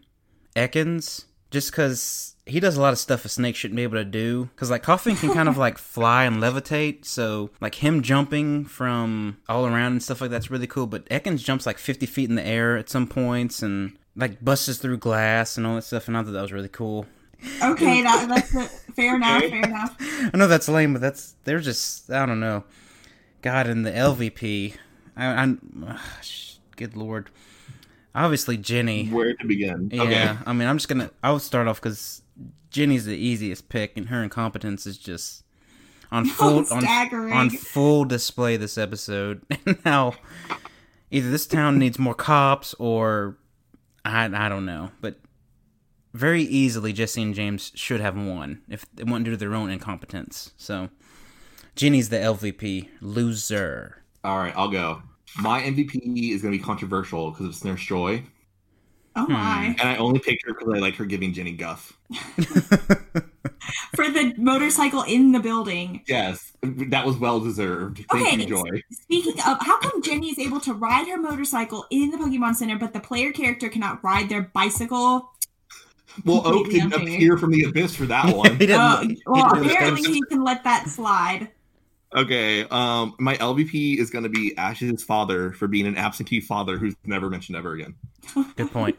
[SPEAKER 1] Ekans, just because he does a lot of stuff a snake shouldn't be able to do. Because like Coffin can kind of like fly and levitate, so like him jumping from all around and stuff like that's really cool. But Ekans jumps like 50 feet in the air at some points and like busts through glass and all that stuff, and I thought that was really cool.
[SPEAKER 5] Okay, that, that's a, fair enough,
[SPEAKER 2] Okay.
[SPEAKER 5] fair enough.
[SPEAKER 1] I know that's lame, but that's they're just I don't know. God, in the LVP, I, I'm ugh, sh- good lord. Obviously, Jenny.
[SPEAKER 2] Where to begin?
[SPEAKER 1] Yeah,
[SPEAKER 2] Okay.
[SPEAKER 1] I mean, I'm just gonna. I'll start off because Jenny's the easiest pick, and her incompetence is just on full on,
[SPEAKER 5] staggering.
[SPEAKER 1] on full display this episode. And now, either this town needs more cops, or I I don't know, but. Very easily, Jesse and James should have won if it wasn't due to their own incompetence. So, Jenny's the LVP loser.
[SPEAKER 2] All right, I'll go. My MVP is going to be controversial because it's Nurse Joy,
[SPEAKER 5] Oh my.
[SPEAKER 2] and I only picked her because I like her giving Jenny guff.
[SPEAKER 5] For the motorcycle in the building.
[SPEAKER 2] Yes, that was well deserved. Thank
[SPEAKER 5] Okay.
[SPEAKER 2] you, Joy.
[SPEAKER 5] Speaking of, how come Jenny is able to ride her motorcycle in the Pokemon Center, but the player character cannot ride their bicycle?
[SPEAKER 2] Well, Oak
[SPEAKER 5] Completely
[SPEAKER 2] didn't
[SPEAKER 5] unfair.
[SPEAKER 2] appear from the abyss for that one.
[SPEAKER 1] He didn't.
[SPEAKER 5] Oh, well,
[SPEAKER 2] he- he-
[SPEAKER 5] apparently he can let that slide.
[SPEAKER 2] okay, um, my LVP is going to be Ash's father for being an absentee father who's never mentioned ever again.
[SPEAKER 1] good point.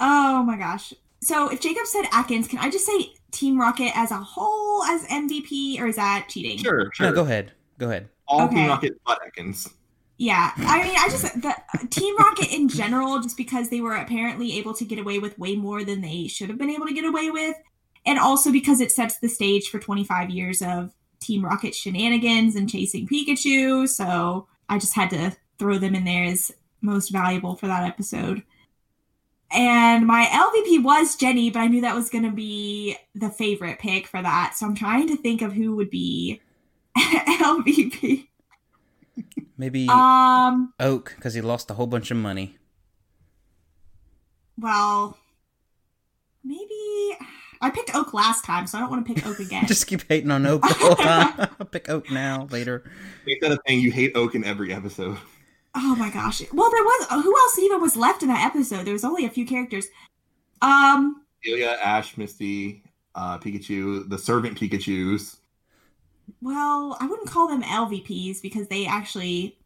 [SPEAKER 5] Oh my gosh. So if Jacob said Atkins, can I just say Team Rocket as a whole as MVP, or is that cheating?
[SPEAKER 2] Sure, sure.
[SPEAKER 1] No, go ahead. Go ahead.
[SPEAKER 2] All
[SPEAKER 5] Okay.
[SPEAKER 2] Team Rocket but Ekans.
[SPEAKER 5] Yeah, I mean, I just the Team Rocket in general, just because they were apparently able to get away with way more than they should have been able to get away with, and also because it sets the stage for 25 years of Team Rocket shenanigans and chasing Pikachu. So I just had to throw them in there as most valuable for that episode. And my LVP was Jenny, but I knew that was going to be the favorite pick for that. So I'm trying to think of who would be LVP.
[SPEAKER 1] Maybe
[SPEAKER 5] Um.
[SPEAKER 1] Oak because he lost a whole bunch of money.
[SPEAKER 5] Well, maybe I picked Oak last time, so I don't want to pick Oak again.
[SPEAKER 1] Just keep hating on Oak the whole time. I'll pick Oak now later.
[SPEAKER 2] Make that a thing. You hate Oak in every episode.
[SPEAKER 5] oh my gosh! Well, there was who else even was left in that episode? There was only a few characters. Um,
[SPEAKER 2] Ilya, Ash, Misty, uh, Pikachu, the servant Pikachu's.
[SPEAKER 5] well, I wouldn't call them LVPs because they actually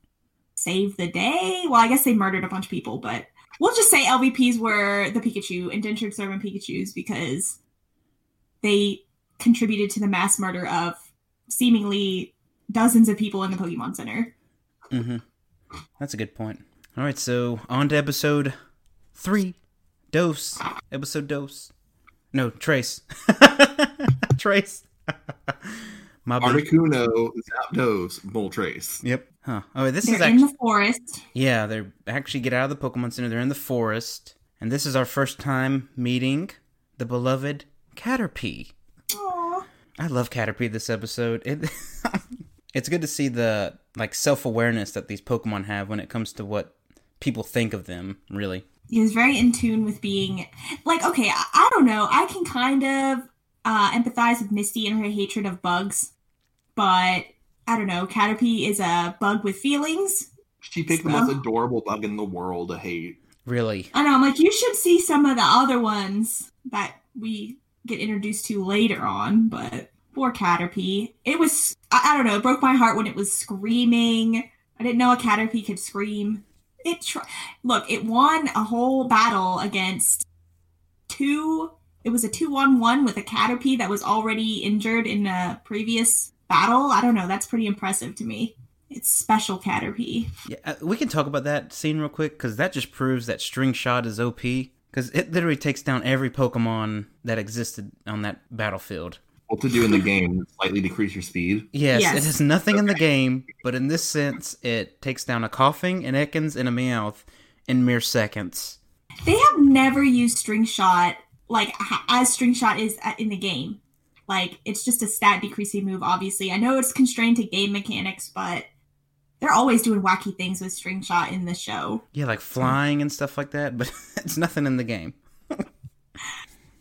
[SPEAKER 5] saved the day. Well, I guess they murdered a bunch of people, but we'll just say LVPs were the Pikachu indentured servant Pikachu's because they contributed to the mass murder of seemingly dozens of people in the Pokemon Center.
[SPEAKER 1] hmm That's a good point. All right, so on to episode three. Dose. Episode dose. No, Trace. trace. My bad.
[SPEAKER 2] Articuno, Zapdos, Moltres.
[SPEAKER 1] Yep. Huh. Oh, this
[SPEAKER 5] They're
[SPEAKER 1] is
[SPEAKER 5] in
[SPEAKER 1] actually.
[SPEAKER 5] the forest.
[SPEAKER 1] Yeah, they actually get out of the Pokemon Center. They're in the forest, and this is our first time meeting the beloved Caterpie.
[SPEAKER 5] Aw.
[SPEAKER 1] I love Caterpie this episode. It, it's good to see the like self awareness that these Pokemon have when it comes to what people think of them. Really,
[SPEAKER 5] He was very in tune with being like, okay, I, I don't know. I can kind of uh, empathize with Misty and her hatred of bugs, but I don't know. Caterpie is a bug with feelings.
[SPEAKER 2] She picked the most adorable bug in the world to hate.
[SPEAKER 1] really,
[SPEAKER 5] I know. I'm like, you should see some of the other ones that we get introduced to later on, but poor Caterpie. It was, I, I don't know, it broke my heart when it was screaming. I didn't know a Caterpie could scream. It tr- look, it won a whole battle against two. It was a two on one with a Caterpie that was already injured in a previous battle. I don't know. That's pretty impressive to me. It's special Caterpie.
[SPEAKER 1] yeah, uh, we can talk about that scene real quick because that just proves that String Shot is OP because it literally takes down every Pokemon that existed on that battlefield.
[SPEAKER 2] What to do in the game? Slightly decrease your speed.
[SPEAKER 1] Yes,
[SPEAKER 5] Yes.
[SPEAKER 1] it has nothing in the game, but in this sense, it takes down a coughing, an Ekans, and a Meowth in mere seconds.
[SPEAKER 5] They have never used string shot like h- as string shot is uh, in the game. Like it's just a stat decreasing move. Obviously, I know it's constrained to game mechanics, but they're always doing wacky things with string shot in the show.
[SPEAKER 1] Yeah, like flying and stuff like that, but it's nothing in the game.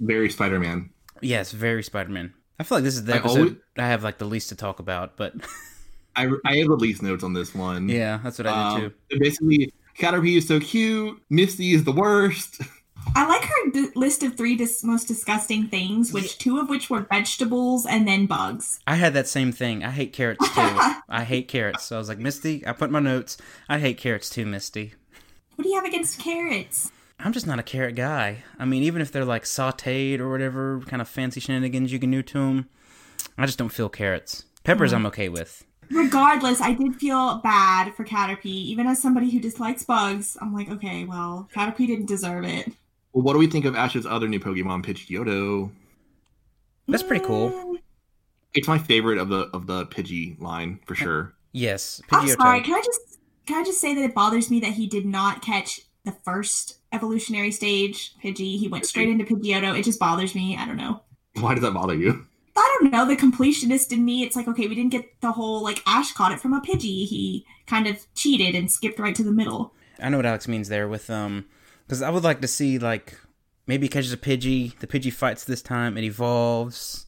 [SPEAKER 2] Very Spider Man.
[SPEAKER 1] Yes, very Spider Man. I feel like this is the
[SPEAKER 2] I
[SPEAKER 1] episode
[SPEAKER 2] always-
[SPEAKER 1] I have like the least to talk about, but
[SPEAKER 2] I, I have the least notes on this one.
[SPEAKER 1] yeah, that's what I did
[SPEAKER 2] Mm. Um,
[SPEAKER 1] too.
[SPEAKER 2] basically, Caterpie is so cute. Misty is the worst.
[SPEAKER 5] I like her d- list of three dis- most disgusting things, which two of which were vegetables and then bugs.
[SPEAKER 1] I had that same thing. I hate carrots too. I hate carrots. So I was like, Misty, I put in my notes. I hate carrots too, Misty.
[SPEAKER 5] What do you have against carrots?
[SPEAKER 1] I'm just not a carrot guy. I mean, even if they're like sauteed or whatever kind of fancy shenanigans you can do to them, I just don't feel carrots. Peppers, I'm okay with.
[SPEAKER 5] Regardless, I did feel bad for Caterpie, even as somebody who dislikes bugs. I'm like, okay, well, Caterpie didn't deserve it.
[SPEAKER 2] Well, what do we think of Ash's other new Pokemon, Pidgeotto?
[SPEAKER 1] That's pretty cool.
[SPEAKER 2] It's my favorite of the of the Pidgey line for sure.
[SPEAKER 1] Yes,
[SPEAKER 5] I'm sorry.
[SPEAKER 1] Pidgeotto.
[SPEAKER 5] Can I just can I just say that it bothers me that he did not catch the first evolutionary stage, Pidgey. He went straight into Pidgeotto. It just bothers me. I don't know.
[SPEAKER 2] Why does that bother you?
[SPEAKER 5] I don't know. The completionist in me, it's like okay, we didn't get the whole like Ash caught it from a Pidgey. He kind of cheated and skipped right to the middle.
[SPEAKER 1] I know what Alex means there with um, because I would like to see like maybe he catches a Pidgey. The Pidgey fights this time. It evolves.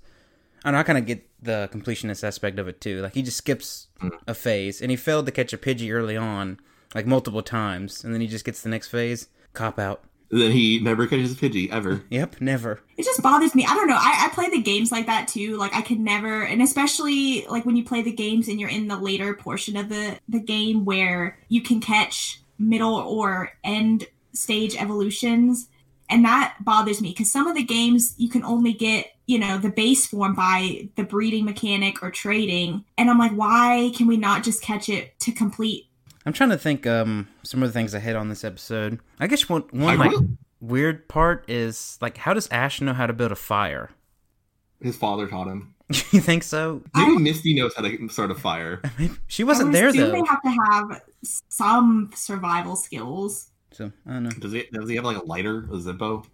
[SPEAKER 1] I know. I kind of get the completionist aspect of it too. Like he just skips
[SPEAKER 2] Mm-hmm.
[SPEAKER 1] a phase, and he failed to catch a Pidgey early on, like multiple times, and then he just gets the next phase. Cop out.
[SPEAKER 2] Then he never catches a Pidgey ever.
[SPEAKER 1] Yep, never.
[SPEAKER 5] It just bothers me. I don't know. I, I play the games like that too. Like I could never, and especially like when you play the games and you're in the later portion of the the game where you can catch middle or end stage evolutions, and that bothers me because some of the games you can only get you know the base form by the breeding mechanic or trading, and I'm like, why can we not just catch it to complete?
[SPEAKER 1] I'm trying to think um some of the things I hit on this episode. I guess one
[SPEAKER 2] I
[SPEAKER 5] Oh
[SPEAKER 1] one like
[SPEAKER 2] will-
[SPEAKER 1] weird part is like how does Ash know how to build a fire?
[SPEAKER 2] His father taught him.
[SPEAKER 1] you think so?
[SPEAKER 2] Maybe Misty knows how to start a fire.
[SPEAKER 1] She
[SPEAKER 5] I
[SPEAKER 1] wasn't
[SPEAKER 5] would
[SPEAKER 1] there
[SPEAKER 5] assume
[SPEAKER 1] though.
[SPEAKER 5] They have to have some survival skills.
[SPEAKER 1] So I don't know.
[SPEAKER 2] Does he does he have like a lighter, a Zippo?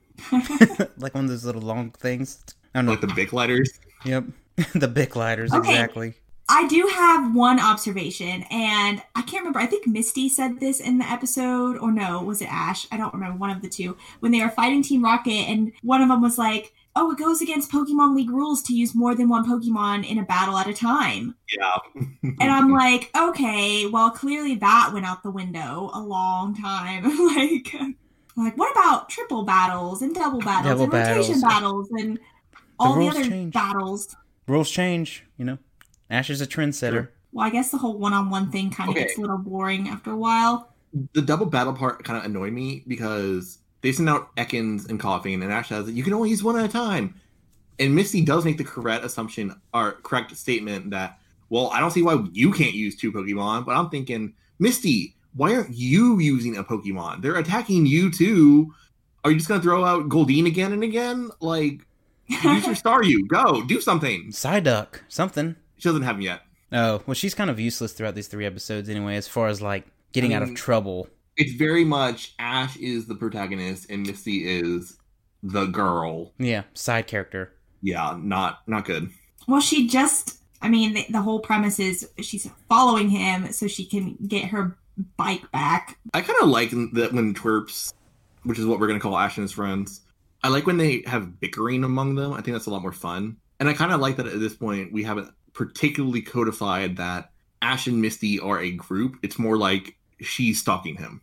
[SPEAKER 1] like one of those little long things. I don't know.
[SPEAKER 2] Like the big lighters?
[SPEAKER 1] yep. the Bic lighters,
[SPEAKER 5] Okay.
[SPEAKER 1] exactly.
[SPEAKER 5] I do have one observation, and I can't remember. I think Misty said this in the episode, or no, was it Ash? I don't remember. One of the two. When they were fighting Team Rocket, and one of them was like, Oh, it goes against Pokemon League rules to use more than one Pokemon in a battle at a time.
[SPEAKER 2] Yeah.
[SPEAKER 5] And
[SPEAKER 1] Mm-hmm.
[SPEAKER 5] I'm like, Okay, well, clearly that went out the window a long time. like, like, what about triple battles and double battles
[SPEAKER 1] Double
[SPEAKER 5] and rotation
[SPEAKER 1] battles.
[SPEAKER 5] battles and all the,
[SPEAKER 1] rules
[SPEAKER 5] other
[SPEAKER 1] change.
[SPEAKER 5] battles?
[SPEAKER 1] Rules change, you know. Ash is a trendsetter.
[SPEAKER 5] Well, I guess the whole one-on-one thing kind of
[SPEAKER 2] Okay.
[SPEAKER 5] gets a little boring after a while.
[SPEAKER 2] the double battle part kind of annoyed me because they send out Ekans and Coughing, and Ash has it. You can only use one at a time. And Misty does make the correct assumption or correct statement that, well, I don't see why you can't use two Pokemon, but I'm thinking, Misty, why aren't you using a Pokemon? They're attacking you too. Are you just gonna throw out Goldeen again and again? Like, use your Star, you go do something.
[SPEAKER 1] Psyduck, something.
[SPEAKER 2] She doesn't have him yet.
[SPEAKER 1] Oh, well she's kind of useless throughout these three episodes anyway, as far as like getting out of
[SPEAKER 2] Mm.
[SPEAKER 1] trouble.
[SPEAKER 2] it's very much Ash is the protagonist and Misty is the girl.
[SPEAKER 1] Yeah, side character.
[SPEAKER 2] Yeah, not not good.
[SPEAKER 5] Well, she just, I mean, the, the whole premise is she's following him so she can get her bike back.
[SPEAKER 2] I kind of like that when twerps, which is what we're gonna call Ash and his friends. I like when they have bickering among them. I think that's a lot more fun. And I kind of like that at this point we haven't particularly codified that Ash and Misty are a group. It's more like she's stalking him.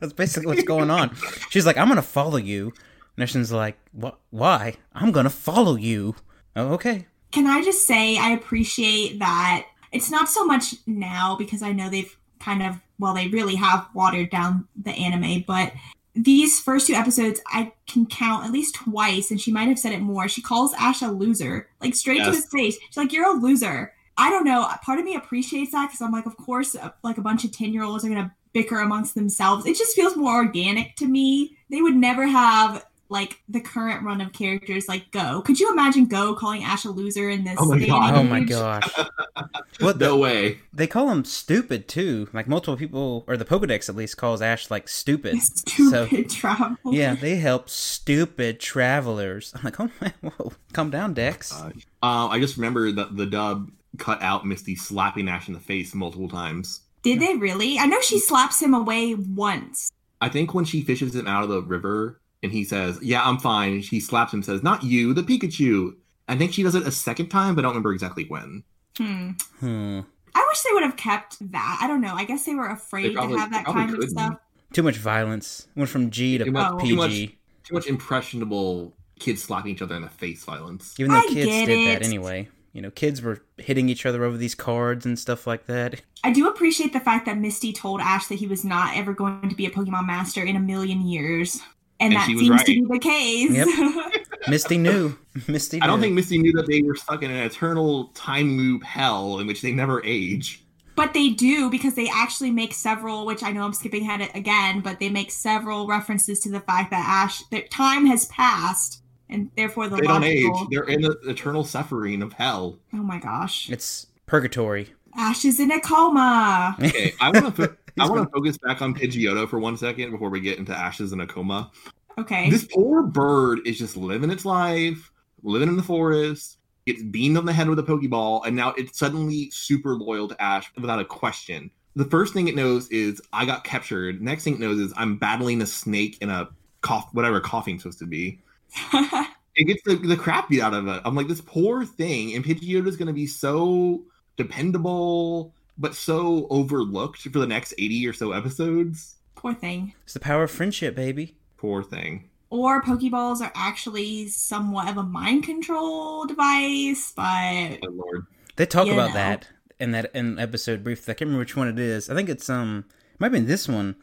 [SPEAKER 1] That's basically what's going on. She's like, I'm gonna follow you. And Ashton's like, what? Why? I'm gonna follow you. Oh, okay.
[SPEAKER 5] Can I just say I appreciate that it's not so much now because I know they've kind of well they really have watered down the anime, but these first two episodes I can count at least twice and she might have said it more. She calls Ash a loser, like straight to
[SPEAKER 2] Yes.
[SPEAKER 5] his face. She's like, "You're a loser." I don't know. Part of me appreciates that because I'm like, of course, uh, like a bunch of ten year olds are gonna bicker amongst themselves. It just feels more organic to me. They would never have like the current run of characters like Go. Could you imagine Go calling Ash a loser in this?
[SPEAKER 2] Oh my
[SPEAKER 5] day
[SPEAKER 2] God.
[SPEAKER 5] and
[SPEAKER 1] Oh my
[SPEAKER 5] age?
[SPEAKER 1] gosh. What the,
[SPEAKER 2] No way.
[SPEAKER 1] they call him stupid too. Like multiple people, or the Pokedex at least calls Ash like stupid.
[SPEAKER 5] Stupid travel.
[SPEAKER 1] Yeah, they help stupid travelers. I'm like, oh man, whoa, calm down, Dex.
[SPEAKER 2] Uh, I just remember that the dub cut out Misty slapping Ash in the face multiple times.
[SPEAKER 5] Did they really? I know she slaps him away once.
[SPEAKER 2] I think when she fishes him out of the river and he says, Yeah, I'm fine, she slaps him and says, Not you, the Pikachu. I think she does it a second time, but I don't remember exactly when.
[SPEAKER 5] Hmm.
[SPEAKER 1] Hmm.
[SPEAKER 5] I wish they would have kept that. I don't know. I guess they were afraid
[SPEAKER 2] probably-
[SPEAKER 5] to have
[SPEAKER 2] they
[SPEAKER 5] that
[SPEAKER 2] probably
[SPEAKER 5] kind of
[SPEAKER 2] couldn't.
[SPEAKER 5] stuff.
[SPEAKER 1] Too much violence. Went from G to
[SPEAKER 2] Too
[SPEAKER 5] Oh.
[SPEAKER 2] much-
[SPEAKER 1] PG.
[SPEAKER 2] too much- Too much impressionable kids slapping each other in the face violence.
[SPEAKER 1] Even though
[SPEAKER 5] I
[SPEAKER 1] kids
[SPEAKER 5] get
[SPEAKER 1] did that
[SPEAKER 5] it.
[SPEAKER 1] anyway. You know, kids were hitting each other over these cards and stuff like that.
[SPEAKER 5] I do appreciate the fact that Misty told Ash that he was not ever going to be a Pokemon master in a million years. And,
[SPEAKER 2] And
[SPEAKER 5] that
[SPEAKER 2] she was
[SPEAKER 5] seems
[SPEAKER 2] right.
[SPEAKER 5] to be the case.
[SPEAKER 1] Misty knew. Misty knew.
[SPEAKER 2] I don't think Misty knew that they were stuck in an eternal time loop hell in which they never age.
[SPEAKER 5] but they do because they actually make several, which I know I'm skipping ahead again, but they make several references to the fact that Ash, that time has passed, and therefore the
[SPEAKER 2] they don't age.
[SPEAKER 5] logical.
[SPEAKER 2] They're in the eternal suffering of hell.
[SPEAKER 5] Oh my gosh.
[SPEAKER 1] it's purgatory.
[SPEAKER 5] Ash is in a coma.
[SPEAKER 2] Okay, I want to. Fo- I want to focus back on Pidgeotto for one second before we get into Ashes and a coma.
[SPEAKER 5] Okay.
[SPEAKER 2] This poor bird is just living its life, living in the forest, gets beamed on the head with a Pokeball, and now it's suddenly super loyal to Ash without a question. The first thing it knows is I got captured. Next thing it knows is I'm battling a snake in a cough, whatever coughing's supposed to be. It gets the, the crap beat out of it. I'm like, this poor thing, and Pidgeotto's going to be so dependable, but so overlooked for the next 80 or so episodes.
[SPEAKER 5] Poor thing.
[SPEAKER 1] It's the power of friendship, baby.
[SPEAKER 2] Poor thing.
[SPEAKER 5] Or Pokeballs are actually somewhat of a mind control device, but
[SPEAKER 2] Oh, Lord.
[SPEAKER 1] They talk
[SPEAKER 5] You
[SPEAKER 1] about
[SPEAKER 5] know.
[SPEAKER 1] that in that in an episode briefly. I can't remember which one it is. I think it's um it might be in this one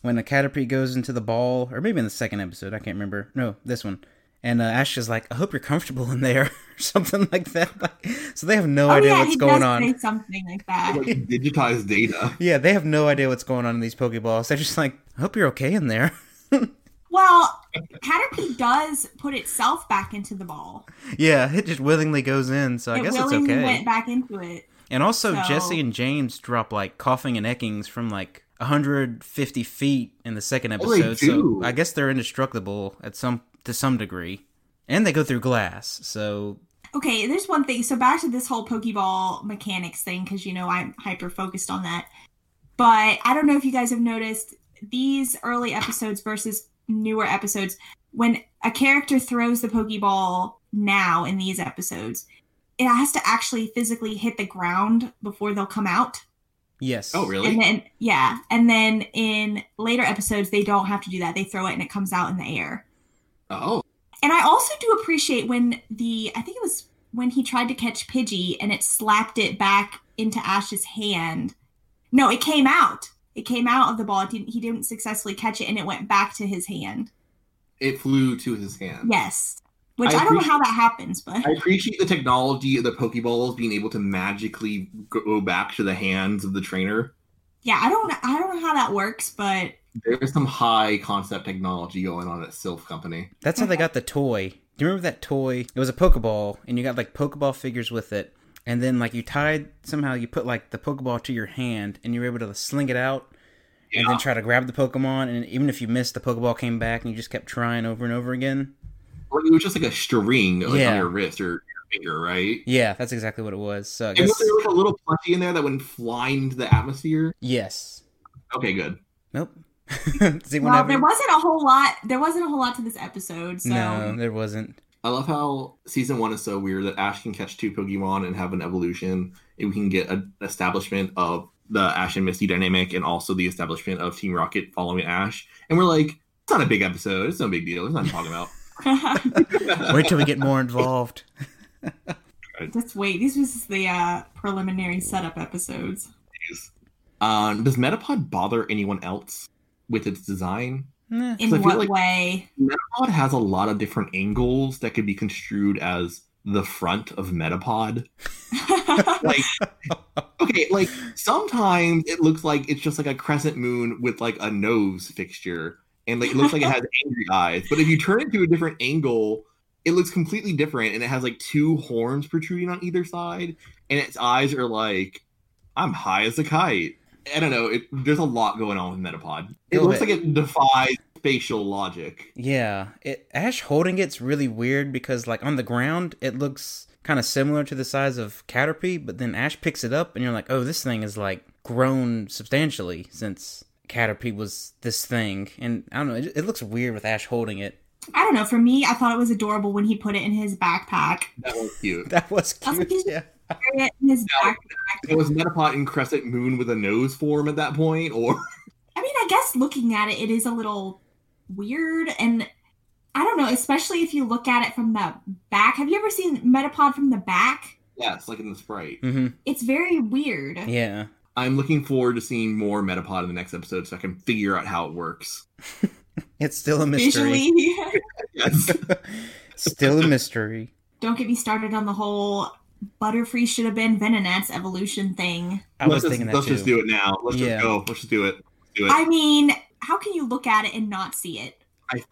[SPEAKER 1] when a Caterpie goes into the ball, or maybe in the second episode. I can't remember. No, this one. And uh, Ash is like, "I hope you're comfortable in there," or something like that. Like, so they have no
[SPEAKER 5] oh
[SPEAKER 1] idea
[SPEAKER 5] yeah,
[SPEAKER 1] what's
[SPEAKER 5] he
[SPEAKER 1] going
[SPEAKER 5] does
[SPEAKER 1] on.
[SPEAKER 5] say something like that.
[SPEAKER 2] Like digitized data.
[SPEAKER 1] Yeah, they have no idea what's going on in these Pokeballs. They're just like, "I hope you're okay in there."
[SPEAKER 5] Well, Caterpie does put itself back into the ball.
[SPEAKER 1] yeah, it just willingly goes in, so I
[SPEAKER 5] it
[SPEAKER 1] guess it's
[SPEAKER 5] willingly
[SPEAKER 1] okay.
[SPEAKER 5] went back into it.
[SPEAKER 1] And also,
[SPEAKER 5] So-
[SPEAKER 1] Jesse and James drop like coughing and eckings from like 150 feet in the second
[SPEAKER 2] Oh, they
[SPEAKER 1] episode. so
[SPEAKER 2] do.
[SPEAKER 1] I guess they're indestructible at some to some degree, and they go through glass. So
[SPEAKER 5] Okay, there's one thing. So back to this whole Pokeball mechanics thing, because you know I'm hyper focused on that. But I don't know if you guys have noticed these early episodes versus newer episodes. When a character throws the Pokeball now in these episodes, it has to actually physically hit the ground before they'll come out.
[SPEAKER 1] yes.
[SPEAKER 2] Oh, really?
[SPEAKER 5] And then yeah, and then in later episodes they don't have to do that. They throw it and it comes out in the air.
[SPEAKER 2] Oh.
[SPEAKER 5] And I also do appreciate when the I think it was when he tried to catch Pidgey and it slapped it back into Ash's hand. No, it came out. It came out of the ball. It didn't, he didn't successfully catch it and it went back to his hand.
[SPEAKER 2] it flew to his hand.
[SPEAKER 5] Yes. Which
[SPEAKER 2] I
[SPEAKER 5] I, don't know how that happens, but
[SPEAKER 2] I appreciate the technology of the Pokeballs being able to magically go back to the hands of the trainer.
[SPEAKER 5] yeah, I don't I don't know how that works, but
[SPEAKER 2] There's some high concept technology going on at Sylph Company.
[SPEAKER 1] That's how they got the toy. Do you remember that toy? It was a Pokeball, and you got like Pokeball figures with it. And then like you tied somehow you put like the Pokeball to your hand, and you were able to sling it out. and then try to grab the Pokemon. And even if you missed, the Pokeball came back, and you just kept trying over and over again.
[SPEAKER 2] Or it was just like a string like,
[SPEAKER 1] Yeah.
[SPEAKER 2] on your wrist or your finger, right?
[SPEAKER 1] Yeah, that's exactly what it was. So I
[SPEAKER 2] And was
[SPEAKER 1] guess
[SPEAKER 2] there like a little plushie in there that wouldn't fly into the atmosphere?
[SPEAKER 1] yes.
[SPEAKER 2] Okay, good.
[SPEAKER 1] Nope. Does anyone
[SPEAKER 5] Well,
[SPEAKER 1] have
[SPEAKER 5] there
[SPEAKER 1] any-
[SPEAKER 5] wasn't a whole lot. There wasn't a whole lot to this episode, so
[SPEAKER 1] No, there wasn't.
[SPEAKER 2] I love how season one is so weird that Ash can catch two Pokemon and have an evolution, and we can get an establishment of the Ash and Misty dynamic, and also the establishment of Team Rocket following Ash. And we're like, it's not a big episode. It's no big deal. It's not talking about.
[SPEAKER 1] Wait till we get more involved.
[SPEAKER 5] just wait. This was just the uh, preliminary setup episodes.
[SPEAKER 2] Um, does Metapod bother anyone else with its design?
[SPEAKER 1] Nah.
[SPEAKER 5] In
[SPEAKER 2] So I feel
[SPEAKER 5] what
[SPEAKER 2] like-
[SPEAKER 5] way?
[SPEAKER 2] Metapod has a lot of different angles that could be construed as the front of Metapod. like okay like sometimes it looks like it's just like a crescent moon with like a nose fixture and like it looks like it has angry eyes but if you turn it to a different angle it looks completely different and it has like two horns protruding on either side and its eyes are like i'm high as a kite i don't know it, there's a lot going on with metapod it
[SPEAKER 1] Little
[SPEAKER 2] looks
[SPEAKER 1] bit.
[SPEAKER 2] like it defies spatial logic
[SPEAKER 1] Yeah, it, Ash holding it's really weird because like on the ground it looks kind of similar to the size of Caterpie, but then Ash picks it up and you're like, oh, this thing is like grown substantially since Caterpie was this thing, and I don't know, it, it looks weird with Ash holding it.
[SPEAKER 5] I don't know. For me, I thought it was adorable when he put it in his backpack.
[SPEAKER 2] that was cute
[SPEAKER 1] That was
[SPEAKER 5] That's
[SPEAKER 1] cute.
[SPEAKER 5] cute.
[SPEAKER 1] Yeah,
[SPEAKER 5] Carry it in his
[SPEAKER 2] No.
[SPEAKER 5] backpack.
[SPEAKER 2] it was metapod in crescent moon with a nose form at that point or
[SPEAKER 5] I mean, I guess looking at it, it is a little weird, and I don't know. Especially if you look at it from the back. Have you ever seen Metapod from the back?
[SPEAKER 2] yes like in the sprite
[SPEAKER 1] hmm
[SPEAKER 5] It's very weird.
[SPEAKER 1] yeah.
[SPEAKER 2] I'm looking forward to seeing more Metapod in the next episode so I can figure out how it works.
[SPEAKER 1] It's still a mystery.
[SPEAKER 5] Visually,
[SPEAKER 2] Yes.
[SPEAKER 1] still a mystery.
[SPEAKER 5] don't get me started on the whole Butterfree should have been Venonat's evolution thing.
[SPEAKER 1] I
[SPEAKER 2] let's
[SPEAKER 1] was
[SPEAKER 2] just,
[SPEAKER 1] thinking that
[SPEAKER 2] Let's
[SPEAKER 1] too.
[SPEAKER 2] just do it now. Let's
[SPEAKER 1] Yeah.
[SPEAKER 2] just go. Let's just do it. Let's do it. I,
[SPEAKER 5] I mean, how can you look at it and not see it?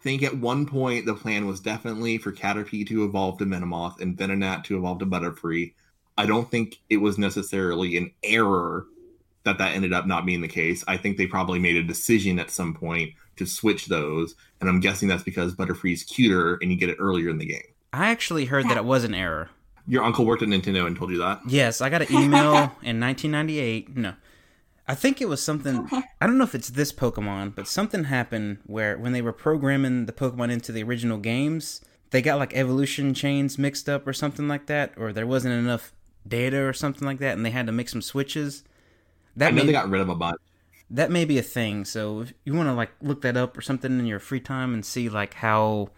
[SPEAKER 2] think at one point the plan was definitely for Caterpie to evolve to Metamoth and Venonat to evolve to Butterfree. I don't think it was necessarily an error that that ended up not being the case. I think they probably made a decision at some point to switch those, and I'm guessing that's because Butterfree's cuter and you get it earlier in the game.
[SPEAKER 1] I actually heard that it was an error.
[SPEAKER 2] Your uncle worked at Nintendo and told you that.
[SPEAKER 1] Yes, I got an email in 1998. No, I think it was something. I don't know if it's this Pokemon, but something happened where when they were programming the Pokemon into the original games, they got like evolution chains mixed up or something like that, or there wasn't enough data or something like that, and they had to make some switches.
[SPEAKER 2] I
[SPEAKER 1] That
[SPEAKER 2] know
[SPEAKER 1] may,
[SPEAKER 2] they got rid of a bunch.
[SPEAKER 1] that may be a thing. So if you want to like look that up or something in your free time and see like how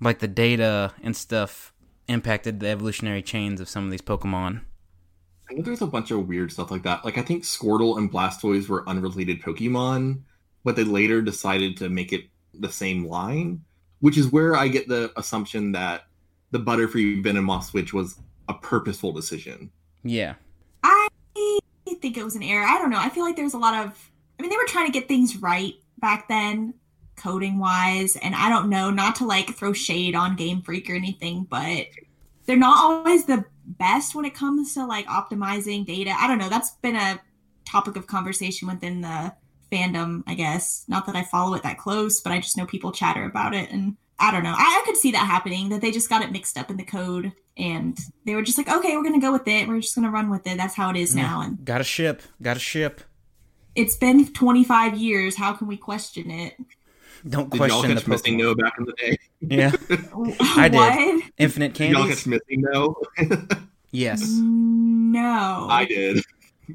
[SPEAKER 1] like the data and stuff impacted the evolutionary chains of some of these Pokemon.
[SPEAKER 2] I know there's a bunch of weird stuff like that. Like I think Squirtle and Blastoise were unrelated Pokemon, but they later decided to make it the same line, which is where I get the assumption that the Butterfree Venomoth switch was a purposeful decision.
[SPEAKER 1] Yeah.
[SPEAKER 5] I think it was an error. I don't know. I feel like there's a lot of. I mean, they were trying to get things right back then, coding wise, and I don't know, not to like throw shade on Game Freak or anything, but they're not always the best when it comes to like optimizing data. I don't know. That's been a topic of conversation within the fandom, I guess. Not that I follow it that close, but I just know people chatter about it and. I don't know. I, I could see that happening that they just got it mixed up in the code and they were just like, okay, we're going to go with it. We're just going to run with it. That's how it is now. And
[SPEAKER 1] Got a ship. Got a ship.
[SPEAKER 5] it's been 25 years. How can we question it?
[SPEAKER 1] Don't
[SPEAKER 2] Did y'all
[SPEAKER 1] question the
[SPEAKER 2] catch Missing
[SPEAKER 1] Pokemon.
[SPEAKER 2] No back in the day?
[SPEAKER 1] Yeah.
[SPEAKER 5] I
[SPEAKER 1] did. Infinite
[SPEAKER 2] Did y'all
[SPEAKER 1] candies.
[SPEAKER 2] catch Missing No?
[SPEAKER 1] Yes,
[SPEAKER 5] No.
[SPEAKER 2] I did.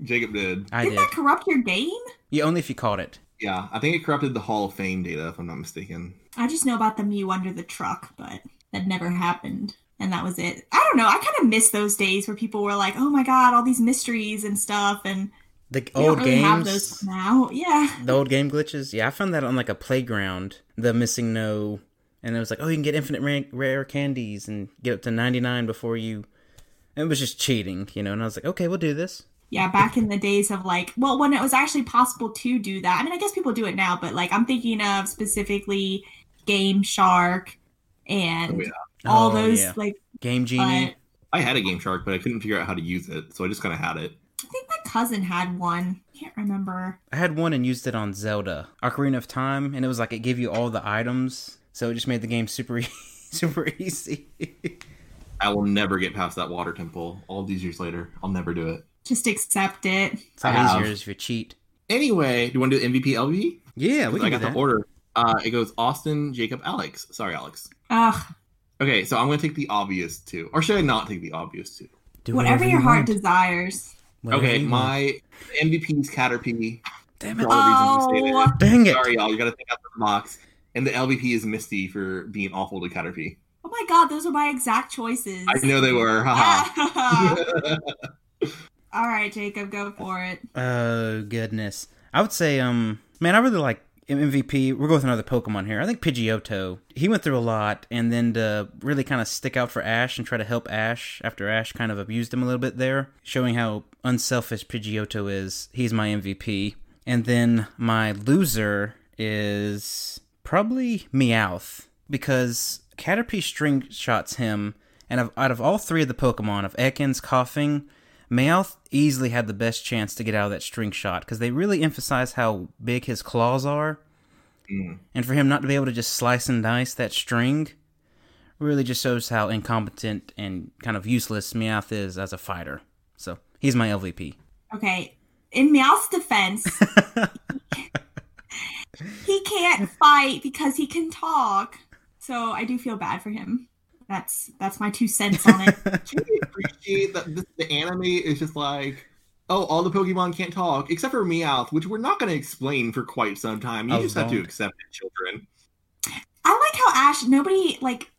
[SPEAKER 2] Jacob did.
[SPEAKER 1] I
[SPEAKER 5] Did
[SPEAKER 1] did.
[SPEAKER 5] that corrupt your game?
[SPEAKER 1] Yeah, only if you caught it.
[SPEAKER 2] Yeah, I think it corrupted the Hall of Fame data, if I'm not mistaken.
[SPEAKER 5] I just know about the Mew under the truck, but that never happened. And that was it. I don't know. I kind of miss those days where people were like, oh my God, all these mysteries and stuff. And
[SPEAKER 1] The
[SPEAKER 5] we
[SPEAKER 1] old
[SPEAKER 5] don't really have
[SPEAKER 1] games,
[SPEAKER 5] those now. Yeah.
[SPEAKER 1] the old game glitches. Yeah, I found that on like a playground. The missing no, and it was like, oh, you can get infinite rare, rare candies and get up to ninety nine before you. It was just cheating, you know. And I was like, okay, we'll do this.
[SPEAKER 5] Yeah, back in the days of like, well, when it was actually possible to do that. I mean, I guess people do it now, but like, I'm thinking of specifically Game Shark and
[SPEAKER 2] Oh, yeah.
[SPEAKER 5] all
[SPEAKER 1] Oh,
[SPEAKER 5] those.
[SPEAKER 1] yeah.
[SPEAKER 5] Like,
[SPEAKER 1] Game genie.
[SPEAKER 2] I had a Game Shark, but I couldn't figure out how to use it, so I just kind of had it.
[SPEAKER 5] I think my cousin had one. I can't can't remember.
[SPEAKER 1] I had one and used it on Zelda Ocarina of Time, and it was like it gave you all the items, so it just made the game super e- super easy.
[SPEAKER 2] I will never get past that water temple. All these years later, I'll never do it.
[SPEAKER 5] Just accept it.
[SPEAKER 1] it's a lot
[SPEAKER 2] I have.
[SPEAKER 1] easier if you cheat.
[SPEAKER 2] Anyway, do you want to do MVP LV?
[SPEAKER 1] Yeah, we
[SPEAKER 2] I
[SPEAKER 1] can do
[SPEAKER 2] got
[SPEAKER 1] that.
[SPEAKER 2] the order. Uh, it goes Austin, Jacob, Alex. Sorry, Alex.
[SPEAKER 5] Ugh.
[SPEAKER 2] Okay, so I'm going to take the obvious two, or should I not take the obvious two?
[SPEAKER 1] Do
[SPEAKER 5] Whatever your
[SPEAKER 1] you
[SPEAKER 5] heart
[SPEAKER 1] want.
[SPEAKER 5] desires.
[SPEAKER 1] Whatever
[SPEAKER 2] Okay,
[SPEAKER 1] you want.
[SPEAKER 2] my MVP's Caterpie.
[SPEAKER 1] damn
[SPEAKER 2] For
[SPEAKER 1] it,
[SPEAKER 2] all the reasons we stated.
[SPEAKER 5] Oh,
[SPEAKER 1] dang it.
[SPEAKER 2] Sorry, y'all. You got to think out the box. And the LVP is Misty for being awful to Caterpie.
[SPEAKER 5] Oh my god, those are my exact choices.
[SPEAKER 2] I know they were. Haha.
[SPEAKER 5] Ah. All right, Jacob, go for it.
[SPEAKER 1] Oh goodness. I would say, um, man, I really like MVP. We're going with another Pokemon here. I think Pidgeotto. He went through a lot, and then to really kind of stick out for Ash and try to help Ash after Ash kind of abused him a little bit there, showing how unselfish Pidgeotto is. He's my MVP. And then my loser is probably Meowth because Caterpie string shots him, and of, out of all three of the Pokemon of Ekans, Coughing, Meowth easily had the best chance to get out of that string shot because they really emphasize how big his claws are.
[SPEAKER 2] Mm.
[SPEAKER 1] And for him not to be able to just slice and dice that string really just shows how incompetent and kind of useless Meowth is as a fighter. So he's my LVP.
[SPEAKER 5] Okay, in Meowth's defense, he can't fight because he can talk. So I do feel bad for him. That's that's my two cents on it.
[SPEAKER 2] Can you appreciate that this, the anime is just like, oh, all the Pokemon can't talk except for Meowth, which we're not going to explain for quite some time. You
[SPEAKER 1] I
[SPEAKER 2] just have to
[SPEAKER 1] won't.
[SPEAKER 2] accept it, children.
[SPEAKER 5] I like how Ash. Nobody like.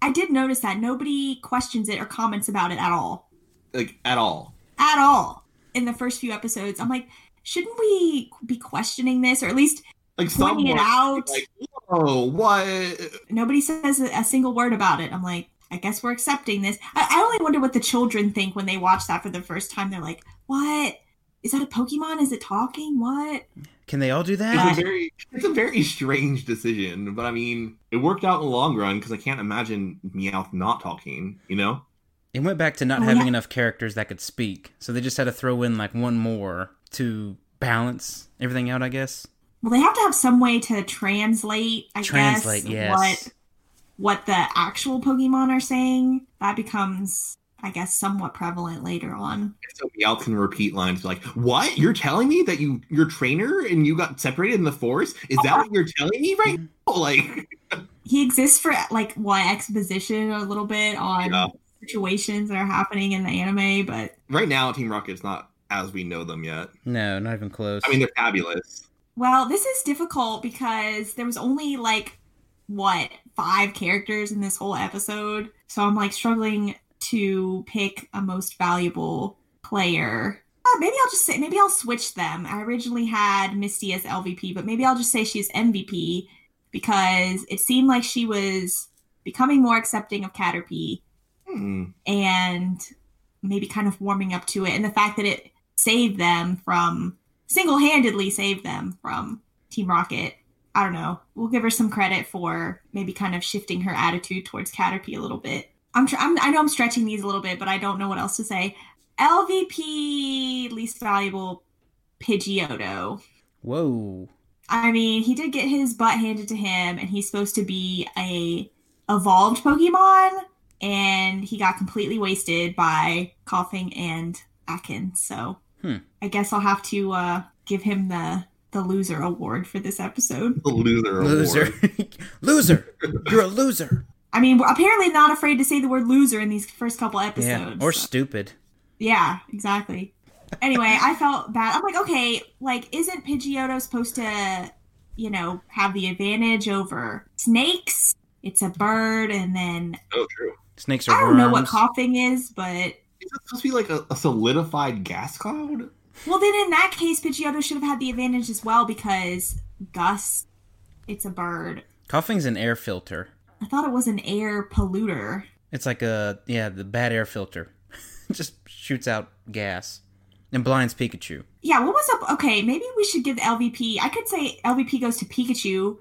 [SPEAKER 5] I did notice that nobody questions it or comments about it at all,
[SPEAKER 2] Like, at all.
[SPEAKER 5] at all. In the first few episodes, I'm like, shouldn't we be questioning this, or at least
[SPEAKER 2] Like,
[SPEAKER 5] pointing
[SPEAKER 2] someone-
[SPEAKER 5] it out?
[SPEAKER 2] Like, oh, what?
[SPEAKER 5] nobody says a, a single word about it. I'm like, I guess we're accepting this. I, I only wonder what the children think when they watch that for the first time. They're like, what? Is that a Pokemon? Is it talking? What?
[SPEAKER 1] Can they all do that?
[SPEAKER 2] It's a very, it's a very strange decision, but I mean, it worked out in the long run because I can't imagine Meowth not talking. You know,
[SPEAKER 1] It went back to not
[SPEAKER 5] Oh,
[SPEAKER 1] having
[SPEAKER 5] yeah.
[SPEAKER 1] enough characters that could speak, so they just had to throw in like one more to balance everything out, I guess.
[SPEAKER 5] Well, they have to have some way to translate, I
[SPEAKER 1] Translate,
[SPEAKER 5] guess,
[SPEAKER 1] yes.
[SPEAKER 5] what what the actual Pokemon are saying. That becomes, I guess, somewhat prevalent later on.
[SPEAKER 2] so Meowth can repeat lines like, "What? You're telling me that you your trainer and you got separated in the forest? Is that what you're telling me right now?" Like,
[SPEAKER 5] He exists for like what exposition a little bit on
[SPEAKER 2] Yeah.
[SPEAKER 5] situations that are happening in the anime, but
[SPEAKER 2] right now, Team Rocket's not as we know them yet.
[SPEAKER 1] No, not even close.
[SPEAKER 2] I mean, they're fabulous.
[SPEAKER 5] Well, this is difficult because there was only like what five characters in this whole episode, so I'm like struggling to pick a most valuable player. Uh, maybe I'll just say maybe I'll switch them. I originally had Misty as LVP, but maybe I'll just say she's MVP because it seemed like she was becoming more accepting of Caterpie
[SPEAKER 2] Hmm.
[SPEAKER 5] and maybe kind of warming up to it and the fact that it saved them from single-handedly saved them from team rocket i don't know we'll give her some credit for maybe kind of shifting her attitude towards caterpie a little bit i'm sure I'm, i know i'm stretching these a little bit but i don't know what else to say lvp least valuable pidgeotto
[SPEAKER 1] Whoa.
[SPEAKER 5] I mean, he did get his butt handed to him, and he's supposed to be a evolved Pokemon, and he got completely wasted by coughing and Atkins. So
[SPEAKER 1] Hmm.
[SPEAKER 5] I guess I'll have to uh, give him the the loser award for this episode.
[SPEAKER 2] The loser,
[SPEAKER 1] Loser.
[SPEAKER 2] award.
[SPEAKER 1] loser. You're a loser.
[SPEAKER 5] I mean, we're apparently not afraid to say the word loser in these first couple
[SPEAKER 1] Yeah.
[SPEAKER 5] episodes.
[SPEAKER 1] Or
[SPEAKER 5] so-
[SPEAKER 1] stupid.
[SPEAKER 5] Yeah, exactly. Anyway, I felt bad. I'm like, okay, like, isn't Pidgeotto supposed to, you know, have the advantage over snakes? It's a bird, and then
[SPEAKER 2] Oh, true.
[SPEAKER 1] Snakes are
[SPEAKER 5] I don't know what
[SPEAKER 1] worms.
[SPEAKER 5] coughing is, but
[SPEAKER 2] Is that supposed to be like a, a solidified gas cloud?
[SPEAKER 5] well, then in that case, Pidgeotto should have had the advantage as well because Gus, it's a bird.
[SPEAKER 1] Coughing's an air filter.
[SPEAKER 5] I thought it was an air polluter.
[SPEAKER 1] It's like a yeah, the bad air filter. Just shoots out gas and blinds Pikachu.
[SPEAKER 5] Yeah, what was up? Okay, maybe we should give LVP. I could say LVP goes to Pikachu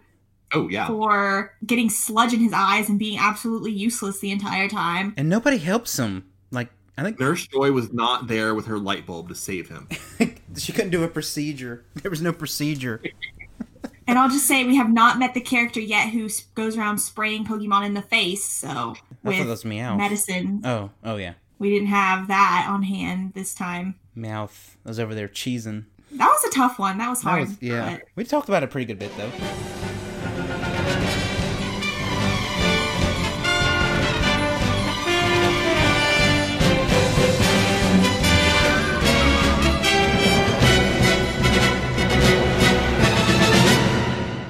[SPEAKER 2] Oh yeah.
[SPEAKER 5] for getting sludge in his eyes and being absolutely useless the entire time.
[SPEAKER 1] And nobody helps him. Like I think
[SPEAKER 2] Nurse Joy was not there with her light bulb to save him.
[SPEAKER 1] She couldn't do a procedure. There was no procedure.
[SPEAKER 5] And I'll just say we have not met the character yet who s- goes around spraying Pokemon in the face. So
[SPEAKER 1] I thought that
[SPEAKER 5] with
[SPEAKER 1] was meow.
[SPEAKER 5] medicine,
[SPEAKER 1] oh, oh yeah,
[SPEAKER 5] we didn't have that on hand this time.
[SPEAKER 1] mouth. I was over there cheesing.
[SPEAKER 5] That was a tough one. That was
[SPEAKER 1] That
[SPEAKER 5] hard.
[SPEAKER 1] was, yeah,
[SPEAKER 5] but-
[SPEAKER 1] we talked about it a pretty good bit though.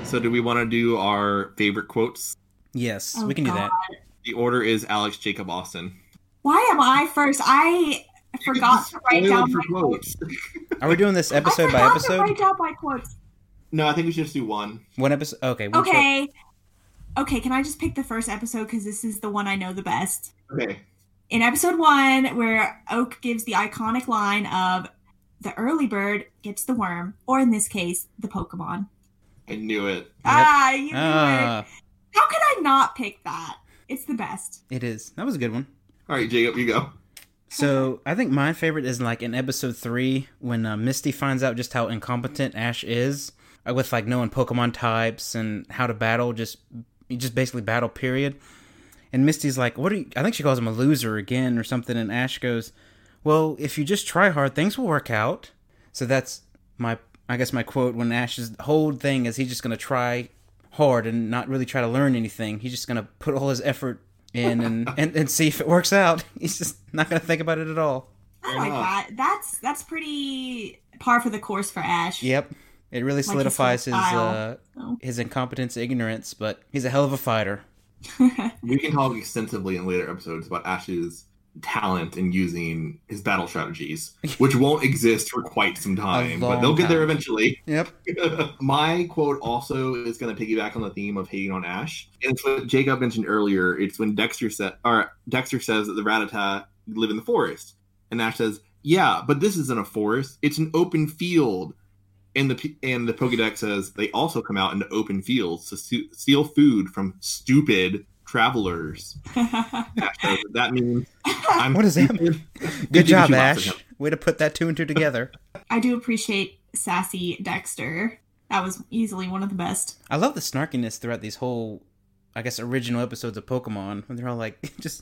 [SPEAKER 2] So, do we want to do our favorite quotes?
[SPEAKER 1] Yes,
[SPEAKER 5] Oh,
[SPEAKER 1] we can do
[SPEAKER 5] God.
[SPEAKER 1] that.
[SPEAKER 2] The order is Alex Jacob Austin.
[SPEAKER 5] Why am I first? I forgot to write
[SPEAKER 2] Spoiled
[SPEAKER 5] down
[SPEAKER 2] for
[SPEAKER 5] my quotes.
[SPEAKER 1] Are we doing this episode by
[SPEAKER 5] I forgot to
[SPEAKER 1] episode?
[SPEAKER 5] write down my quotes.
[SPEAKER 2] No, I think we should just do one.
[SPEAKER 1] One episode. Okay. one quote.
[SPEAKER 5] Okay. Okay, can I just pick the first episode because this is the one I know the best?
[SPEAKER 2] Okay.
[SPEAKER 5] In episode one, where Oak gives the iconic line of the early bird gets the worm, or in this case, the Pokemon.
[SPEAKER 2] I knew it.
[SPEAKER 5] Ah, you knew it.
[SPEAKER 1] Ah,
[SPEAKER 5] How could I not pick that? It's the best.
[SPEAKER 1] it is. That was a good one.
[SPEAKER 2] All right, Jacob, you go.
[SPEAKER 1] So I think my favorite is like in episode three when uh, Misty finds out just how incompetent Ash is uh, with like knowing Pokemon types and how to battle, just you just basically battle period. And Misty's like, "What are you?" I think she calls him a loser again or something. And Ash goes, "Well, if you just try hard, things will work out." So that's my, I guess my quote when Ash's whole thing is he's just gonna try hard and not really try to learn anything. He's just gonna put all his effort in and, and, and see if it works out. He's just not gonna think about it at all.
[SPEAKER 5] I like
[SPEAKER 2] enough.
[SPEAKER 5] that. That's that's pretty par for the course for Ash.
[SPEAKER 1] Yep. It really
[SPEAKER 5] his
[SPEAKER 1] solidifies his uh,
[SPEAKER 5] style. So-
[SPEAKER 1] his incompetence, ignorance, but he's a hell of a fighter.
[SPEAKER 2] We can talk extensively in later episodes about Ash's talent and using his battle strategies, which won't exist for quite some time, but
[SPEAKER 1] long
[SPEAKER 2] they'll get there
[SPEAKER 1] time.
[SPEAKER 2] eventually.
[SPEAKER 1] Yep.
[SPEAKER 2] My quote also is going to piggyback on the theme of hating on Ash, and it's what Jacob mentioned earlier. It's when Dexter said, or Dexter says that the Ratata live in the forest, and Ash says, "Yeah, but this isn't a forest; it's an open field." And the P- and the Pokedex says they also come out into open fields to su- steal food from stupid travelers. Ash says that that means I'm
[SPEAKER 1] What does that
[SPEAKER 2] stupid.
[SPEAKER 1] Good
[SPEAKER 2] Did you
[SPEAKER 1] job,
[SPEAKER 2] shoot
[SPEAKER 1] Ash.
[SPEAKER 2] off
[SPEAKER 1] Way to put that two and two together.
[SPEAKER 5] I do appreciate sassy Dexter. That was easily one of the best.
[SPEAKER 1] I love the snarkiness throughout these whole, I guess, original episodes of Pokemon. When they're all like, just,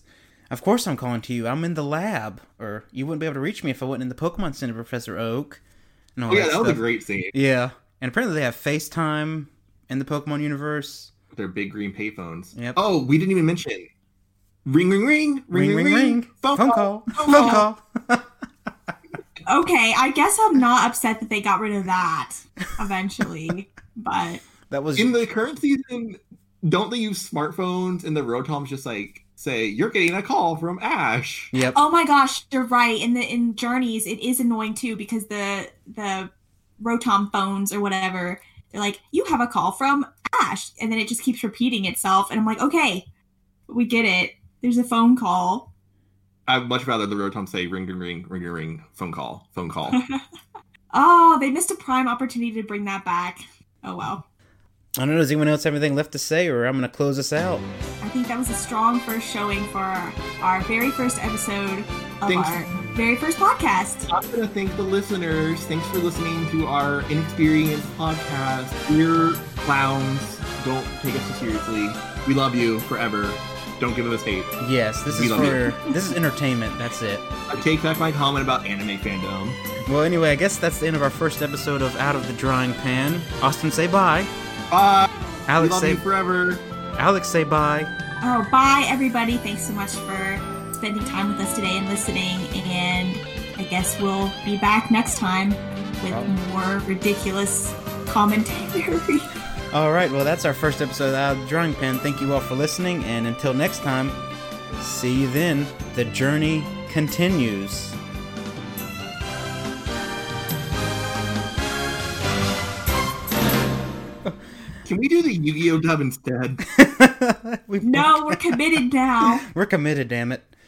[SPEAKER 1] of course I'm calling to you. I'm in the lab. Or you wouldn't be able to reach me if I wasn't in the Pokemon Center, Professor Oak. And all
[SPEAKER 2] Oh, yeah, that was a
[SPEAKER 1] stuff.
[SPEAKER 2] great scene.
[SPEAKER 1] Yeah. And apparently they have FaceTime in the Pokemon universe.
[SPEAKER 2] Their big green payphones.
[SPEAKER 1] Yep.
[SPEAKER 2] Oh, we didn't even mention. Ring, ring, ring,
[SPEAKER 1] Ring, ring, ring. Phone, call. Phone call.
[SPEAKER 5] Okay, I guess I'm not upset that they got rid of that eventually, but
[SPEAKER 1] That was.
[SPEAKER 2] In the current season, don't they use smartphones? And the Rotoms just like say, "You're getting a call from Ash."
[SPEAKER 1] yep.
[SPEAKER 5] oh my gosh, you're right. In the in journeys, it is annoying too because the the Rotom phones or whatever, they're like, you have a call from Ash, and then it just keeps repeating itself, and I'm like, okay, we get it. There's a phone call.
[SPEAKER 2] I'd much rather the Rotoms say, "Ring, ring, ring, ring, ring, ring, phone call, phone call."
[SPEAKER 5] Oh, they missed a prime opportunity to bring that back. Oh well.
[SPEAKER 1] I don't know. Does anyone else have anything left to say, or I'm going to close this out?
[SPEAKER 5] I think that was a strong first showing for our, our very first episode of
[SPEAKER 2] Thanks.
[SPEAKER 5] our very first podcast.
[SPEAKER 2] I'm gonna thank the listeners. Thanks for listening to our inexperienced podcast. We're clowns. Don't take us too seriously. We love you forever. Don't give us hate.
[SPEAKER 1] Yes, this
[SPEAKER 2] We
[SPEAKER 1] is
[SPEAKER 2] love
[SPEAKER 1] for this is entertainment. That's it.
[SPEAKER 2] I take back my comment about anime fandom.
[SPEAKER 1] Well, anyway, I guess that's the end of our first episode of Out of the Drawing Pan. Austin, say bye.
[SPEAKER 2] Bye. we
[SPEAKER 1] Alex,
[SPEAKER 2] love you
[SPEAKER 1] say
[SPEAKER 2] forever.
[SPEAKER 1] Alex, say bye.
[SPEAKER 5] Oh, bye, everybody. Thanks so much for spending time with us today and listening. And I guess we'll be back next time with more ridiculous commentary.
[SPEAKER 1] All right. Well, that's our first episode of Out of the Drawing Pan. Thank you all for listening, and until next time, see you then. The journey continues.
[SPEAKER 2] Can we do the Yu-Gi-Oh dub instead?
[SPEAKER 1] we,
[SPEAKER 5] no, we're committed now.
[SPEAKER 1] we're committed. Damn it.